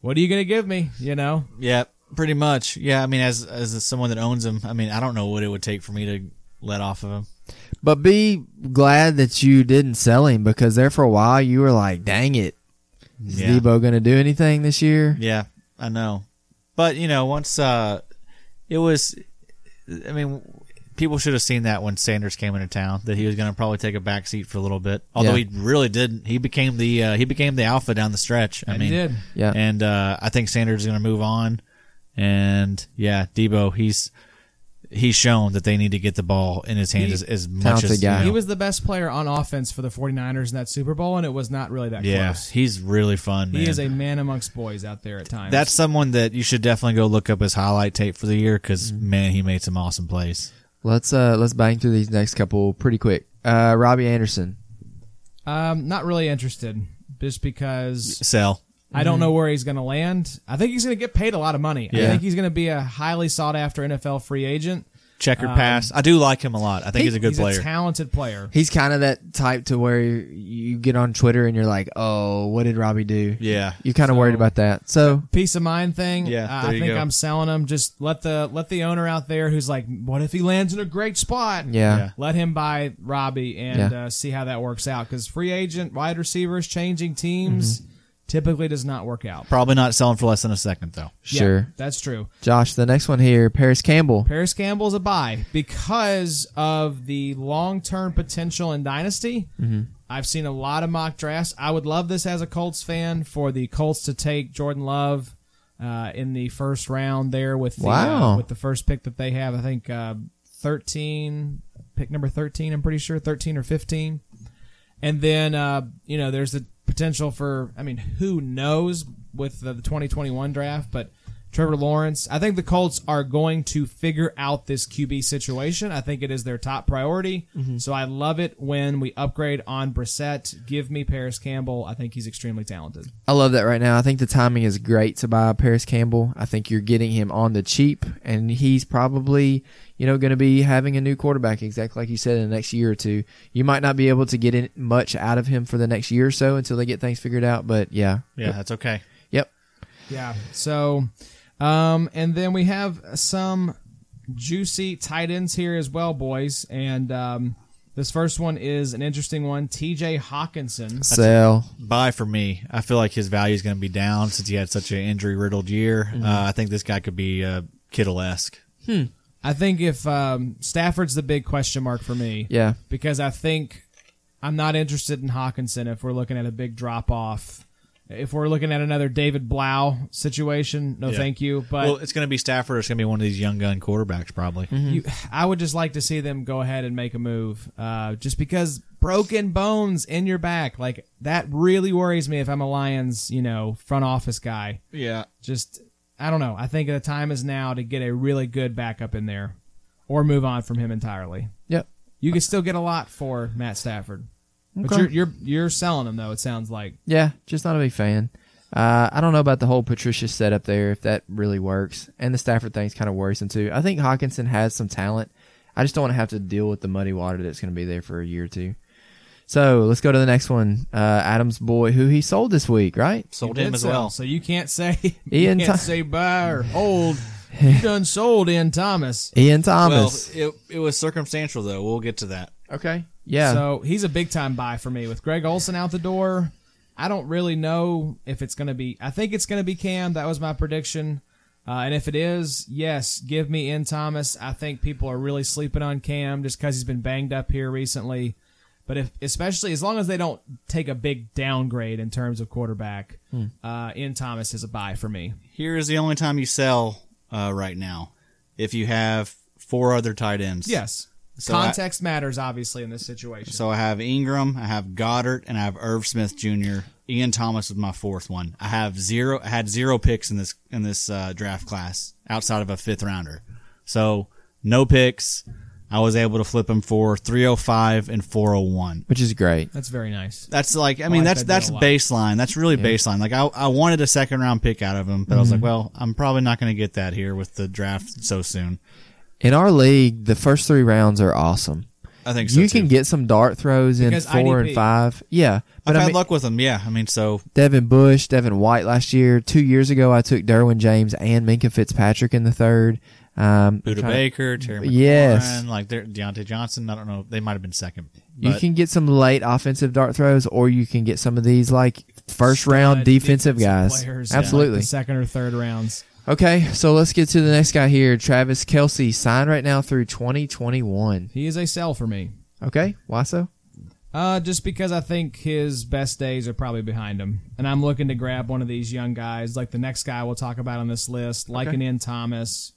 S2: "What are you gonna give me?" You know,
S3: Yeah, pretty much. Yeah, I mean, as as someone that owns him, I mean, I don't know what it would take for me to let off of him.
S4: But be glad that you didn't sell him because there for a while you were like, "Dang it, is
S3: Yeah.
S4: Debo going to do anything this year?"
S3: Yeah, I know. But you know, once uh, it was, I mean, people should have seen that when Sanders came into town that he was going to probably take a back seat for a little bit. Although
S4: Yeah.
S3: he really didn't. He became the uh, he became the alpha down the stretch. I
S2: And he
S3: mean,
S2: did.
S4: Yeah.
S3: And uh, I think Sanders is going to move on. And yeah, Debo, he's he's shown that they need to get the ball in his hands as, as much
S4: Talented
S3: as
S4: guy.
S3: you know.
S2: He was the best player on offense for the 49ers in that Super Bowl, and it was not really that
S3: yeah,
S2: close.
S3: he's really fun.
S2: He
S3: man.
S2: is a man amongst boys out there at times.
S3: That's someone that you should definitely go look up his highlight tape for the year because man, he made some awesome plays.
S4: Let's uh let's bang through these next couple pretty quick. Uh, Robbie Anderson.
S2: um, not really interested, just because
S3: Sell.
S2: I don't know where he's going to land. I think he's going to get paid a lot of money. I
S3: Mm-hmm. Yeah.
S2: think he's going to be a highly sought after NFL free agent.
S3: Checkered pass. I do like him a lot. I think
S2: He-
S3: Um, he's a good player.
S2: talented player.
S4: He's kind of that type to where you get on Twitter and you're like, oh, what did Robbie do?
S3: yeah.
S4: You're kind of worried about that. So
S2: Peace of mind thing.
S3: Yeah,
S2: Uh,
S3: there
S2: I
S3: you
S2: think
S3: go.
S2: I'm selling him. Just let the let the owner out there who's like, what if he lands in a great spot?
S4: yeah,
S3: Yeah.
S2: Let him buy Robbie and
S4: Yeah.
S2: uh, see how that works out. Because free agent wide receivers changing teams
S4: Mm-hmm.
S2: typically does not work out.
S3: Probably not selling for less than a second though.
S2: Yeah,
S4: sure.
S2: that's true.
S4: Josh, the next one here, Paris Campbell.
S2: Paris Campbell's a buy because of the long term potential in Dynasty. I've seen a lot of mock drafts. I would love this as a Colts fan for the Colts to take Jordan Love uh, in the first round there with the, uh,
S4: Wow.
S2: with the first pick that they have. I think uh, thirteen, pick number thirteen. I'm pretty sure thirteen or fifteen. And then uh, you know, there's the potential for I mean, who knows with the, the 2021 draft, but Trevor Lawrence, I think the Colts are going to figure out this QB situation. I think it is their top priority. So I love it when we upgrade on Brissett. Give me Paris Campbell. I think he's extremely talented.
S4: I love that right now. I think the timing is great to buy Paris Campbell. I think you're getting him on the cheap, and he's probably, you know, going to be having a new quarterback, exactly like you said, in the next year or two. You might not be able to get in much out of him for the next year or so until they get things figured out, but yeah.
S3: Yeah, that's okay.
S4: Yep.
S2: Yeah. So, um, and then we have some juicy tight ends here as well, boys. And um, this first one is an interesting one. T.J. Hawkinson.
S4: Sell.
S3: Buy for me. I feel like his value is going to be down since he had such an injury riddled year. Uh, I think this guy could be uh, Kittle esque.
S2: I think if um, Stafford's the big question mark for me.
S4: Yeah.
S2: Because I think I'm not interested in Hawkinson if we're looking at a big drop off. If we're looking at another David Blau situation, no
S3: Yeah.
S2: thank you. But
S3: Well, it's going to be Stafford. or It's going to be one of these young gun quarterbacks probably.
S2: you, I would just like to see them go ahead and make a move. Uh, just because broken bones in your back, like that really worries me if I'm a Lions, you know, front office guy.
S3: Yeah.
S2: Just, I don't know. I think the time is now to get a really good backup in there or move on from him entirely.
S4: Yep.
S2: You can still get a lot for Matt Stafford. But
S4: Okay.
S2: you're, you're you're selling him though. It sounds like
S4: Yeah, just not a big fan. Uh, I don't know about the whole Patricia setup there, if that really works. And the Stafford thing's kind of worrisome too. I think Hawkinson has some talent. I just don't want to have to deal with the muddy water that's going to be there for a year or two. So let's go to the next one. Uh, Adam's boy, who he sold this week, right?
S3: Sold
S2: You
S3: him
S2: did
S3: as
S2: sell,
S3: well.
S2: So you can't say
S4: Ian
S2: you can't
S4: Tho-
S2: say buy or hold. You done sold Ian Thomas.
S4: Ian Thomas.
S3: Well, it, it was circumstantial though. We'll get to that.
S4: okay. Yeah.
S2: So he's a big time buy for me with Greg Olson out the door. I don't really know if it's going to be. I think it's going to be Cam. That was my prediction. Uh, and if it is, yes, give me in Thomas. I think people are really sleeping on Cam just because he's been banged up here recently. But if, especially as long as they don't take a big downgrade in terms of quarterback, uh, in Thomas is a buy for me.
S3: Here is the only time you sell uh, right now if you have four other tight ends.
S2: Yes,
S3: So I-
S2: context matters obviously in this situation.
S3: So I have Ingram, I have Goddard, and I have Irv Smith Jr. Ian Thomas was my fourth one. I have zero. I had zero picks in this in this uh, draft class outside of a fifth rounder. So no picks. I was able to flip them for 305 and 401.
S4: Which is great.
S2: That's very nice.
S3: That's like I mean
S2: like
S3: that's
S2: that
S3: that's
S2: deal a lot.
S3: baseline. That's really baseline. Like I, I wanted a second round pick out of him, but I was like, well, I'm probably not going to get that here with the draft so soon.
S4: In our league, the first three rounds are awesome.
S3: I think so
S4: You
S3: too.
S4: can get some dart throws in
S2: Because
S4: four
S2: IDP.
S4: and five. Yeah.
S3: I've
S4: I
S3: had
S4: mean-
S3: luck with him. Yeah, I mean so
S4: Devin Bush, Devin White last year. Two years ago, I took Derwin James and Minka Fitzpatrick in the third. Um,
S3: Buda
S4: trying-
S3: Baker, Terry
S4: Yes.
S3: McLaurin, like they're- Deontay Johnson. I don't know. They might have been second.
S4: You
S3: but-
S4: can get some late offensive dart throws, or you can get some of these like first round
S2: But defensive
S4: defensive guys.
S2: players in, like,
S4: Absolutely.
S2: the second or third rounds.
S4: Okay, so let's get to the next guy here. Travis Kelsey signed right now through 2021.
S2: He is a sell for me.
S4: Okay, why so?
S2: Uh, just because I think his best days are probably behind him, and I'm looking to grab one of these young guys, like the next guy we'll talk about on this list, like an N. Thomas,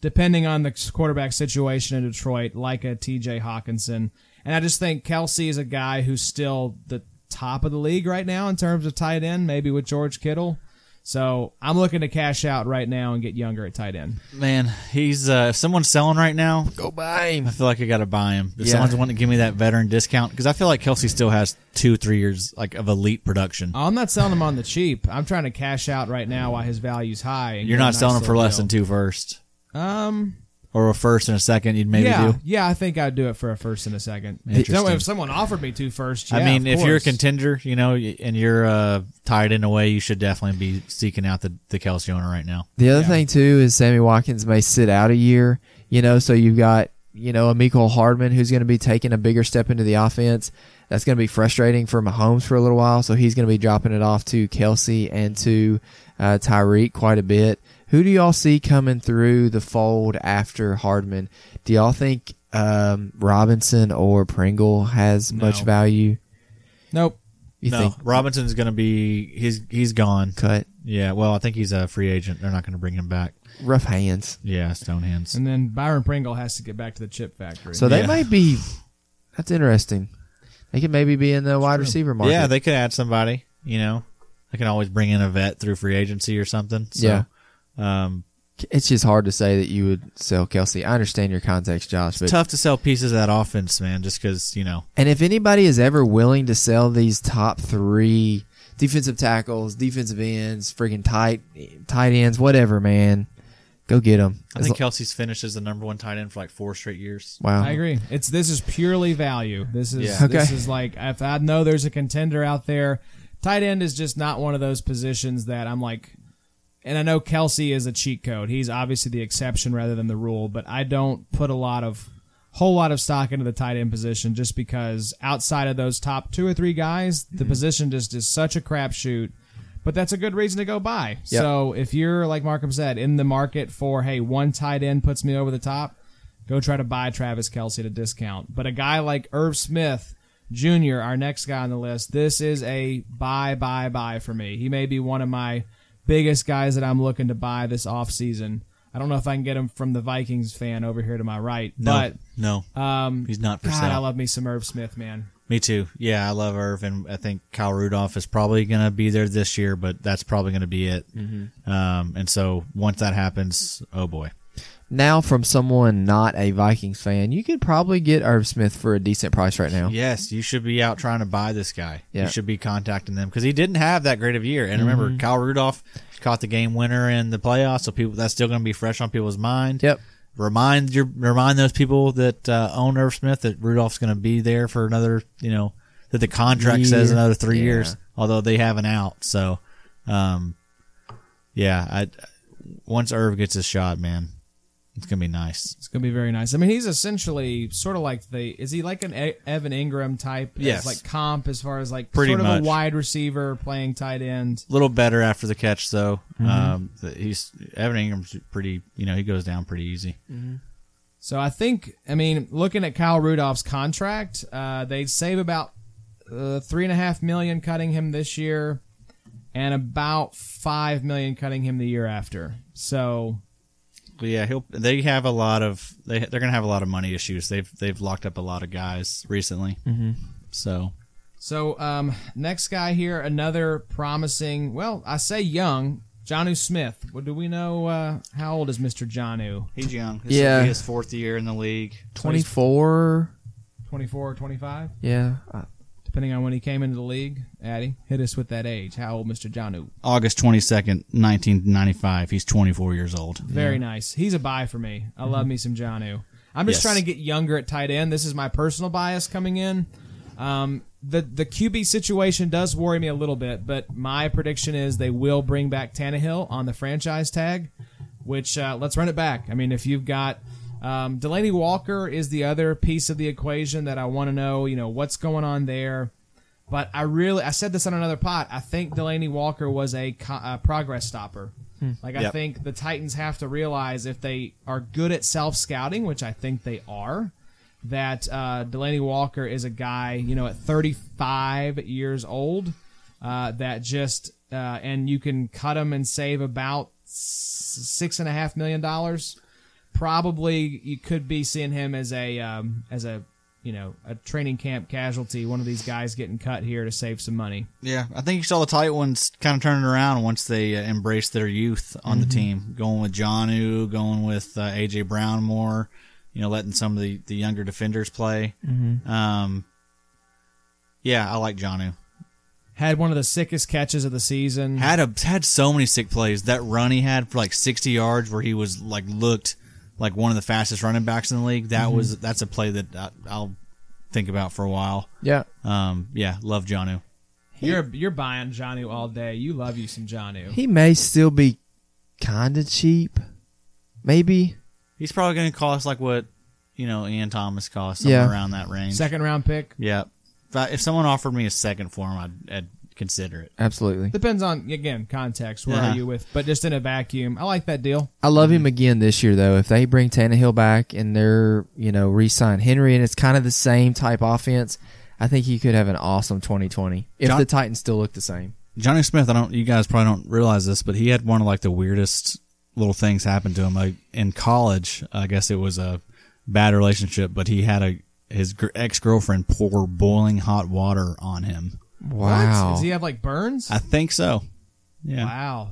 S2: depending on the quarterback situation in Detroit, like a T.J. Hawkinson, and I just think Kelsey is a guy who's still the top of the league right now in terms of tight end, maybe with George Kittle. So I'm looking to cash out right now and get younger at tight end.
S3: Man, he's uh, if someone's selling right now,
S4: Go buy
S3: I
S4: him.
S3: feel like I got to buy him. If
S4: Yeah.
S3: someone's wanting to give me that veteran discount, because I feel like Kelsey still has two, three years like of elite production.
S2: I'm not selling him on the cheap. I'm trying to cash out right now while his value's high. and
S3: You're
S2: get a
S3: not
S2: nice
S3: selling him for
S2: little
S3: less
S2: deal.
S3: than two first,
S2: Um,
S3: or a first and a second. You'd maybe
S2: yeah,
S3: do.
S2: yeah, I think I'd do it for a first and a second.
S3: Interesting.
S2: So if someone offered me two first, yeah,
S3: I mean,
S2: of
S3: if you're a
S2: course.
S3: contender, you know, y- and you're uh, tied in a way, you should definitely be seeking out the the Kelsey owner right now.
S4: The other thing too is Sammy Watkins may sit out a year, you know, so you've got, you know, Amico Hardman who's going to be taking a bigger step into the offense. That's going to be frustrating for Mahomes for a little while, so he's going to be dropping it off to Kelsey and to uh, Tyreek quite a bit. Who do y'all see coming through the fold after Hardman? Do y'all think um, Robinson or Pringle has much value?
S2: nope.
S4: You
S3: no,
S4: think
S3: Robinson's going to be he's he's gone.
S4: cut
S3: Yeah, well, I think he's a free agent. They're not going to bring him back.
S4: rough hands?
S3: Yeah, Stonehands.
S2: And then Byron Pringle has to get back to the chip factory.
S4: So they
S3: Yeah.
S4: might be. That's interesting. They could maybe be in the wide receiver market.
S3: Yeah, they could add somebody. You know, they can always bring in a vet through free agency or something. So, yeah, um,
S4: it's just hard to say that you would sell Kelsey. I understand your context, Josh. But,
S3: tough to sell pieces of that offense, man, just because, you know,
S4: and if anybody is ever willing to sell these top three defensive tackles, defensive ends, freaking tight tight ends, whatever, man, go get them.
S3: I think Kelsey's finished as the number one tight end for like four straight years.
S4: wow.
S2: I agree. It's this is purely value. This is
S3: Yeah.
S2: this
S4: Okay.
S2: is like if I know there's a contender out there, tight end is just not one of those positions that I'm like. And I know Kelsey is a cheat code. He's obviously the exception rather than the rule, but I don't put a lot of whole lot of stock into the tight end position just because outside of those top two or three guys, the position just is such a crapshoot. But that's a good reason to go buy. So if you're like Markham said in the market for hey one tight end puts me over the top, go try to buy Travis Kelsey at a discount. But a guy like Irv Smith Jr., our next guy on the list, this is a buy, buy, buy for me. He may be one of my biggest guys that I'm looking to buy this offseason. I don't know if I can get him from the Vikings fan over here to my right,
S3: No,
S2: but
S3: no,
S2: um,
S3: he's not for
S2: God, I
S3: sale.
S2: love me some Irv Smith, man.
S3: Me too. Yeah, I love Irv, and I think Kyle Rudolph is probably going to be there this year, but that's probably going to be it.
S2: Mm-hmm.
S3: Um, and so once that happens, oh boy.
S4: Now, from someone not a Vikings fan, you could probably get Irv Smith for a decent price right now.
S3: Yes, you should be out trying to buy this guy.
S4: Yeah. Mm-hmm.
S3: You should be contacting them because he didn't have that great of a year. And remember, Kyle Rudolph caught the game winner in the playoffs, so people that's still going to be fresh on people's mind.
S4: Yep.
S3: Remind your remind those people that uh, own Irv Smith that Rudolph's going to be there for another. You know that the contract says
S4: Year.
S3: another three
S4: Yeah.
S3: years, although they have an out. So, um, yeah, I once Irv gets his shot, man, it's going to be nice.
S2: It's gonna be very nice. I mean, he's essentially sort of like the is he like an E- Evan Ingram type? as,
S3: Yes.
S2: like comp as far as like
S3: Pretty
S2: sort of
S3: much.
S2: a wide receiver playing tight end.
S3: a little better after the catch though. Um, th- he's Evan Ingram's pretty, you know, he goes down pretty easy.
S2: So I think, I mean, looking at Kyle Rudolph's contract, uh, they'd save about uh, three and a half million cutting him this year, and about five million cutting him the year after. So
S3: But yeah, he'll. They have a lot of they they're gonna have a lot of money issues. They've they've locked up a lot of guys recently. Mm-hmm. So
S2: So um, next guy here, another promising. Well, I say young, Johnu Smith. Well, do we know uh, how old is Mister Johnu?
S3: he's young.
S4: will Yeah. be his
S3: fourth year in the league.
S4: 24.
S2: 24 or 25,
S4: Yeah. I-
S2: depending on when he came into the league. Addy, hit us with that age. How old Mister Johnu?
S3: August twenty second, nineteen ninety five. He's twenty four years old.
S2: Very nice. He's a buy for me. I love me some Johnu. I'm just
S3: Yes.
S2: trying to get younger at tight end. This is my personal bias coming in. Um, the the QB situation does worry me a little bit, but my prediction is they will bring back Tannehill on the franchise tag. Which uh, let's run it back. I mean, if you've got um, Delaney Walker is the other piece of the equation that I want to know. You know what's going on there. But I really, I said this on another pot. I think Delaney Walker was a, co- a progress stopper. Like I
S4: Yep.
S2: think the Titans have to realize if they are good at self scouting, which I think they are, that uh, Delaney Walker is a guy you know at 35 years old uh, that just uh, and you can cut him and save about s- six and a half million dollars. Probably you could be seeing him as a um, as a you know a training camp casualty, one of these guys getting cut here to save some money.
S3: Yeah, I think you saw the tight ones kind of turning around once they uh, embraced their youth on the team, going with Johnu, going with uh, AJ Brown more, you know, letting some of the, the younger defenders play. Um, yeah, I like Johnu.
S2: Had one of the sickest catches of the season.
S3: Had a had so many sick plays. That run he had for like sixty yards, where he was like looked like one of the fastest running backs in the league. That was that's a play that I, I'll think about for a while.
S4: Yeah.
S3: Um, yeah, love Johnu.
S2: You're you're buying Janu all day. You love you some Janu.
S4: He may still be kind of cheap. Maybe.
S3: He's probably going to cost like what you know Ian Thomas cost, somewhere
S4: Yeah.
S3: around that range.
S2: Second round pick
S3: Yeah. If, I, if someone offered me a second for him, I'd, I'd consider it.
S4: Absolutely.
S2: depends on again context. Where
S3: Uh-huh.
S2: are you with? But just in a vacuum, I like that deal.
S4: I love him again this year, though. If they bring Tannehill back and they're, you know, re sign Henry and it's kind of the same type offense, I think he could have an awesome 2020 if
S3: John-
S4: the Titans still look the same.
S3: Johnny Smith, I don't. You guys probably don't realize this, but he had one of like the weirdest little things happen to him. Like in college, I guess it was a bad relationship, but he had a his ex girlfriend pour boiling hot water on him.
S2: What? Does he have like burns?
S3: I think so. Yeah.
S2: Wow.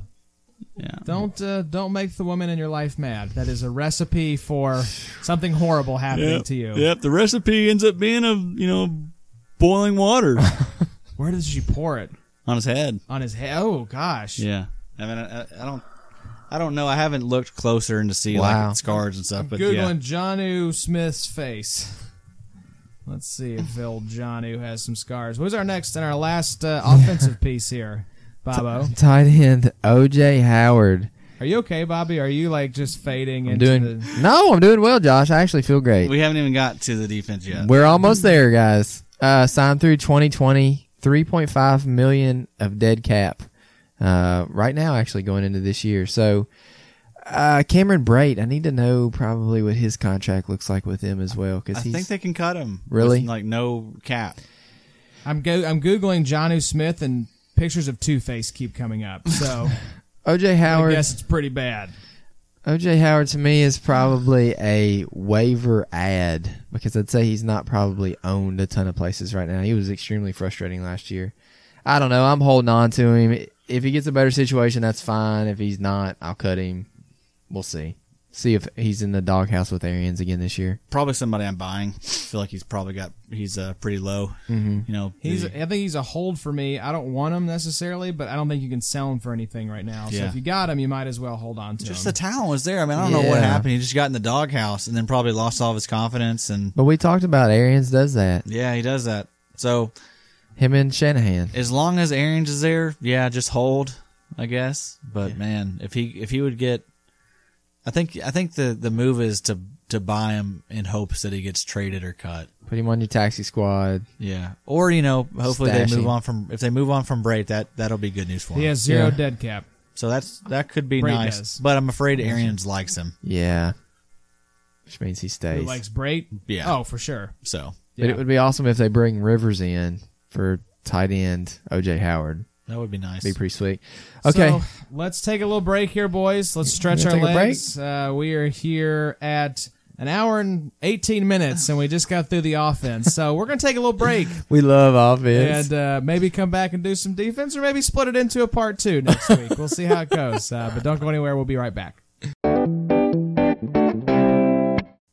S3: Yeah.
S2: Don't uh, don't make the woman in your life mad. That is a recipe for something horrible happening to you.
S3: Yep. The recipe ends up being of you know boiling water
S2: Where does she pour it
S3: on his head.
S2: on his head? Oh gosh.
S3: Yeah, I mean, I, I- I don't, I don't know. I haven't looked closer and to see
S4: Wow.
S3: like scars and stuff, but yeah,
S2: Googling Johnu Smith's face. Let's see if old Johnu has some scars. Who's our next and our last uh, offensive piece here, Bobo?
S4: Tight end OJ Howard.
S2: Are you okay, Bobby? Are you like just fading
S4: I'm
S2: into
S4: doing.
S2: the?
S4: No, I'm doing well, Josh. I actually feel great.
S3: we haven't even got to the defense yet.
S4: We're almost there, guys. Uh, signed through 2020, 3.5 million of dead cap. Uh, right now, actually going into this year. So, uh, Cameron Bright, I need to know probably what his contract looks like with him as well
S3: I
S4: because he's
S3: think they can cut him.
S4: Really?
S3: With, like no cap.
S2: I'm go- I'm googling Johnu Smith and pictures of Two Face keep coming up. So
S4: OJ
S2: I
S4: Howard.
S2: guess it's pretty bad.
S4: OJ Howard to me is probably a waiver ad because I'd say he's not probably owned a ton of places right now. He was extremely frustrating last year. I don't know. I'm holding on to him. If he gets a better situation, that's fine. If he's not, I'll cut him. We'll see. See if he's in the doghouse with Arians again this year.
S3: Probably somebody I'm buying. I feel like he's probably got he's uh, pretty low.
S4: Mm-hmm.
S3: You know,
S2: He's
S3: the-
S2: I think he's a hold for me. I don't want him necessarily, but I don't think you can sell him for anything right now. So
S3: Yeah.
S2: if you got him, you might as well hold on to
S3: just
S2: him.
S3: the talent was there. I mean, I don't know what
S4: Yeah.
S3: happened. He just got in the doghouse and then probably lost all of his confidence. And
S4: But we talked about Arians does that.
S3: yeah, he does that. So
S4: Him and Shanahan.
S3: as long as Arians is there, yeah, just hold, I guess. But man, if he if he would get, I think I think the the move is to to buy him in hopes that he gets traded or cut.
S4: Put him on your taxi squad.
S3: Yeah, or you know, hopefully
S4: Stash
S3: they move
S4: him.
S3: on from if they move on from Brait, that that'll be good news for him.
S2: He has zero
S4: Yeah.
S2: dead cap.
S3: So that's that could be
S2: Brait
S3: nice,
S2: does.
S3: but I'm afraid Arians likes him.
S4: Yeah. Which means he
S2: Who
S4: stays.
S2: likes Brait?
S3: Yeah.
S2: Oh, for sure.
S3: So
S4: But
S2: Yeah.
S4: it would be awesome if they bring Rivers in for tight end OJ Howard.
S3: that would be nice.
S4: Be pretty sweet. Okay.
S2: So let's take a little break here, boys. Let's stretch
S4: We're
S2: our
S4: gonna take a
S2: legs. Uh, we are here at an hour and 18 minutes, and we just got through the offense. So we're going to take a little break
S4: we love offense.
S2: and uh, maybe come back and do some defense, or maybe split it into a part two next week. We'll see how it goes. Uh, but don't go anywhere. We'll be right back.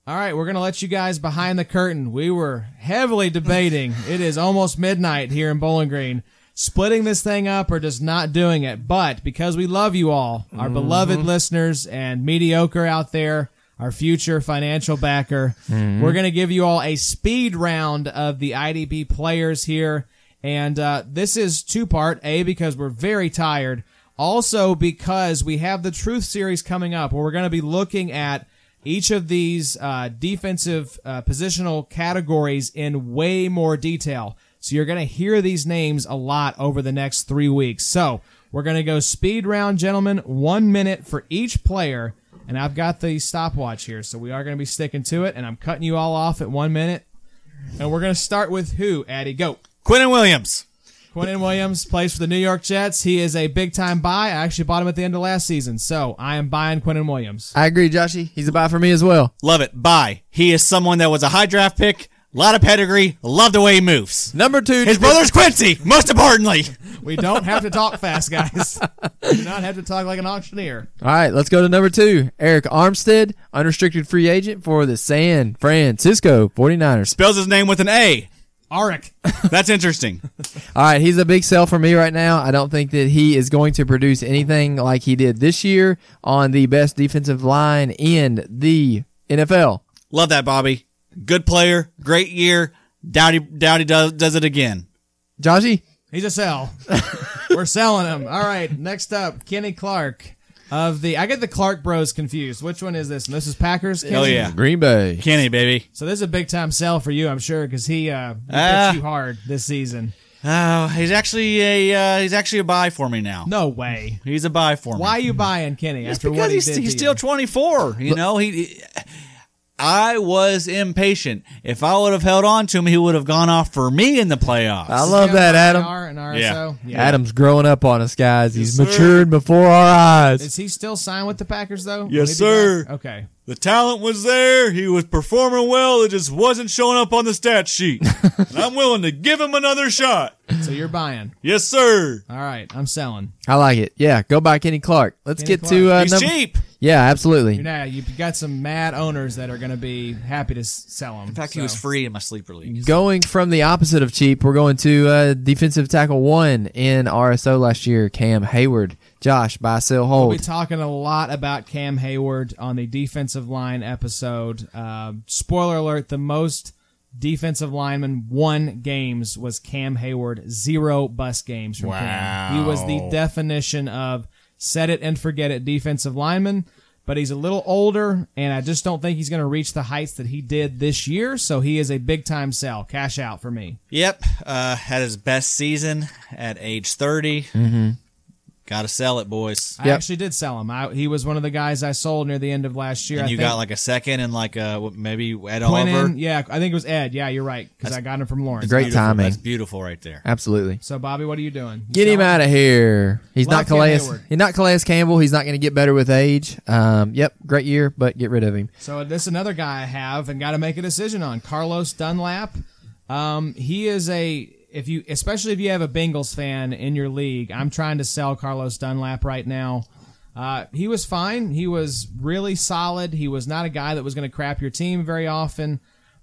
S2: All right, we're going to let you guys behind the curtain. We were heavily debating. It is almost midnight here in Bowling Green, splitting this thing up or just not doing it. But because we love you all, our beloved listeners and mediocre out there, our future financial backer, we're going to give you all a speed round of the IDB players here. And uh, this is two part A, because we're very tired. Also, because we have the Truth Series coming up where we're going to be looking at each of these uh, defensive uh, positional categories in way more detail. So you're going to hear these names a lot over the next three weeks. So We're going to go speed round, gentlemen. One minute for each player. And I've got the stopwatch here, so we are going to be sticking to it. And I'm cutting you all off at one minute. And we're going to start with who, Addy? Go.
S3: Quentin Williams.
S2: Quentin Williams plays for the New York Jets. He is a big time buy. I actually bought him at the end of last season, so I am buying Quentin Williams.
S4: I agree, Joshy. He's a buy for me as well.
S3: Love it. Bye. He is someone that was a high draft pick, a lot of pedigree, love the way he moves.
S4: Number two,
S3: His brother's Quincy, most importantly.
S2: We don't have to talk fast, guys. We do not have to talk like an auctioneer.
S4: All right, let's go to number two. Eric Armstead, unrestricted free agent for the San Francisco 49ers.
S3: Spells his name with an A.
S2: Arik.
S3: That's interesting.
S4: All right, he's a big sell for me right now. I don't think that he is going to produce anything like he did this year on the best defensive line in the NFL.
S3: Love that, Bobby. Good player, great year. Doubt he, doubt he does, does it again.
S4: Joshy,
S2: He's a sell. We're selling him. All right. Next up, Kenny Clark of the. I get the Clark Bros confused. Which one is this? And this is Packers. Kenny?
S3: Hell yeah.
S4: Green Bay.
S3: Kenny, baby.
S2: So this is a big time sell for you, I'm sure, because he uh, he
S3: Ah.
S2: hits you hard this season.
S3: Oh, he's actually a uh, he's actually a buy for me now.
S2: No way.
S3: He's a buy for me.
S2: Why are you buying Kenny
S3: It's
S2: after
S3: because
S2: what he
S3: he's,
S2: did to
S3: he's
S2: you?
S3: still 24. You know, he, he- I was impatient. If I would have held on to him, he would have gone off for me in the playoffs.
S4: I love that, Adam.
S2: IR and
S3: Yeah.
S2: RSO? Yeah.
S4: Adam's growing up on us, guys. He's matured before our eyes.
S2: Is he still signed with the Packers though?
S3: Yes,
S2: Will he be
S3: sir.
S2: back? Okay.
S3: the talent was there. He was performing well. It just wasn't showing up on the stat sheet. and I'm willing to give him another shot.
S2: So you're buying.
S3: Yes, sir.
S2: All right. I'm selling.
S4: I like it. Yeah, go by Kenny Clark. Let's
S2: Kenny
S4: get to uh,
S3: He's
S4: number.
S3: cheap.
S4: Yeah,
S2: You're
S4: absolutely.
S2: now you've got some mad owners that are going to be happy to s- sell him.
S3: In fact, he was free in my sleeper league.
S4: Going from the opposite of cheap, we're going to uh, defensive tackle one in RSO last year, Cam Hayward. Josh, buy, sell, hold.
S2: We'll be talking a lot about Cam Hayward on the defensive line episode. Uh, spoiler alert: the most defensive lineman won games was Cam Hayward. Zero bus games from Cam. He was the definition of set it and forget it defensive lineman. But he's a little older, and I just don't think he's going to reach the heights that he did this year. So he is a big time sell, cash out for me.
S3: Yep. Uh, had his best season at age 30. Gotta sell it, boys.
S2: Mm-hmm. I
S4: Yep.
S2: actually did sell him. I, he was one of the guys I sold near the end of last year.
S3: and
S2: I
S3: you
S2: think
S3: got like a second and like a, what, maybe Ed Oliver.
S2: Quinnan, yeah, I think it was Ed. Yeah, you're right because I got him from Lawrence.
S4: Great
S3: Beautiful.
S4: timing.
S3: That's beautiful right there.
S4: Absolutely.
S2: So Bobby, what are you doing?
S4: Get him out of here. He's
S2: Lock
S4: not
S2: in
S4: Calais.
S2: Hayward.
S4: He's not Calais Campbell. He's not going to get better with age. Um, yep, great year, but get rid of him.
S2: So this is another guy I have and got to make a decision on Carlos Dunlap. Um, he is a if you especially if you have a Bengals fan in your league. I'm trying to sell Carlos Dunlap right now. Uh, he was fine. He was really solid. He was not a guy that was going to crap your team very often.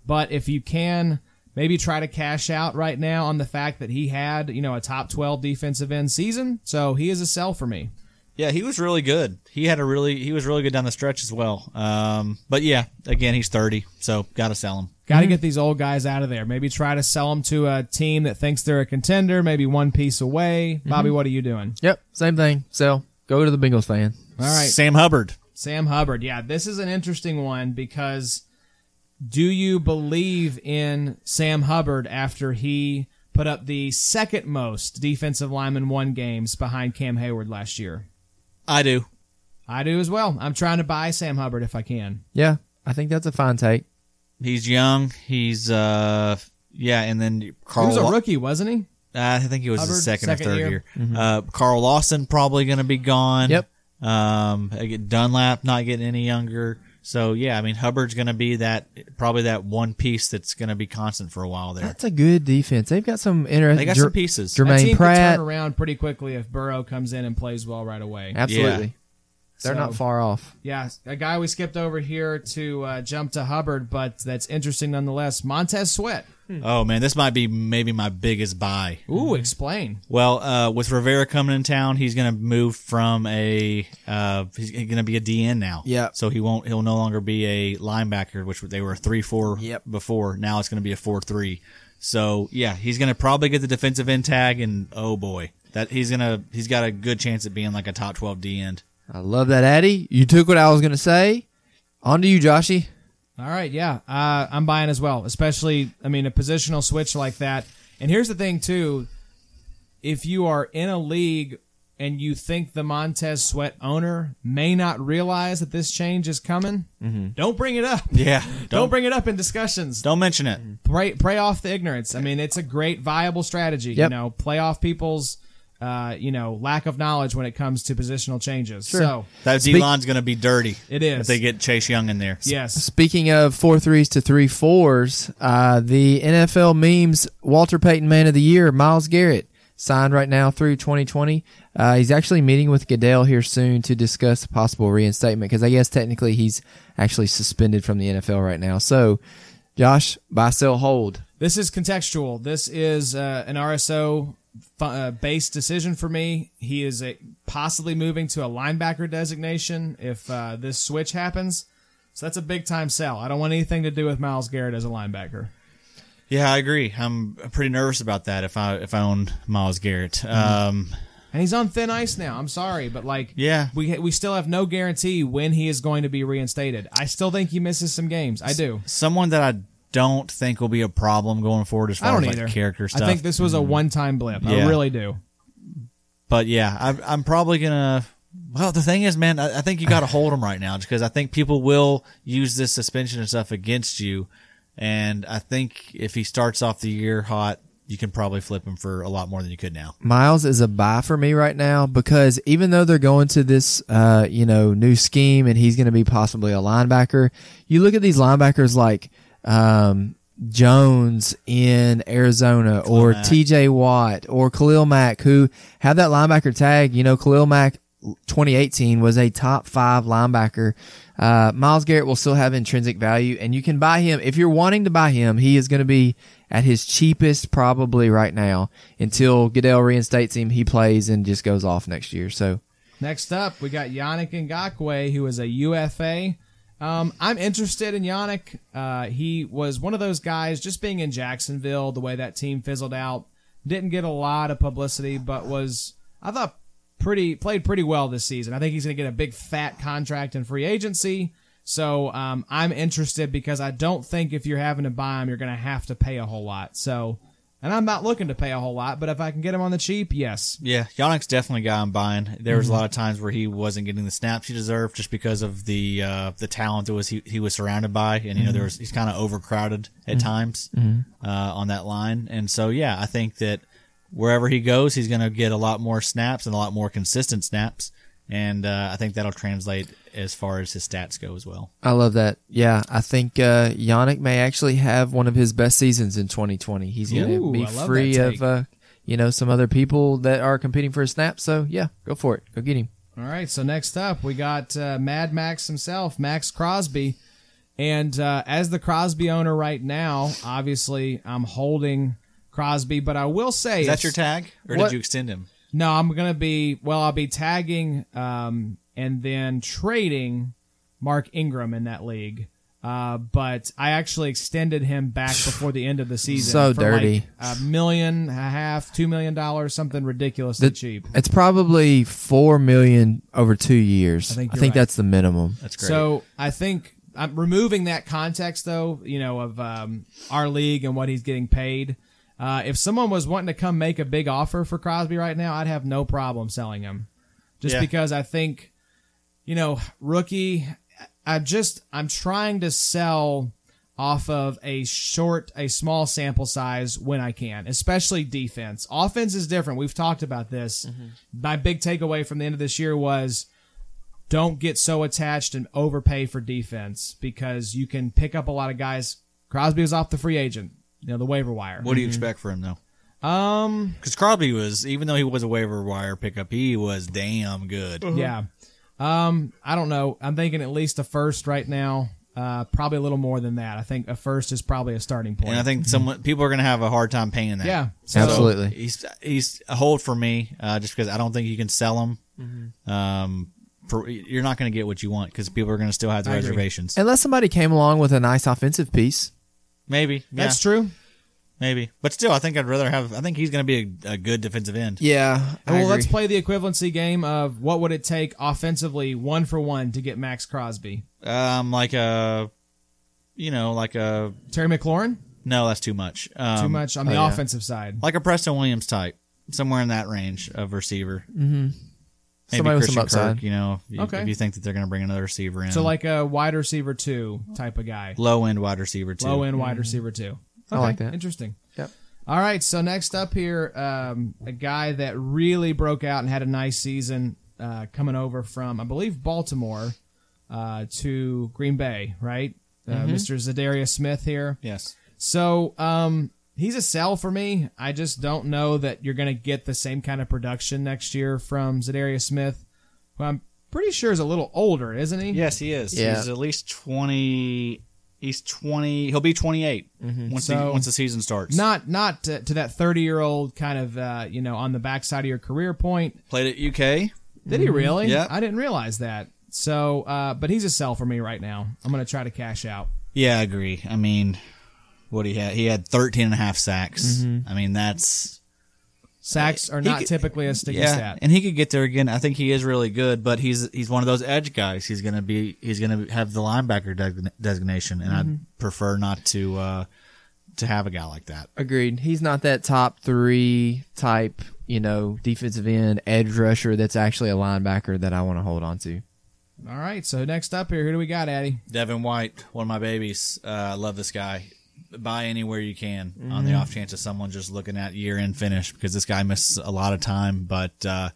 S2: But if you can, maybe try to cash out right now on the fact that he had you know a top 12 defensive end season. So he is a sell for me.
S3: Yeah, he was really good. He had a really he was really good down the stretch as well. Um, but yeah, again, he's thirty, so gotta sell him.
S2: Got to get these old guys out of there. Maybe try to sell them to a team that thinks they're a contender, maybe one piece away. Bobby, what are you doing?
S4: Yep, same thing. Sell. Go to the Bengals fan.
S2: All right.
S3: Sam Hubbard.
S2: Sam Hubbard. Yeah, this is an interesting one because do you believe in Sam Hubbard after he put up the second most defensive lineman one games behind Cam Hayward last year?
S3: I do.
S2: I do as well. I'm trying to buy Sam Hubbard if I can.
S4: Yeah, I think that's a fine take.
S3: He's young. He's uh yeah, and then
S2: He
S3: Carl.
S2: was a
S3: Law-
S2: rookie, wasn't he?
S3: I think he was
S2: Hubbard,
S3: his second,
S2: second
S3: or third
S2: year.
S3: year. Uh, Carl Lawson probably gonna be gone.
S4: Yep.
S3: Um, again, Dunlap not getting any younger. So yeah, I mean Hubbard's gonna be that probably that one piece that's gonna be constant for a while there.
S4: That's a good defense. They've got some interesting.
S3: They got some pieces.
S2: That team
S4: Jermaine
S2: can
S4: Pratt.
S2: turn around pretty quickly if Burrow comes in and plays well right away.
S4: Absolutely. They're
S2: So-
S4: not far off.
S2: Yeah, a guy we skipped over here to uh, jump to Hubbard, but that's interesting nonetheless. Montez Sweat.
S3: Oh man, this might be maybe my biggest buy.
S2: Ooh, explain.
S3: Well, uh, with Rivera coming in town, he's going to move from a uh, he's going to be a DN now.
S4: Yeah.
S3: So he won't. He'll no longer be a linebacker, which they were a three four
S4: Yep.
S3: before. Now it's going to be a four three. So yeah, he's going to probably get the defensive end tag, and oh boy, that he's gonna he's got a good chance at being like a top twelve D end.
S4: I love that, Addy. You took what I was going to say. On to you, Joshy.
S2: All right, yeah, uh, I'm buying as well. Especially, I mean, a positional switch like that. And here's the thing too: if you are in a league and you think the Montez Sweat owner may not realize that this change is coming, don't bring it up.
S3: Yeah.
S2: Don't, bring it up in discussions.
S3: Don't mention it.
S2: Pray, pray off the ignorance. I mean, it's a great viable strategy.
S4: Yep.
S2: You know, play off people's, uh, you know, lack of knowledge when it comes to positional changes. So
S3: That D line's going to be dirty.
S2: It is.
S3: If they get Chase Young in there.
S2: yes,
S4: Speaking of four threes to three fours, uh, the NFL memes Walter Payton Man of the Year, Miles Garrett, signed right now through 2020. Uh, he's actually meeting with Goodell here soon to discuss possible reinstatement because I guess technically he's actually suspended from the NFL right now. So, Josh, buy, sell, hold.
S2: This is contextual. This is uh, an RSO fu- uh, based decision for me. He is a, possibly moving to a linebacker designation if uh, this switch happens. So that's a big time sell. I don't want anything to do with Miles Garrett as a linebacker.
S3: Yeah, I agree. I'm pretty nervous about that if I if I owned Miles Garrett. Um,
S2: And he's on thin ice now. I'm sorry, but like,
S3: Yeah.
S2: we we still have no guarantee when he is going to be reinstated. I still think he misses some games. I do.
S3: someone that I don't think will be a problem going forward as far
S2: I don't
S3: as like
S2: either.
S3: character stuff. Mm.
S2: I think this was a one time blip. I
S3: Yeah.
S2: really do.
S3: but yeah, I'm, I'm probably gonna. Well, the thing is, man, I, I think you got to hold him right now because I think people will use this suspension and stuff against you. And I think if he starts off the year hot, you can probably flip him for a lot more than you could now.
S4: Miles is a buy for me right now because even though they're going to this, uh, you know, new scheme and he's going to be possibly a linebacker, you look at these linebackers like um, Jones in Arizona or TJ Watt or Khalil Mack who have that linebacker tag. You know, Khalil Mack 2018 was a top five linebacker. Uh, Miles Garrett will still have intrinsic value, and you can buy him if you're wanting to buy him. He is going to be at his cheapest probably right now until Goodell reinstates him. He plays and just goes off next year. So
S2: Next up, we got Yannick Ngakwe, who is a UFA. Um, I'm interested in Yannick. Uh, he was one of those guys just being in Jacksonville, the way that team fizzled out. Didn't get a lot of publicity, but was, I thought, pretty played pretty well this season. I think he's going to get a big fat contract in free agency. So um, I'm interested because I don't think if you're having to buy him, you're going to have to pay a whole lot. So, and I'm not looking to pay a whole lot, but if I can get him on the cheap, yes.
S3: Yeah, Yannick's definitely a guy I'm buying. There
S2: Mm-hmm.
S3: was a lot of times where he wasn't getting the snaps he deserved just because of the uh, the talent that was he, he was surrounded by, and you know
S2: Mm-hmm.
S3: there was he's kind of overcrowded at times uh, on that line, and so yeah, I think that wherever he goes, he's going to get a lot more snaps and a lot more consistent snaps, and uh, I think that'll translate as far as his stats go as well.
S4: I love that. Yeah, I think uh, Yannick may actually have one of his best seasons in 2020. He's going
S2: Ooh,
S4: to
S2: I
S4: be
S2: love that
S4: free
S2: take.
S4: of uh, you know some other people that are competing for a snap. So yeah, go for it. Go get him.
S2: All right, so next up we got uh, Mad Max himself, Max Crosby, and uh, as the Crosby owner right now, obviously I'm holding Crosby, but I will say
S3: Is that
S2: if-
S3: your tag, or
S2: What-
S3: did you extend him?
S2: No, I'm gonna be well. I'll be tagging um, and then trading Mark Ingram in that league. Uh, but I actually extended him back before the end of the season.
S4: So
S2: for like
S4: dirty.
S2: a million, a half, two million dollars, something ridiculously cheap.
S4: It's probably four million over two years. I
S2: think
S4: think,
S2: you're right.
S4: that's the minimum.
S3: That's great.
S2: So I think I'm removing that context though, you know, of um, our league and what he's getting paid. Uh, if someone was wanting to come make a big offer for Crosby right now, I'd have no problem selling him, just
S3: Yeah.
S2: because I think, you know, rookie. I just I'm trying to sell off of a short, a small sample size when I can, especially defense. Offense is different. We've talked about this. My big takeaway from the end of this year was don't get so attached and overpay for defense because you can pick up a lot of guys. Crosby was off the free agent, you know, the waiver wire.
S3: What do you expect for him though? Um, because Crosby was, even though he was a waiver wire pickup, he was damn good.
S2: Yeah. Um, I don't know. I'm thinking at least a first right now. Uh, probably a little more than that. I think a first is probably a starting point.
S3: And I think someone people are going to have a hard time paying that.
S2: yeah. So,
S4: Mm-hmm. Absolutely.
S3: he's he's a hold for me uh, just because I don't think you can sell him.
S2: Mm-hmm.
S3: Um, for, you're not going to get what you want because people are going to still have the
S2: agree.
S3: reservations.
S4: Unless somebody came along with a nice offensive piece.
S3: Maybe
S2: That's
S3: yeah,
S2: true.
S3: Maybe, but still, I think I'd rather have. I think he's going to be a, a good defensive end.
S4: Yeah.
S2: well, let's play the equivalency game of what would it take offensively, one for one, to get Max Crosby,
S3: Um, like a, you know, like a
S2: Terry McLaurin.
S3: no, that's too much. Um,
S2: Too much on the offensive side.
S3: like a Preston Williams type, somewhere in that range of receiver. Mm-hmm. Maybe
S4: Somebody with some
S3: Christian
S4: upside.
S3: Kirk, you know, if you-
S2: Okay.
S3: if you think that they're going to bring another receiver in.
S2: So like a wide receiver two type of guy,
S3: low end wide receiver too.
S2: low end wide receiver two.
S4: Mm-hmm. I like that.
S2: Interesting.
S4: Yep.
S2: All right. So next up here, um, a guy that really broke out and had a nice season uh, coming over from, I believe, Baltimore uh, to Green Bay, right? Uh,
S4: Mm-hmm.
S2: Mr. Zadarius Smith here.
S3: Yes.
S2: So um, he's a sell for me. I just don't know that you're going to get the same kind of production next year from Zadarius Smith, who I'm pretty sure is a little older, isn't he?
S3: Yes, he is.
S4: Yeah.
S3: He's at least twenty. He's twenty. He'll be twenty once the,
S2: So-
S3: once the season starts.
S2: Not not to, to that 30 year old kind of uh, you know on the backside of your career point.
S3: played at UK.
S2: Did he really?
S3: Yeah.
S2: I didn't realize that. So, uh, but he's a sell for me right now. I'm going to try to cash out.
S3: Yeah, I agree. I mean, what he had, he had 13 and a half sacks.
S2: Mm-hmm.
S3: I mean, that's
S2: Sacks are
S3: He
S2: not
S3: could-
S2: typically a sticky
S3: yeah,
S2: stat.
S3: and he could get there again. I think he is really good, but he's he's one of those edge guys. He's gonna be he's gonna have the linebacker design- designation, and
S2: Mm-hmm.
S3: I'd prefer not to uh, to have a guy like that.
S4: Agreed. He's not that top three type, you know, defensive end edge rusher that's actually a linebacker that I want to hold on to.
S2: All right. So next up here, who do we got, Addy?
S3: Devin White, one of my babies. Uh, I love this guy. Buy anywhere you can on
S4: Mm-hmm.
S3: the off chance of someone just looking at year end finish because this guy missed a lot of time, but uh,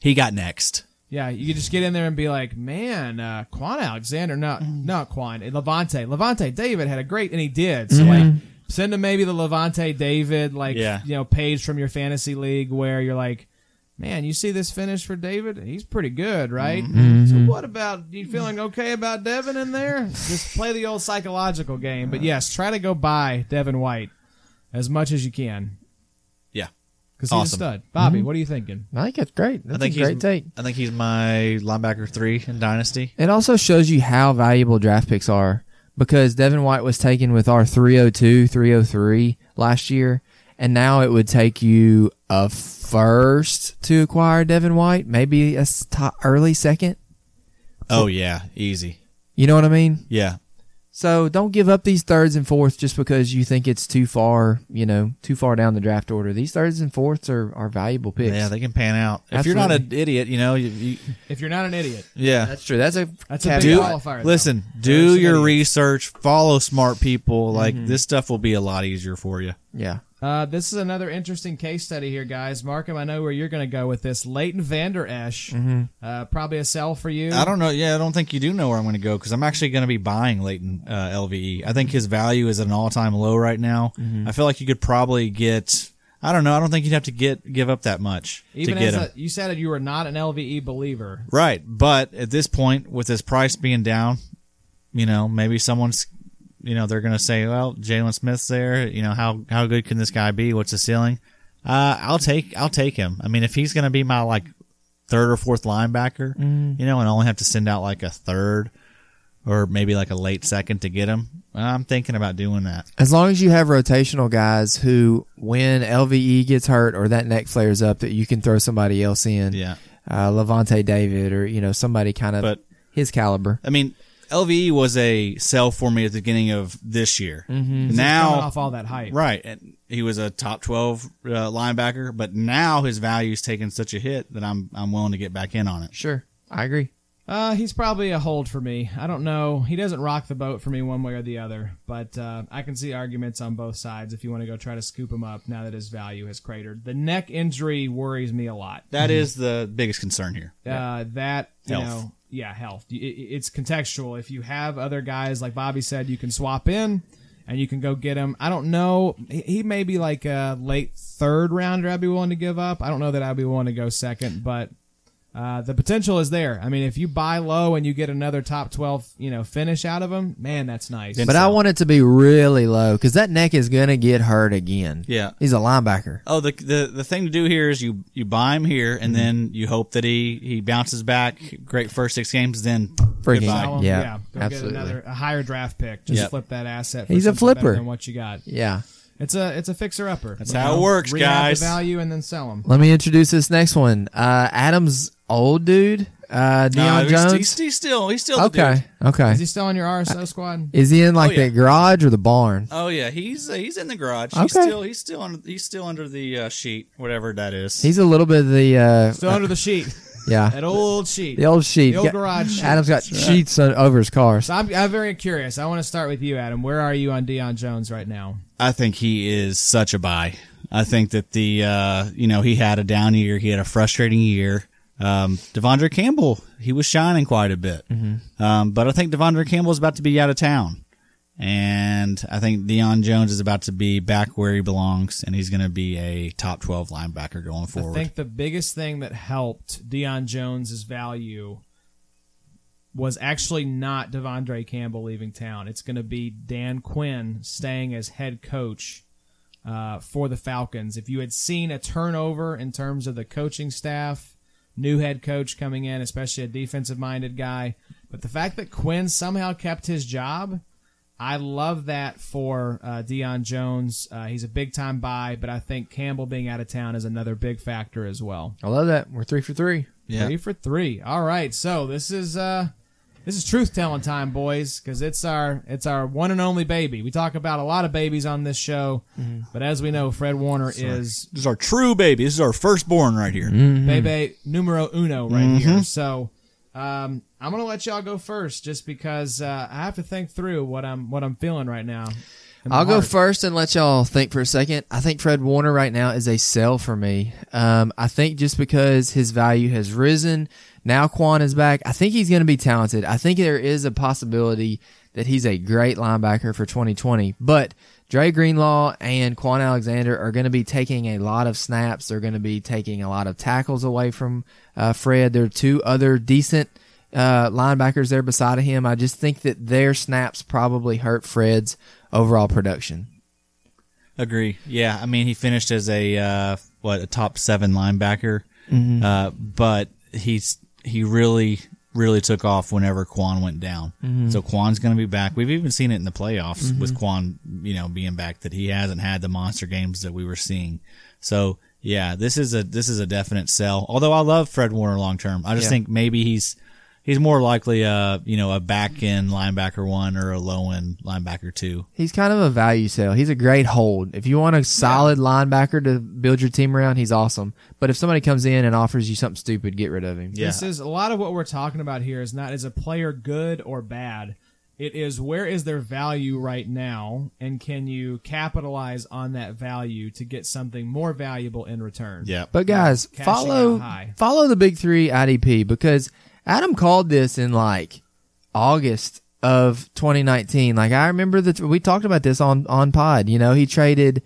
S3: he got next.
S2: Yeah, you could just get in there and be like, man, uh, Quan Alexander, not not Quan, eh, Levante, Levante David had a great, and he did. So like, send him maybe the Levante David like
S3: Yeah.
S2: you know page from your fantasy league where you're like, man, you see this finish for David, he's pretty good, right? So what about you feeling okay about Devin in there? Just play the old psychological game, but yes, try to go buy Devin White as much as you can
S3: Yeah.
S2: because he's a
S3: Awesome.
S2: stud. Bobby, what are you thinking?
S4: I think that's great. That's
S3: I think
S4: a great
S3: he's,
S4: take.
S3: I think he's my linebacker three in Dynasty.
S4: It also shows you how valuable draft picks are because Devin White was taken with our 302, 303 last year, and now it would take you a first to acquire Devin White, maybe a s- top, early second.
S3: Oh yeah, easy.
S4: You know what I mean?
S3: Yeah,
S4: So don't give up these thirds and fourths just because you think it's too far, you know, too far down the draft order. These thirds and fourths are, are valuable picks.
S3: yeah, they can pan out. If you're not an
S4: Absolutely.
S3: idiot, you know, you, you,
S2: If you're not an idiot,
S3: yeah.
S4: that's true. That's a
S2: That's a
S4: caveat.
S2: big
S3: Do
S2: qualifier, though.
S3: listen,
S2: There's
S3: do
S2: an
S3: your
S2: idiot.
S3: research, follow smart people. Like
S4: Mm-hmm.
S3: this stuff will be a lot easier for you.
S4: Yeah.
S2: Uh, this is another interesting case study here, guys. Markham, I know where you're going to go with this. Leighton Vander Esch, uh, probably a sell for you.
S3: Mm-hmm. I don't know. Yeah, I don't think you do know where I'm going to go because I'm actually going to be buying Leighton uh, LVE. I think his value is at an all time low right now.
S2: Mm-hmm.
S3: I feel like you could probably get. I don't know. I don't think you'd have to get give up that much
S2: Even
S3: to get
S2: as
S3: him.
S2: a, you said you were not an LVE believer.
S3: right, but at this point, with his price being down, you know, maybe someone's, you know, they're going to say, "Well, Jalen Smith's there. You know, how how good can this guy be? What's the ceiling?" Uh, I'll take I'll take him. I mean, if he's going to be my like third or fourth linebacker,
S2: Mm.
S3: you know, and only have to send out like a third or maybe like a late second to get him, I'm thinking about doing that.
S4: As long as you have rotational guys who, when LVE gets hurt or that neck flares up, that you can throw somebody else in.
S3: Yeah.
S4: Uh, Levante David or, you know, somebody kind of
S3: But-
S4: his caliber.
S3: I mean, LVE was a sell for me at the beginning of this year. Mm-hmm.
S2: Coming
S3: Now
S2: off all that hype.
S3: Right. And he was a top 12 uh, linebacker, but now his value's taken such a hit that I'm I'm willing to get back in on it.
S4: Sure. I agree.
S2: Uh, he's probably a hold for me. I don't know. He doesn't rock the boat for me one way or the other, but uh, I can see arguments on both sides if you want to go try to scoop him up now that his value has cratered. The neck injury worries me a lot.
S3: That is the biggest concern here.
S2: uh, that you
S3: Health.
S2: know yeah health Y- i- i- it's contextual if you have other guys like bobby said you can swap in and you can go get him i don't know he, he may be like a late third rounder i'd be willing to give up i don't know that i'd be willing to go second but uh, the potential is there i mean if you buy low and you get another top 12 you know finish out of him man that's nice
S4: But I want it to be really low because that neck is going to get hurt again.
S3: Yeah.
S4: He's a linebacker.
S3: Oh, the, the the thing to do here is you you buy him here, and then you hope that he he bounces back. Great first six games, then
S4: Freaking
S3: goodbye.
S2: Sell him.
S4: Yeah,
S2: go
S4: absolutely.
S2: get another a higher draft pick. Just
S3: Yep.
S2: flip that asset. For
S4: He's a
S2: something better
S4: flipper.
S2: than what you got.
S4: Yeah.
S2: It's a it's a fixer upper. That's
S3: how it works, guys.
S2: The value and then sell them.
S4: Let me introduce this next one. Uh, Adam's old dude, uh, Deion
S3: No, he's-
S4: Jones.
S3: He's, he's still he's still the
S4: okay,
S3: dude.
S4: okay.
S2: Is he still on your RSO squad?
S4: Is he in like
S3: Oh, yeah.
S4: the garage or the barn?
S3: Oh yeah, he's uh, he's in the garage. He's
S4: Okay.
S3: still he's still under he's still under the uh, sheet, whatever that is.
S4: He's a little bit of the uh,
S2: Still under the sheet.
S4: Yeah.
S2: That old sheet.
S4: The old sheet.
S2: The old
S4: Yeah.
S2: garage sheet.
S4: Adam's got sheets on, over his car.
S2: So I'm, I'm very curious. I want to start with you, Adam. Where are you on Deion Jones right now?
S3: I think he is such a buy. I think that the uh, you know he had a down year, he had a frustrating year. Um, Devondre Campbell, he was shining quite a bit, um, but I think Devondre Campbell's about to be out of town, and I think Deion Jones is about to be back where he belongs, and he's going to be a top twelve linebacker going
S2: I
S3: forward.
S2: think the biggest thing that helped Deion Jones' value was actually not Devondre Campbell leaving town. It's going to be Dan Quinn staying as head coach uh, for the Falcons. If you had seen a turnover in terms of the coaching staff, new head coach coming in, especially a defensive minded guy, but the fact that Quinn somehow kept his job. I love that for uh, Deion Jones. Uh, he's a big time buy, but I think Campbell being out of town is another big factor as well.
S4: I love that. We're three for three.
S3: Yeah.
S2: Three for three. All right, so this is uh, this is truth telling time, boys, because it's our it's our one and only baby. We talk about a lot of babies on this show, but as we know, Fred Warner is
S3: this is our true baby. This is our firstborn right here.
S2: baby numero uno right here. So um, I'm gonna let y'all go first, just because uh, I have to think through what I'm what I'm feeling right now. in my
S4: I'll go
S2: heart.
S4: first and let y'all think for a second. I think Fred Warner right now is a sell for me. Um, I think just because his value has risen, now Quan is back. I think he's going to be talented. I think there is a possibility that he's a great linebacker for 2020. But Dre Greenlaw and Quan Alexander are going to be taking a lot of snaps. They're going to be taking a lot of tackles away from uh, Fred. There are two other decent uh, linebackers there beside of him. I just think that their snaps probably hurt Fred's overall production.
S3: Agree. Yeah, I mean he finished as a uh, what a top seven linebacker, uh, but he's he really really took off whenever Quan went down. So Quan's going to be back. We've even seen it in the playoffs with Quan, you know, being back that he hasn't had the monster games that we were seeing. So yeah, this is a this is a definite sell. Although I love Fred Warner long term, I just
S4: Yeah.
S3: think maybe he's. He's more likely a you know a back end linebacker one or a low end linebacker two.
S4: He's kind of a value sell. He's a great hold. If you want a solid linebacker to build your team around, he's awesome. But if somebody comes in and offers you something stupid, get rid of him.
S3: Yeah.
S2: This is a lot of what we're talking about here is not is a player good or bad. It is where is their value right now, and can you capitalize on that value to get something more valuable in return?
S3: Yeah,
S4: But guys,
S2: Cashing out
S4: follow
S2: high.
S4: follow the big three IDP because Adam called this in like August of 2019. Like I remember that we talked about this on on pod. You know, he traded.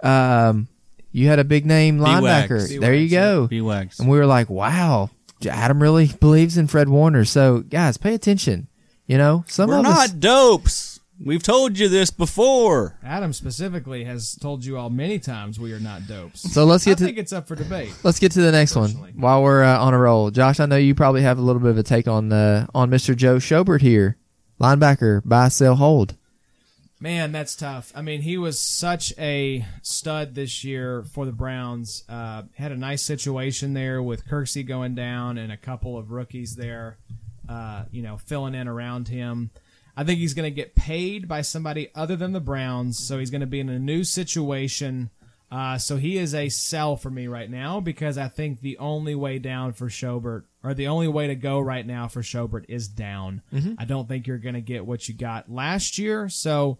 S4: Um, you had a big name
S3: B-Wax.
S4: linebacker. There you go.
S3: B Wags.
S4: And we were like, wow, Adam really believes in Fred Warner. So, guys, pay attention. You know, some
S3: We're
S4: of
S3: not
S4: us.
S3: dopes. We've told you this before.
S2: Adam specifically has told you all many times we are not dopes.
S4: So let's
S2: I
S4: get to
S2: think it's up for debate.
S4: let's get to the next one
S2: Personally.
S4: while we're uh, on a roll. Josh, I know you probably have a little bit of a take on uh, on Mr. Joe Schobert here, linebacker, buy, sell, hold.
S2: Man, that's tough. I mean, he was such a stud this year for the Browns. Uh, had a nice situation there with Kirksey going down and a couple of rookies there, uh, you know, filling in around him. I think he's going to get paid by somebody other than the Browns, so he's going to be in a new situation. Uh, so he is a sell for me right now because I think the only way down for Schobert, or the only way to go right now for Schobert, is down. I don't think you're going to get what you got last year. So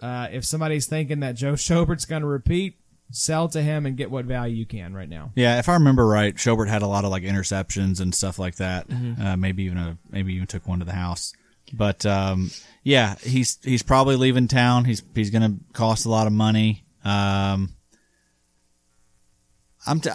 S2: uh, if somebody's thinking that Joe Schobert's going to repeat, sell to him and get what value you can right now.
S3: Yeah, if I remember right, Schobert had a lot of like interceptions and stuff like that. Uh, maybe even a maybe even took one to the house. But um, yeah, he's he's probably leaving town. He's he's going to cost a lot of money. Um, I'm t-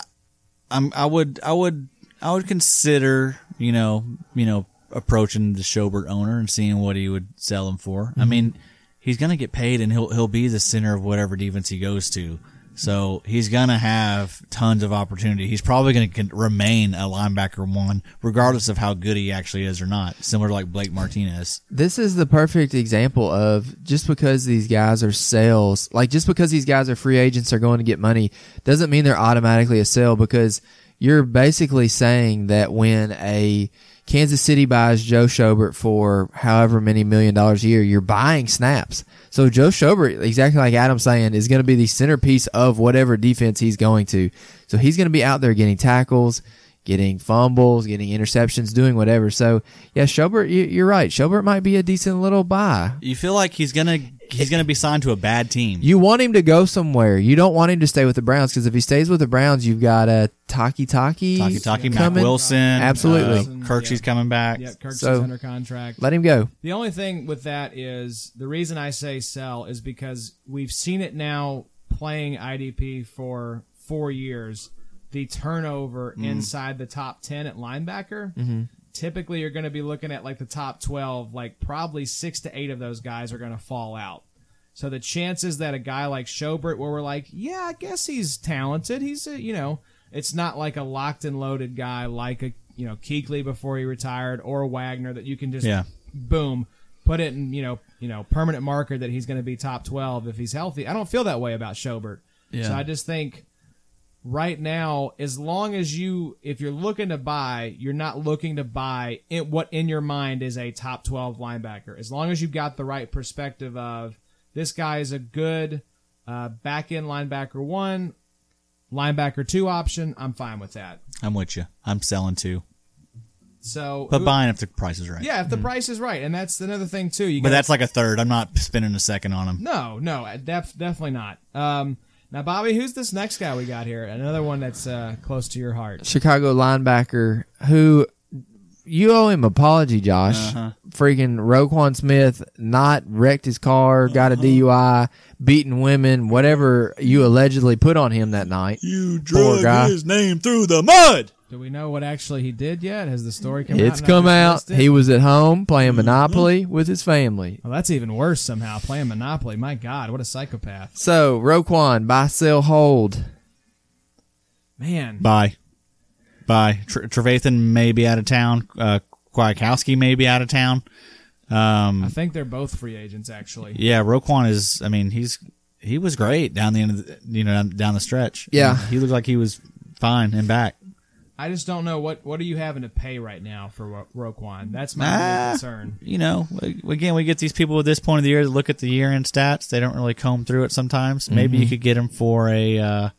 S3: I'm I would I would I would consider you know you know approaching the Schobert owner and seeing what he would sell him for.
S4: Mm-hmm.
S3: I mean, he's gonna get paid and he'll he'll be the center of whatever defense he goes to. So he's gonna have tons of opportunity. He's probably gonna con- remain a linebacker one, regardless of how good he actually is or not. Similar to like Blake Martinez.
S4: This is the perfect example of just because these guys are sales, like just because these guys are free agents are going to get money, doesn't mean they're automatically a sale because you're basically saying that when a Kansas City buys Joe Schobert for however many million dollars a year, you're buying snaps. So Joe Schobert, exactly like Adam's saying, is going to be the centerpiece of whatever defense he's going to. So he's going to be out there getting tackles getting fumbles, getting interceptions, doing whatever. So yeah, Schobert, you, you're right. Schobert might be a decent little buy.
S3: You feel like he's gonna he's gonna be signed to a bad team.
S4: You want him to go somewhere. You don't want him to stay with the Browns because if he stays with the Browns, you've got a Taki Taki,
S3: Taki Taki, Mac
S4: coming.
S3: Wilson,
S4: Absolutely.
S3: uh, Kirksey's coming back.
S2: Yep, Kirksey's
S4: So-
S2: under contract.
S4: Let him go.
S2: The only thing with that is the reason I say sell is because we've seen it now playing IDP for four years. The turnover
S4: Mm.
S2: inside the top 10 at linebacker.
S4: Mm-hmm.
S2: Typically, you're going to be looking at like the top 12, like probably six to eight of those guys are going to fall out. So the chances that a guy like Schobert, where we're like, yeah, I guess he's talented. He's a, you know, it's not like a locked and loaded guy like a you know Keekly before he retired or Wagner that you can just
S3: Yeah.
S2: boom put it in you know you know permanent marker that he's going to be top twelve if he's healthy. I don't feel that way about Schobert. So I just think right now, as long as you if you're looking to buy, you're not looking to buy in, what in your mind is a top twelve linebacker. As long as you've got the right perspective of this guy is a good uh, back end linebacker one, linebacker two option, I'm fine with that.
S3: I'm with you. I'm selling too,
S2: So,
S3: but
S2: who-
S3: buying if the price is right.
S2: yeah, if the price is right, and that's another thing too. You
S3: But
S2: gotta-
S3: that's like a third. I'm not spending a second on him.
S2: no, no, uh, def- definitely not. Um, now, Bobby, who's this next guy we got here? Another one that's uh, close to your heart.
S4: Chicago linebacker who you owe him apology, Josh.
S3: Uh-huh.
S4: Freaking Roquan Smith not wrecked his car, got a
S3: Uh-huh.
S4: DUI, beaten women, whatever you allegedly put on him that night.
S3: You
S4: drug guy. his
S3: name through the mud.
S2: Do we know what actually he did yet? Has the story come out?
S4: It's
S2: and
S4: come
S2: I've
S4: out.
S2: missed it? Mm-hmm.
S4: He was at home playing Monopoly with his family.
S2: Well, that's even worse somehow. Playing Monopoly. My God, what a psychopath.
S4: So Roquan, buy, sell, hold.
S2: Man.
S3: Bye, bye. Tr- Trevathan may be out of town. Uh, Kwiatkowski may be out of town. Um,
S2: I think they're both free agents, actually.
S3: Yeah, Roquan is. I mean, he's he was great down the end of the, you know down, down the stretch.
S4: Yeah.
S3: he looked like he was fine and back.
S2: I just don't know what what are you having to pay right now for Ro- Roquan. That's my
S3: Ah.
S2: only concern.
S3: You know, again, we get these people at this point of the year that look at the year end stats. They don't really comb through it sometimes. Maybe you could get him for a. Uh,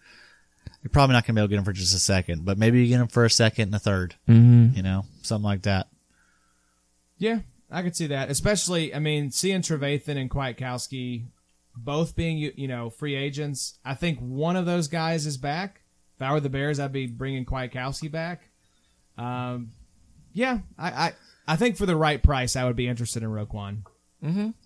S3: you're probably not gonna be able to get him for just a second, but maybe you get him for a second and a 3rd Mm-hmm. You know, something like that.
S2: Yeah, I could see that. Especially, I mean, seeing Trevathan and Kwiatkowski both being you you know free agents. I think one of those guys is back. If I were the Bears, I'd be bringing Kwiatkowski back. Um, yeah, I, I I think for the right price, I would be interested in Roquan.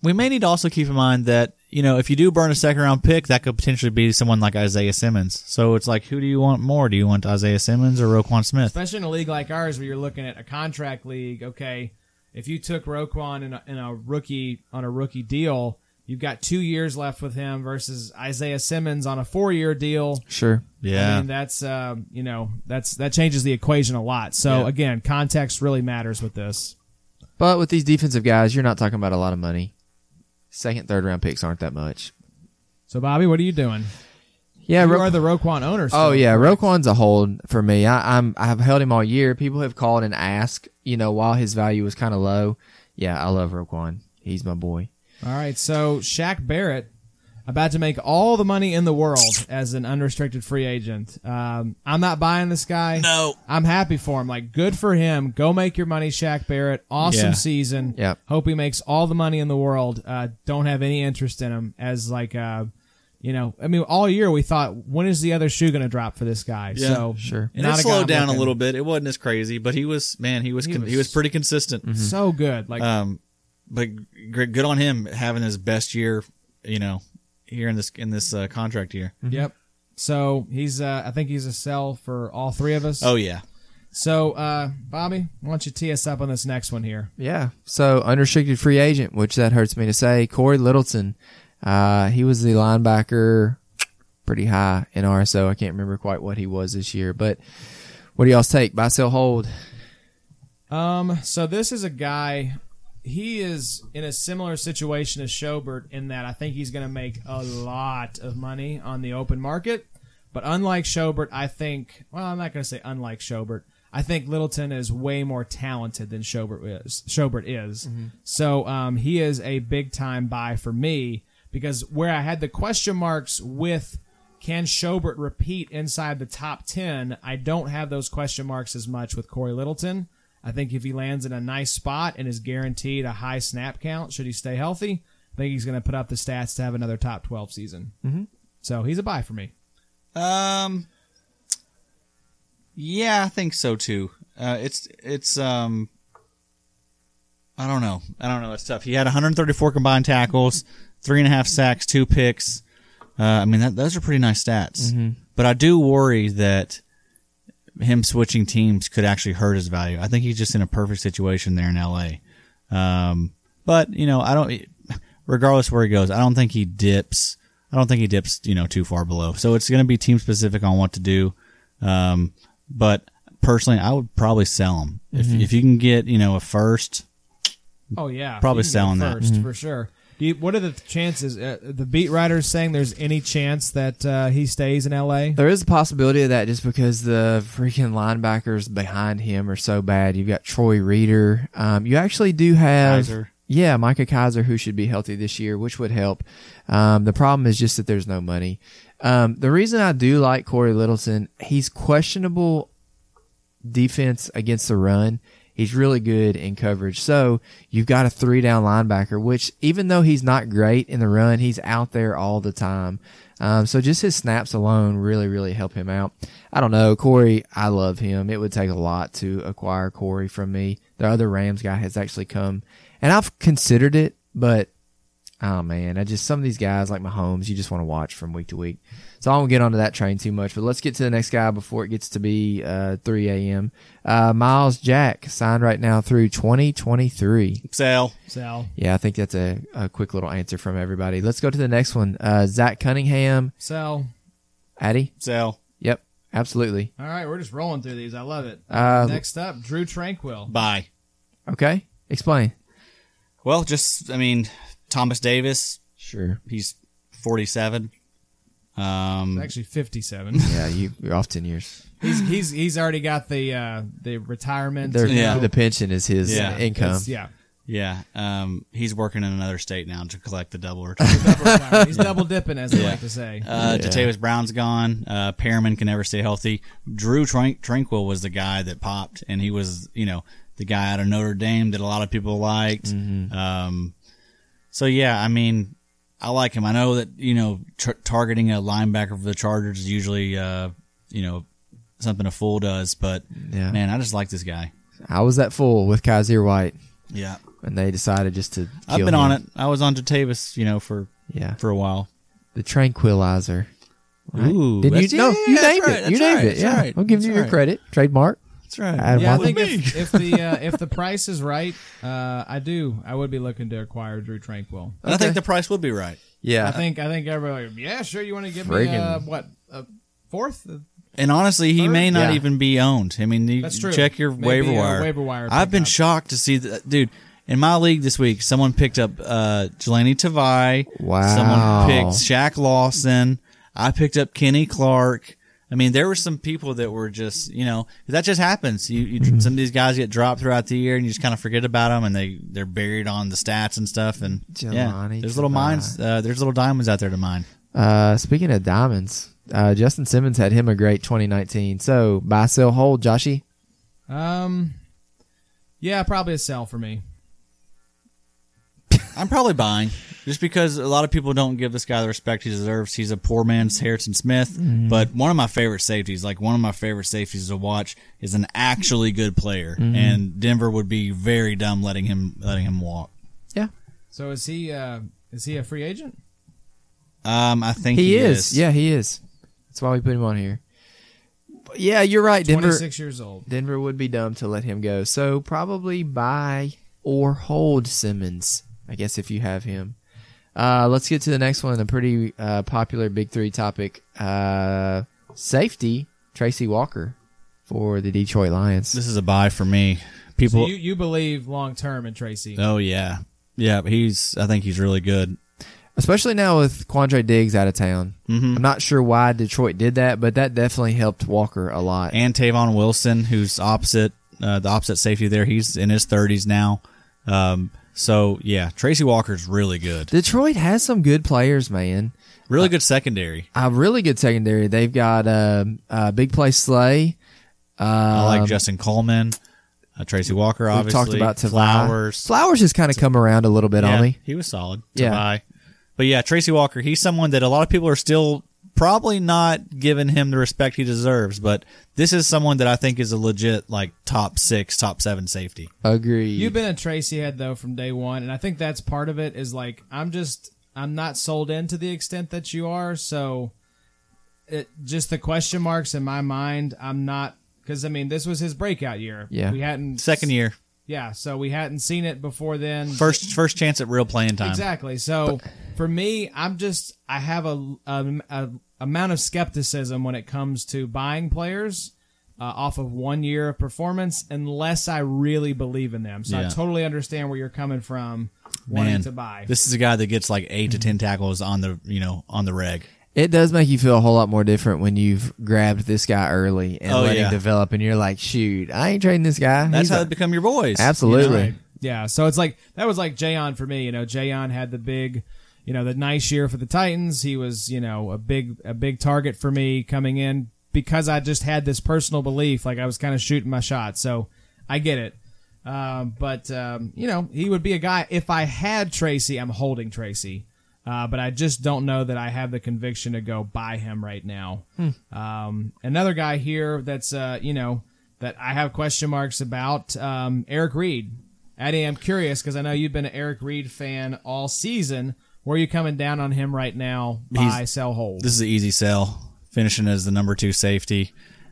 S3: we may need to also keep in mind that you know if you do burn a second round pick, that could potentially be someone like Isaiah Simmons. So it's like, who do you want more? Do you want Isaiah Simmons or Roquan Smith?
S2: especially in a league like ours where you're looking at a contract league. Okay, if you took Roquan in a, in a rookie on a rookie deal, you've got two years left with him versus Isaiah Simmons on a four year deal.
S4: Sure.
S2: I
S3: Yeah,
S2: mean, that's um, you know that's that changes the equation a lot. So
S3: Yeah.
S2: again, context really matters with this.
S4: But with these defensive guys, you're not talking about a lot of money. Second, third round picks aren't that much.
S2: So Bobby, what are you doing?
S4: Yeah,
S2: you
S4: Roquan-
S2: are the Roquan owner. still.
S4: Oh yeah, Roquan's a hold for me. I, I'm I've held him all year. People have called and asked, you know, while his value was kind of low. Yeah, I love Roquan. He's my boy.
S2: All right, so Shaq Barrett about to make all the money in the world as an unrestricted free agent. Um, I'm not buying this guy.
S3: No.
S2: I'm happy for him. Like, good for him. Go make your money, Shaq Barrett. Awesome
S3: Yeah.
S2: season.
S4: Yep.
S2: Hope he makes all the money in the world. Uh, don't have any interest in him as like, uh, you know, I mean, all year we thought, when is the other shoe going to drop for this guy?
S3: Yeah,
S2: so
S4: sure.
S3: and
S2: not
S3: it
S2: a guy I'm
S3: slowed down a
S2: looking-
S3: little bit. It wasn't as crazy, but he was man. He was con- he was, Mm-hmm.
S2: was-
S3: pretty consistent.
S2: So good. Like,
S3: Um, but gr- good on him having his best year. You know, here in this in this uh, contract year.
S4: Uh-huh.
S2: yep. So he's, uh, I think he's a sell for all three of us.
S3: Oh yeah,
S2: So, uh, Bobby, why don't you tee us up on this next one here?
S4: Yeah. So unrestricted free agent, which that hurts me to say, Corey Littleton. Uh, he was the linebacker, pretty high in RSO. I can't remember quite what he was this year, but what do y'all's take? Buy, sell, hold.
S2: Um, so this is a guy. He is in a similar situation as Schobert in that I think he's going to make a lot of money on the open market. But unlike Schobert, I think. Well, I'm not going to say unlike Schobert. I think Littleton is way more talented than Schobert is. Schobert is. So um, he is a big time buy for me because where I had the question marks with Can Schobert repeat inside the top 10? I don't have those question marks as much with Corey Littleton. I think if he lands in a nice spot and is guaranteed a high snap count, should he stay healthy, I think he's going to put up the stats to have another top 12 season. Mm-hmm. So he's a buy for me.
S3: Um, yeah, I think so too. Uh, it's it's um, I don't know. I don't know. It's tough. He had 134 combined tackles, three and a half sacks, two picks. Uh, I mean, that, those are pretty nice stats. But I do worry that him switching teams could actually hurt his value. I think he's just in a perfect situation there in LA. Um, but you know, I don't. Regardless where he goes, I don't think he dips. I don't think he dips. You know, too far below. So it's going to be team specific on what to do. Um, but personally, I would probably sell him if if you can get you know a first.
S2: Oh yeah,
S3: Probably
S2: You can go
S3: selling that. Mm-hmm.
S2: first for sure. Do you, what are the chances? Uh, the beat writers saying there's any chance that uh, he stays in L.A.
S4: There is a possibility of that just because the freaking linebackers behind him are so bad. You've got Troy Reader. Um, you actually do have.
S3: Kaiser.
S4: Yeah, Micah Kaiser, who should be healthy this year, which would help. Um, the problem is just that there's no money. Um, the reason I do like Corey Littleton, he's questionable defense against the run. He's really good in coverage. So you've got a three down linebacker, which even though he's not great in the run, he's out there all the time. Um, so just his snaps alone really, really help him out. I don't know. Corey, I love him. It would take a lot to acquire Corey from me. The other Rams guy has actually come and I've considered it, but oh man, I just, some of these guys like Mahomes, you just want to watch from week to week. So I won't get onto that train too much, but let's get to the next guy before it gets to be uh, 3 a.m. Uh, Miles Jack signed right now through 2023.
S3: Sell.
S2: Sell,
S4: Yeah, I think that's a, a quick little answer from everybody. Let's go to the next one. Uh, Zach Cunningham,
S2: sell.
S4: Addy.
S3: Sell.
S4: Yep, absolutely.
S2: All right, we're just rolling through these. I love it.
S4: Uh,
S2: Next up, Drew Tranquil.
S3: Bye.
S4: Okay, explain.
S3: Well, just I mean, Thomas Davis.
S4: Sure.
S3: He's 47.
S4: Mm.
S3: Um,
S2: Actually, fifty-seven.
S4: Yeah, you, you're off 10 years.
S2: he's he's he's already got the uh, the retirement.
S4: Their,
S3: Yeah.
S4: The pension is his
S3: Yeah.
S4: income.
S2: It's- yeah,
S3: yeah. Um, he's working in another state now to collect the double return.
S2: double retirement. he's double dipping, as they like to say.
S3: Uh, Jatavis Brown's gone. Uh, Perriman can never stay healthy. Drew Tran- Tranquil was the guy that popped, and he was, you know, the guy out of Notre Dame that a lot of people liked.
S4: Mm-hmm.
S3: Um, so yeah, I mean, I like him. I know that you know tr- targeting a linebacker for the Chargers is usually, uh, you know, something a fool does, but
S4: Yeah.
S3: man, I just like this guy.
S4: I was that fool with Kaiser White,
S3: Yeah,
S4: and they decided just to. Kill
S3: I've been
S4: him.
S3: on it. I was on Jatavis, you know, for
S4: Yeah,
S3: for a while.
S4: the tranquilizer. Right?
S3: Ooh,
S4: Did you?
S3: that's-
S4: No,
S3: yeah,
S4: you
S3: yeah, that's
S4: named
S3: right,
S4: it. You
S3: that's
S4: named
S3: right,
S4: it.
S3: that's
S4: Yeah,
S3: right,
S4: I'll give
S3: that's
S4: you your
S3: right.
S4: credit. Trademark.
S3: That's right.
S4: Adam
S2: Yeah, I
S4: Watham.
S2: think if, if the uh, if the price is right, uh, I do. I would be looking to acquire Drew Tranquil.
S3: And I think the price would be right.
S4: Yeah,
S2: I think I think everybody. Yeah, sure. You want to give me
S4: Uh, Friggin-
S2: uh, what a fourth?
S3: And honestly, he may not
S4: Yeah.
S3: even be owned. I mean, you
S2: That's true.
S3: check your
S2: Maybe
S3: waiver
S2: a
S3: wire.
S2: waiver wire
S3: I've been
S2: pickup.
S3: shocked to see that, dude. In my league this week, someone picked up uh, Jelani Tavai.
S4: Wow.
S3: Someone picked Shaq Lawson. I picked up Kenny Clark. I mean, there were some people that were just, you know, that just happens. You, you
S4: Mm-hmm.
S3: some of these guys get dropped throughout the year, and you just kind of forget about them, and they they're buried on the stats and stuff. And yeah,
S4: Jelani
S3: there's little
S4: Tavai.
S3: mines. Uh, there's little diamonds out there to mine.
S4: Uh, speaking of diamonds, uh, Justin Simmons had him a great 2019. So buy, sell, hold, Joshy.
S2: Um, yeah, probably a sell for me.
S3: I'm probably buying just because a lot of people don't give this guy the respect he deserves. He's a poor man's Harrison Smith,
S4: Mm-hmm.
S3: but one of my favorite safeties, like one of my favorite safeties to watch, is an actually good player,
S4: Mm-hmm.
S3: and Denver would be very dumb letting him letting him walk.
S4: Yeah,
S2: So is he uh, is he a free agent?
S3: Um, I think
S4: he,
S3: he,
S4: is. Yeah, he is. That's why we put him on here. But yeah, you're right.
S2: Twenty
S4: Denver.
S2: six years old.
S4: Denver would be dumb to let him go. So probably buy or hold Simmons, I guess, if you have him. Uh, let's get to the next one, a pretty uh, popular Big Three topic. Uh, safety, Tracy Walker for the Detroit Lions.
S3: This is a buy for me. People,
S2: So you you believe long term in Tracy?
S3: oh yeah, yeah. He's I think he's really good.
S4: Especially now with Quandre Diggs out of town.
S3: Mm-hmm.
S4: I'm not sure why Detroit did that, but that definitely helped Walker a lot.
S3: and Tavon Wilson, who's opposite uh, the opposite safety there. He's in his thirties now. Um, So yeah, Tracy Walker's really good.
S4: Detroit has some good players, man.
S3: Really good secondary.
S4: A really good secondary. They've got uh, uh, big play Slay.
S3: I like Justin Coleman, uh, Tracy Walker.
S4: Um, We've
S3: Obviously,
S4: talked about Tavai.
S3: Flowers.
S4: Flowers has kind of come around a little bit
S3: Yeah,
S4: on me.
S3: he was solid.
S4: Yeah.
S3: Tavai. But yeah, Tracy Walker. He's someone that a lot of people are still probably not giving him the respect he deserves. But this is someone that I think is a legit like top six, top seven safety.
S4: Agreed.
S2: You've been a Tracy head though from day one, and I think that's part of it. Is like I'm just I'm not sold in to the extent that you are. So, it just the question marks in my mind. I'm not because I mean this was his breakout year.
S4: Yeah.
S2: we hadn't
S3: Second year,
S2: Yeah, so we hadn't seen it before then.
S3: first first chance at real playing time.
S2: Exactly. So for me, I'm just I have a, a, a amount of skepticism when it comes to buying players uh, off of one year of performance, unless I really believe in them. So I
S3: Yeah.
S2: totally understand where you're coming from wanting
S3: Man,
S2: to buy.
S3: this is a guy that gets like eight to
S4: Mm-hmm.
S3: ten tackles on the you know on the reg.
S4: It does make you feel a whole lot more different when you've grabbed this guy early and
S3: Oh,
S4: let
S3: yeah.
S4: him develop, and you're like, shoot, I ain't trading this guy.
S3: That's
S4: He's
S3: how
S4: a-
S3: they become your boys.
S4: absolutely.
S2: Right. Yeah. So it's like that was like Jayon for me. You know, Jayon had the big, you know, the nice year for the Titans. He was, you know, a big a big target for me coming in because I just had this personal belief, like I was kind of shooting my shot. So I get it. Um, but um, you know, he would be a guy if I had Tracy. I'm holding Tracy. Uh, but I just don't know that I have the conviction to go buy him right now. Um, another guy here that's uh, you know that I have question marks about um, Eric Reed. Eddie, I'm curious because I know you've been an Eric Reed fan all season. Where are you coming down on him right now? Buy,
S3: He's-
S2: sell, hold.
S3: This is an easy sell. Finishing as the number two safety.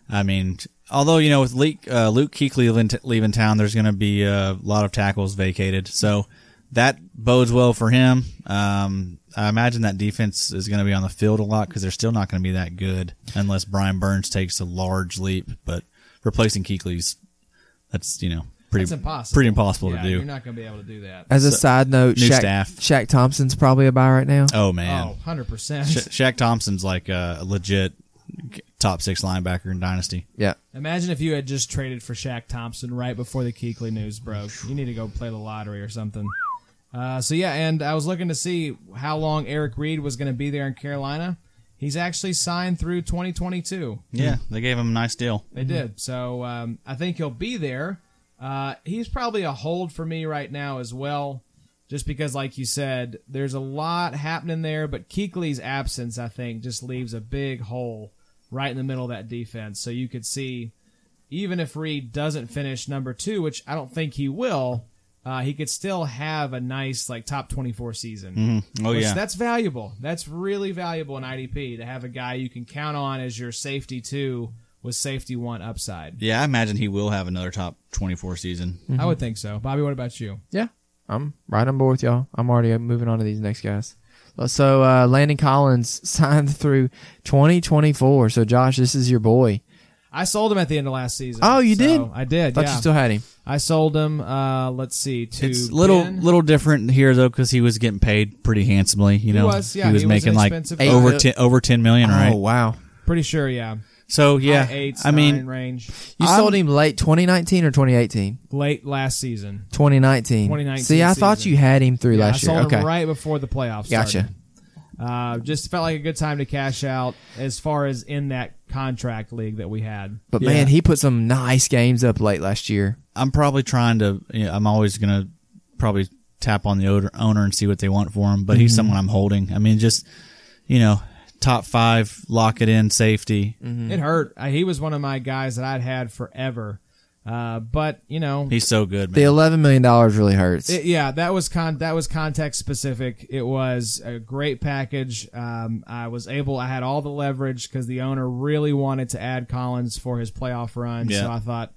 S3: I mean, t- although you know with Luke, uh, Luke Kuechly leaving, t- leaving town, there's going to be a lot of tackles vacated. So that bodes well for him. Um, I imagine that defense is going to be on the field a lot because they're still not going to be that good unless Brian Burns takes a large leap. But replacing Keekly's, that's you know pretty
S2: That's impossible.
S3: pretty impossible
S2: Yeah,
S3: to do.
S2: You're not going to be able to do that.
S4: As a side note,
S3: new
S4: Shaq,
S3: staff.
S4: Shaq Thompson's probably a buy right now.
S3: oh man,
S2: Oh, 100%.
S3: Sha- Shaq Thompson's like a legit top six linebacker in Dynasty.
S4: Yeah.
S2: Imagine if you had just traded for Shaq Thompson right before the Keekly news broke. You need to go play the lottery or something. Uh, so yeah, and I was looking to see how long Eric Reed was going to be there in Carolina. He's actually signed through 2022.
S3: Yeah, they gave him a nice deal.
S2: They did. So um, I think he'll be there. Uh, he's probably a hold for me right now as well, just because, like you said, there's a lot happening there. But Keekley's absence, I think, just leaves a big hole right in the middle of that defense. So you could see, even if Reed doesn't finish number two, which I don't think he will, uh, he could still have a nice like top 24 season.
S3: Oh
S2: Which
S3: yeah,
S2: that's valuable. That's really valuable in IDP to have a guy you can count on as your safety two with safety one upside.
S3: yeah. I imagine he will have another top twenty-four season.
S2: I would think so. Bobby, what about you?
S4: Yeah. I'm right on board with y'all. I'm already uh, moving on to these next guys. So, uh, Landon Collins signed through 2024. So, Josh, this is your boy.
S2: I sold him at the end of last season.
S4: Oh, you
S2: So,
S4: did?
S2: I did.
S4: Thought
S2: yeah.
S4: you still had him.
S2: I sold him. Uh, let's see. To
S3: It's little
S2: Ben.
S3: little different here though because he was getting paid pretty handsomely. You know,
S2: was, yeah, he was
S3: making
S2: an
S3: like
S2: expensive guy.
S3: over
S4: Eight-
S3: ten over ten million, right?
S4: Oh, wow.
S2: Pretty sure, yeah.
S3: So yeah,
S2: High eights,
S3: I
S2: nine
S3: mean,
S2: range.
S4: You sold him late 2019 or 2018?
S2: Late last season.
S4: 2019.
S2: 2019
S4: See, I thought
S2: season.
S4: you had him through
S2: Yeah, I
S4: last year.
S2: sold
S4: Okay.
S2: him right before the playoffs.
S4: Gotcha.
S2: started. Uh, just felt like a good time to cash out as far as in that contract league that we had.
S4: But
S3: Yeah.
S4: man, he put some nice games up late last year.
S3: I'm probably trying to. You know, I'm always gonna probably tap on the owner, owner and see what they want for him. But
S2: Mm-hmm.
S3: he's someone I'm holding. I mean, just you know, top five, lock it in, safety.
S2: It hurt. Uh, he was one of my guys that I'd had forever. Uh, but you know,
S3: He's so good,
S4: The
S3: man.
S4: eleven million dollars really hurts.
S2: it- yeah, that was con that was context specific. It was a great package. Um, I was able. I had all the leverage because the owner really wanted to add Collins for his playoff run. So
S3: Yeah.
S2: I thought,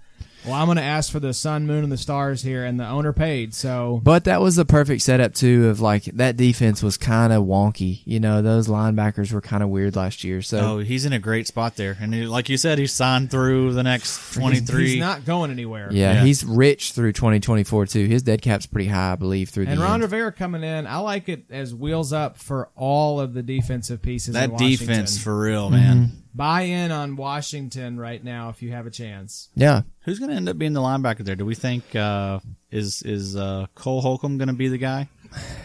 S2: well, I'm going to ask for the sun, moon, and the stars here, and the owner paid. So
S4: but that was the perfect setup too. Of like that defense was kind of wonky. You know, those linebackers were kind of weird last year. So
S3: Oh, he's in a great spot there, and he, like you said, he's signed through the next twenty
S2: he's
S3: three.
S2: not going anywhere.
S4: yeah,
S3: Yeah.
S4: he's rich through twenty twenty four too. His dead cap's pretty high, I believe. Through
S2: And
S4: the
S2: Ron
S4: end.
S2: Rivera coming in, I like it as wheels up for all of the defensive pieces. in
S3: That
S2: Washington. Mm-hmm.
S3: defense for real, man.
S2: Buy in on Washington right now if you have a chance.
S4: Yeah.
S3: Who's going to end up being the linebacker there? Do we think uh, is is uh, Cole Holcomb going to be the guy?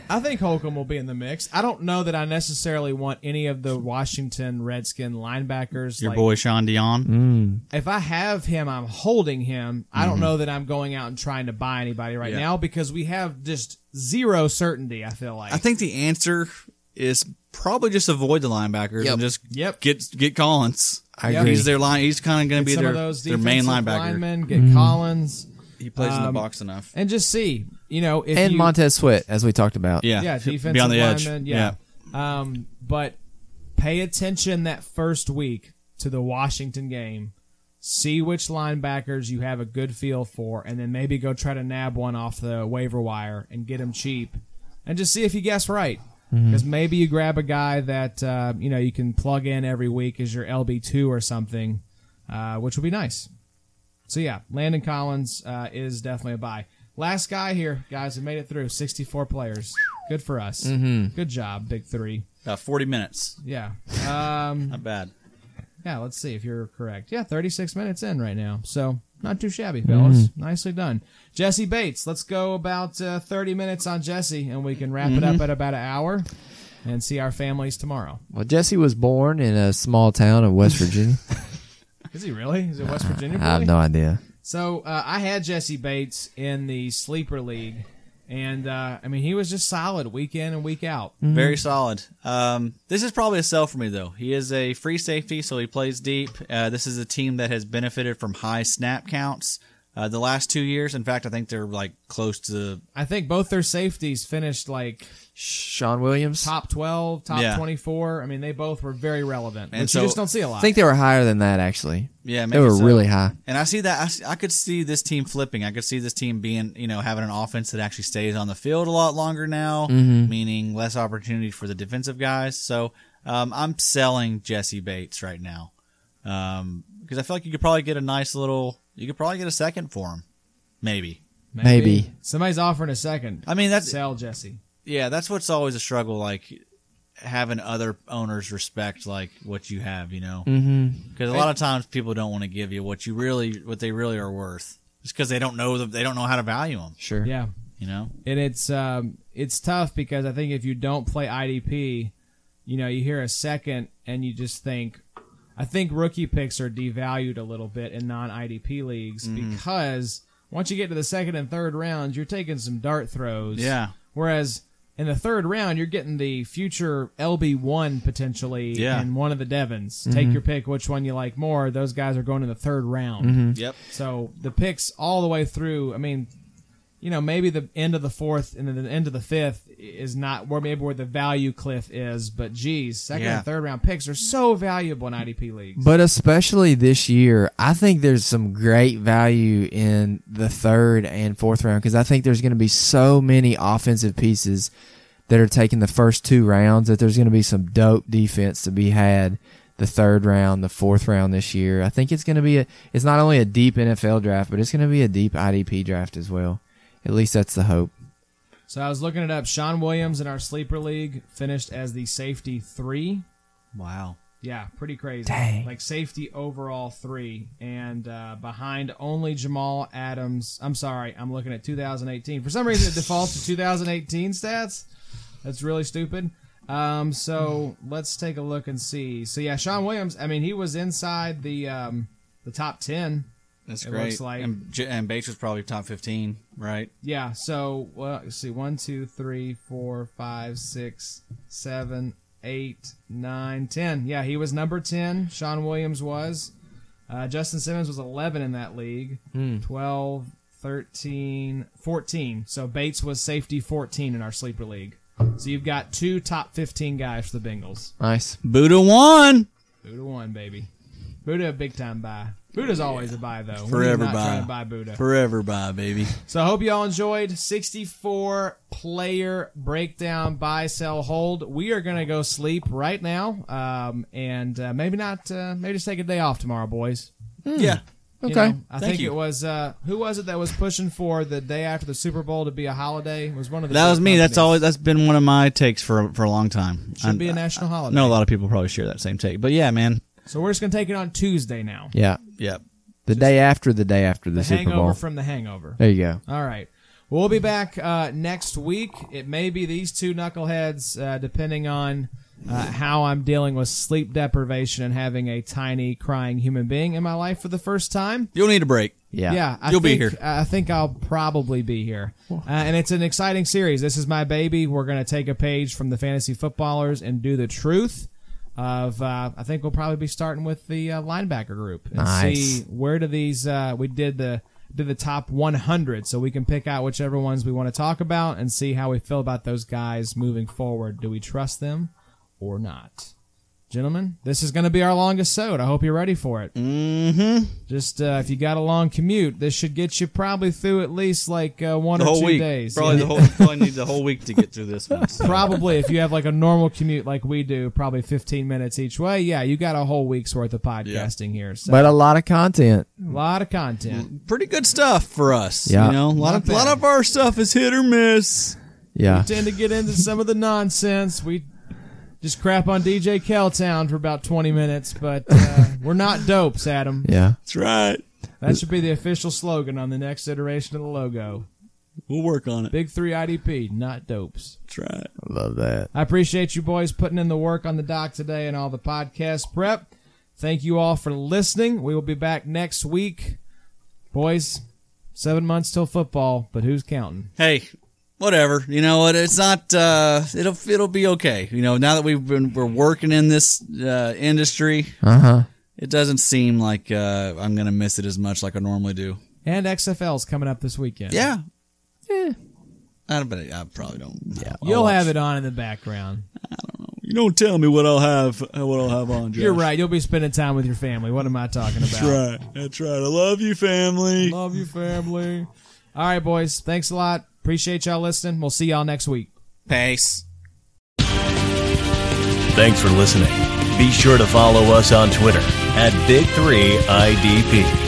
S2: I think Holcomb will be in the mix. I don't know that I necessarily want any of the Washington Redskin linebackers.
S3: Your
S2: like, Mm-hmm.
S3: boy Sean Dion.
S2: if I have him, I'm holding him. I don't know that I'm going out and trying to buy anybody right
S3: Mm-hmm. Yeah.
S2: now because we have just zero certainty. I feel like
S3: I think the answer is probably just avoid the linebackers
S4: Yep.
S3: and just
S2: Yep.
S3: get get Collins.
S4: I
S2: Yep.
S4: agree.
S3: He's their line. He's kind of going to be
S2: some
S3: their
S2: of those
S3: their main
S2: defensive
S3: linebacker.
S2: linemen get Collins
S3: He plays in the
S2: Um,
S3: box enough.
S2: and just see. You know, if
S4: and
S2: you,
S4: Montez Sweat, as we talked about.
S3: Yeah,
S2: yeah,
S3: he'll be
S2: defensive
S3: on the edge.
S2: linemen, yeah. Um, but pay attention that first week to the Washington game. See which linebackers you have a good feel for, and then maybe go try to nab one off the waiver wire and get him cheap, and just see if you guess right.
S3: Mm-hmm.
S2: Because maybe you grab a guy that uh, you know you can plug in every week as your LB two or something, uh, which would be nice. So yeah, Landon Collins uh, is definitely a buy. Last guy here, guys, we made it through. Sixty-four players. Good for us. Mm-hmm. Good job, Big Three.
S3: About forty minutes.
S2: Yeah. Um,
S3: Not bad.
S2: yeah. Let's see if you're correct. Yeah, thirty-six minutes in right now, so not too shabby, fellas.
S4: Mm-hmm.
S2: Nicely done, Jesse Bates. Let's go about uh, thirty minutes on Jesse, and we can wrap it
S4: Mm-hmm.
S2: up at about an hour, and see our families tomorrow.
S4: Well, Jesse was born in a small town of West Virginia.
S2: Is he really? Is it West Virginia?
S4: I have
S2: boy?
S4: no idea.
S2: So uh, I had Jesse Bates in the sleeper league, and uh, I mean he was just solid week in and week out.
S3: Very solid. Um, this is probably a sell for me though. He is a free safety, so he plays deep. Uh, this is a team that has benefited from high snap counts uh, the last two years. In fact, I think they're like close to
S2: I think both their safeties finished like
S4: Sean Williams.
S2: top twelve, top
S3: Yeah.
S2: twenty four. I mean they both were very relevant,
S3: And
S2: which
S3: so-
S2: you just don't see a
S4: I
S2: lot.
S4: think they were higher than that, actually.
S3: yeah.
S4: They
S3: maybe
S4: were
S3: so.
S4: really high.
S3: And I see that I, s- I could see this team flipping. I could see this team being, you know, having an offense that actually stays on the field a lot longer now, meaning less opportunity for the defensive guys. So um, I'm selling Jesse Bates right now because I feel like you could probably get a nice little, you could probably get a second for him, maybe.
S4: Maybe.
S2: somebody's offering a second.
S3: I mean, that's
S2: Sell Jesse.
S3: yeah, that's what's always a struggle, like having other owners respect like what you have, you know, because mm-hmm. a lot of times people don't want to give you what you really, what they really are worth, just because they don't know the, they don't know how to value them,
S4: Sure.
S2: Yeah,
S3: you know.
S2: and it's um, it's tough because I think if you don't play IDP, you know, you hear a second and you just think, I think rookie picks are devalued a little bit in non IDP leagues
S3: Mm-hmm.
S2: because once you get to the second and third rounds, you're taking some dart throws.
S3: Yeah.
S2: Whereas in the third round, you're getting the future LB one potentially
S3: Yeah. Mm-hmm.
S2: and one of the Devons. Take your pick, which one you like more. Those guys are going in the third round.
S3: Yep.
S2: So the picks all the way through. I mean, you know, maybe the end of the fourth and then the end of the fifth is not where maybe where the value cliff is, but geez, second
S3: Yeah.
S2: and third round picks are so valuable in IDP leagues.
S4: But especially this year, I think there's some great value in the third and fourth round because I think there's going to be so many offensive pieces that are taking the first two rounds that there's going to be some dope defense to be had the third round, the fourth round this year. I think it's going to be a, it's not only a deep NFL draft, but it's going to be a deep IDP draft as well. At least that's the hope.
S2: So I was looking it up. Sean Williams in our sleeper league finished as the safety three.
S3: Wow.
S2: Yeah, pretty crazy.
S4: Dang.
S2: Like safety overall three, and uh, behind only Jamal Adams. I'm sorry, I'm looking at 2018. For some reason, it defaults to 2018 stats. That's really stupid. Um, so let's take a look and see. So yeah, Sean Williams. I mean, he was inside the um, the top ten.
S3: That's
S2: It
S3: great.
S2: looks like-
S3: and, J- and Bates was probably top fifteen, right?
S2: Yeah. So well, let's see, one, two, three, four, five, six, seven, eight, nine, ten. Yeah, he was number ten. Sean Williams was. Uh, Justin Simmons was 11 in that league. Twelve, thirteen, fourteen. 12, 13, 14. So Bates was safety 14 in our sleeper league. So you've got two top 15 guys for the Bengals.
S4: Nice.
S3: Buddha won.
S2: Buddha one, baby. Buddha a big time buy. Buddha's always a buy though.
S3: Forever
S2: We're not
S3: buy.
S2: trying to buy Buddha.
S3: Forever by baby.
S2: So I hope you all enjoyed 64 player breakdown buy sell hold. We are gonna go sleep right now, um, and uh, maybe not. Uh, maybe just take a day off tomorrow, boys.
S3: Yeah.
S2: You
S4: Okay.
S2: know, I
S3: Thank
S2: think
S3: you.
S2: it was uh, who was it that was pushing for the day after the Super Bowl to be a holiday? It was one of the
S3: That
S2: big
S3: was me. That's
S2: companies.
S3: always uh, that's been one of my takes for for a long time.
S2: Should be a national
S3: I
S2: holiday.
S3: know a lot of people probably share that same take, but yeah, man,
S2: So we're just gonna take it on Tuesday now.
S4: Yeah.
S3: Yep.
S4: The day after the day after the,
S2: The
S4: Super Bowl.
S2: hangover from the hangover.
S4: there you go.
S2: All right. Well, we'll be back uh, next week. It may be these two knuckleheads, uh, depending on uh, how I'm dealing with sleep deprivation and having a tiny crying human being in my life for the first time.
S3: You'll need a break.
S4: Yeah.
S2: I
S3: You'll be
S2: think-
S3: here.
S2: I think I'll probably be here. Uh, and it's an exciting series. This is my baby. We're going to take a page from the fantasy footballers and do the truth of. Uh, I think we'll probably be starting with the uh, linebacker group and
S4: Nice.
S2: see where do these. Uh, we did the did the top 100, so we can pick out whichever ones we want to talk about and see how we feel about those guys moving forward. Do we trust them or not? Gentlemen, this is going to be our longest sode. I hope you're ready for it.
S3: Mm-hmm.
S2: Just uh, if you got a long commute, this should get you probably through at least like uh, one
S3: The
S2: or
S3: whole
S2: two
S3: week.
S2: days.
S3: Probably
S2: Yeah.
S3: the whole probably need the whole week to get through this one. so.
S2: Probably if you have like a normal commute like we do, probably 15 minutes each way. Yeah, you got a whole week's worth of podcasting here. So
S4: But a lot of content.
S2: a lot of content.
S3: Pretty good stuff for us.
S4: Yeah.
S3: You know, a lot of, lot of our stuff is hit or miss.
S4: Yeah.
S2: Tend to get into some of the nonsense. We just crap on DJ Keltown for about 20 minutes, but uh, we're not dopes, Adam.
S4: Yeah.
S3: That's right.
S2: That should be the official slogan on the next iteration of the logo.
S3: We'll work on it.
S2: Big 3 IDP, not dopes.
S3: That's right.
S4: Love that.
S2: I appreciate you boys putting in the work on the dock today and all the podcast prep. Thank you all for listening. We will be back next week. Boys, seven months till football, but who's counting?
S3: Hey, whatever. You know what? It's not. Uh, it'll it'll be okay. You know, now that we've been we're working in this uh, industry,
S4: Uh huh.
S3: it doesn't seem like uh, I'm gonna miss it as much like I normally do.
S2: And XFL's coming up this weekend.
S3: Yeah. I don't. But I probably don't. Yeah.
S2: You'll have it on in the background.
S3: You don't tell me what I'll have. What I'll have on.
S2: You're right. You'll be spending time with your family. What am I talking about?
S3: right. That's right. I love you, family.
S2: Love you, family. All right, boys. Thanks a lot. Appreciate y'all listening. We'll see y'all next week.
S3: Pace.
S1: Thanks for listening. Be sure to follow us on Twitter at Big3IDP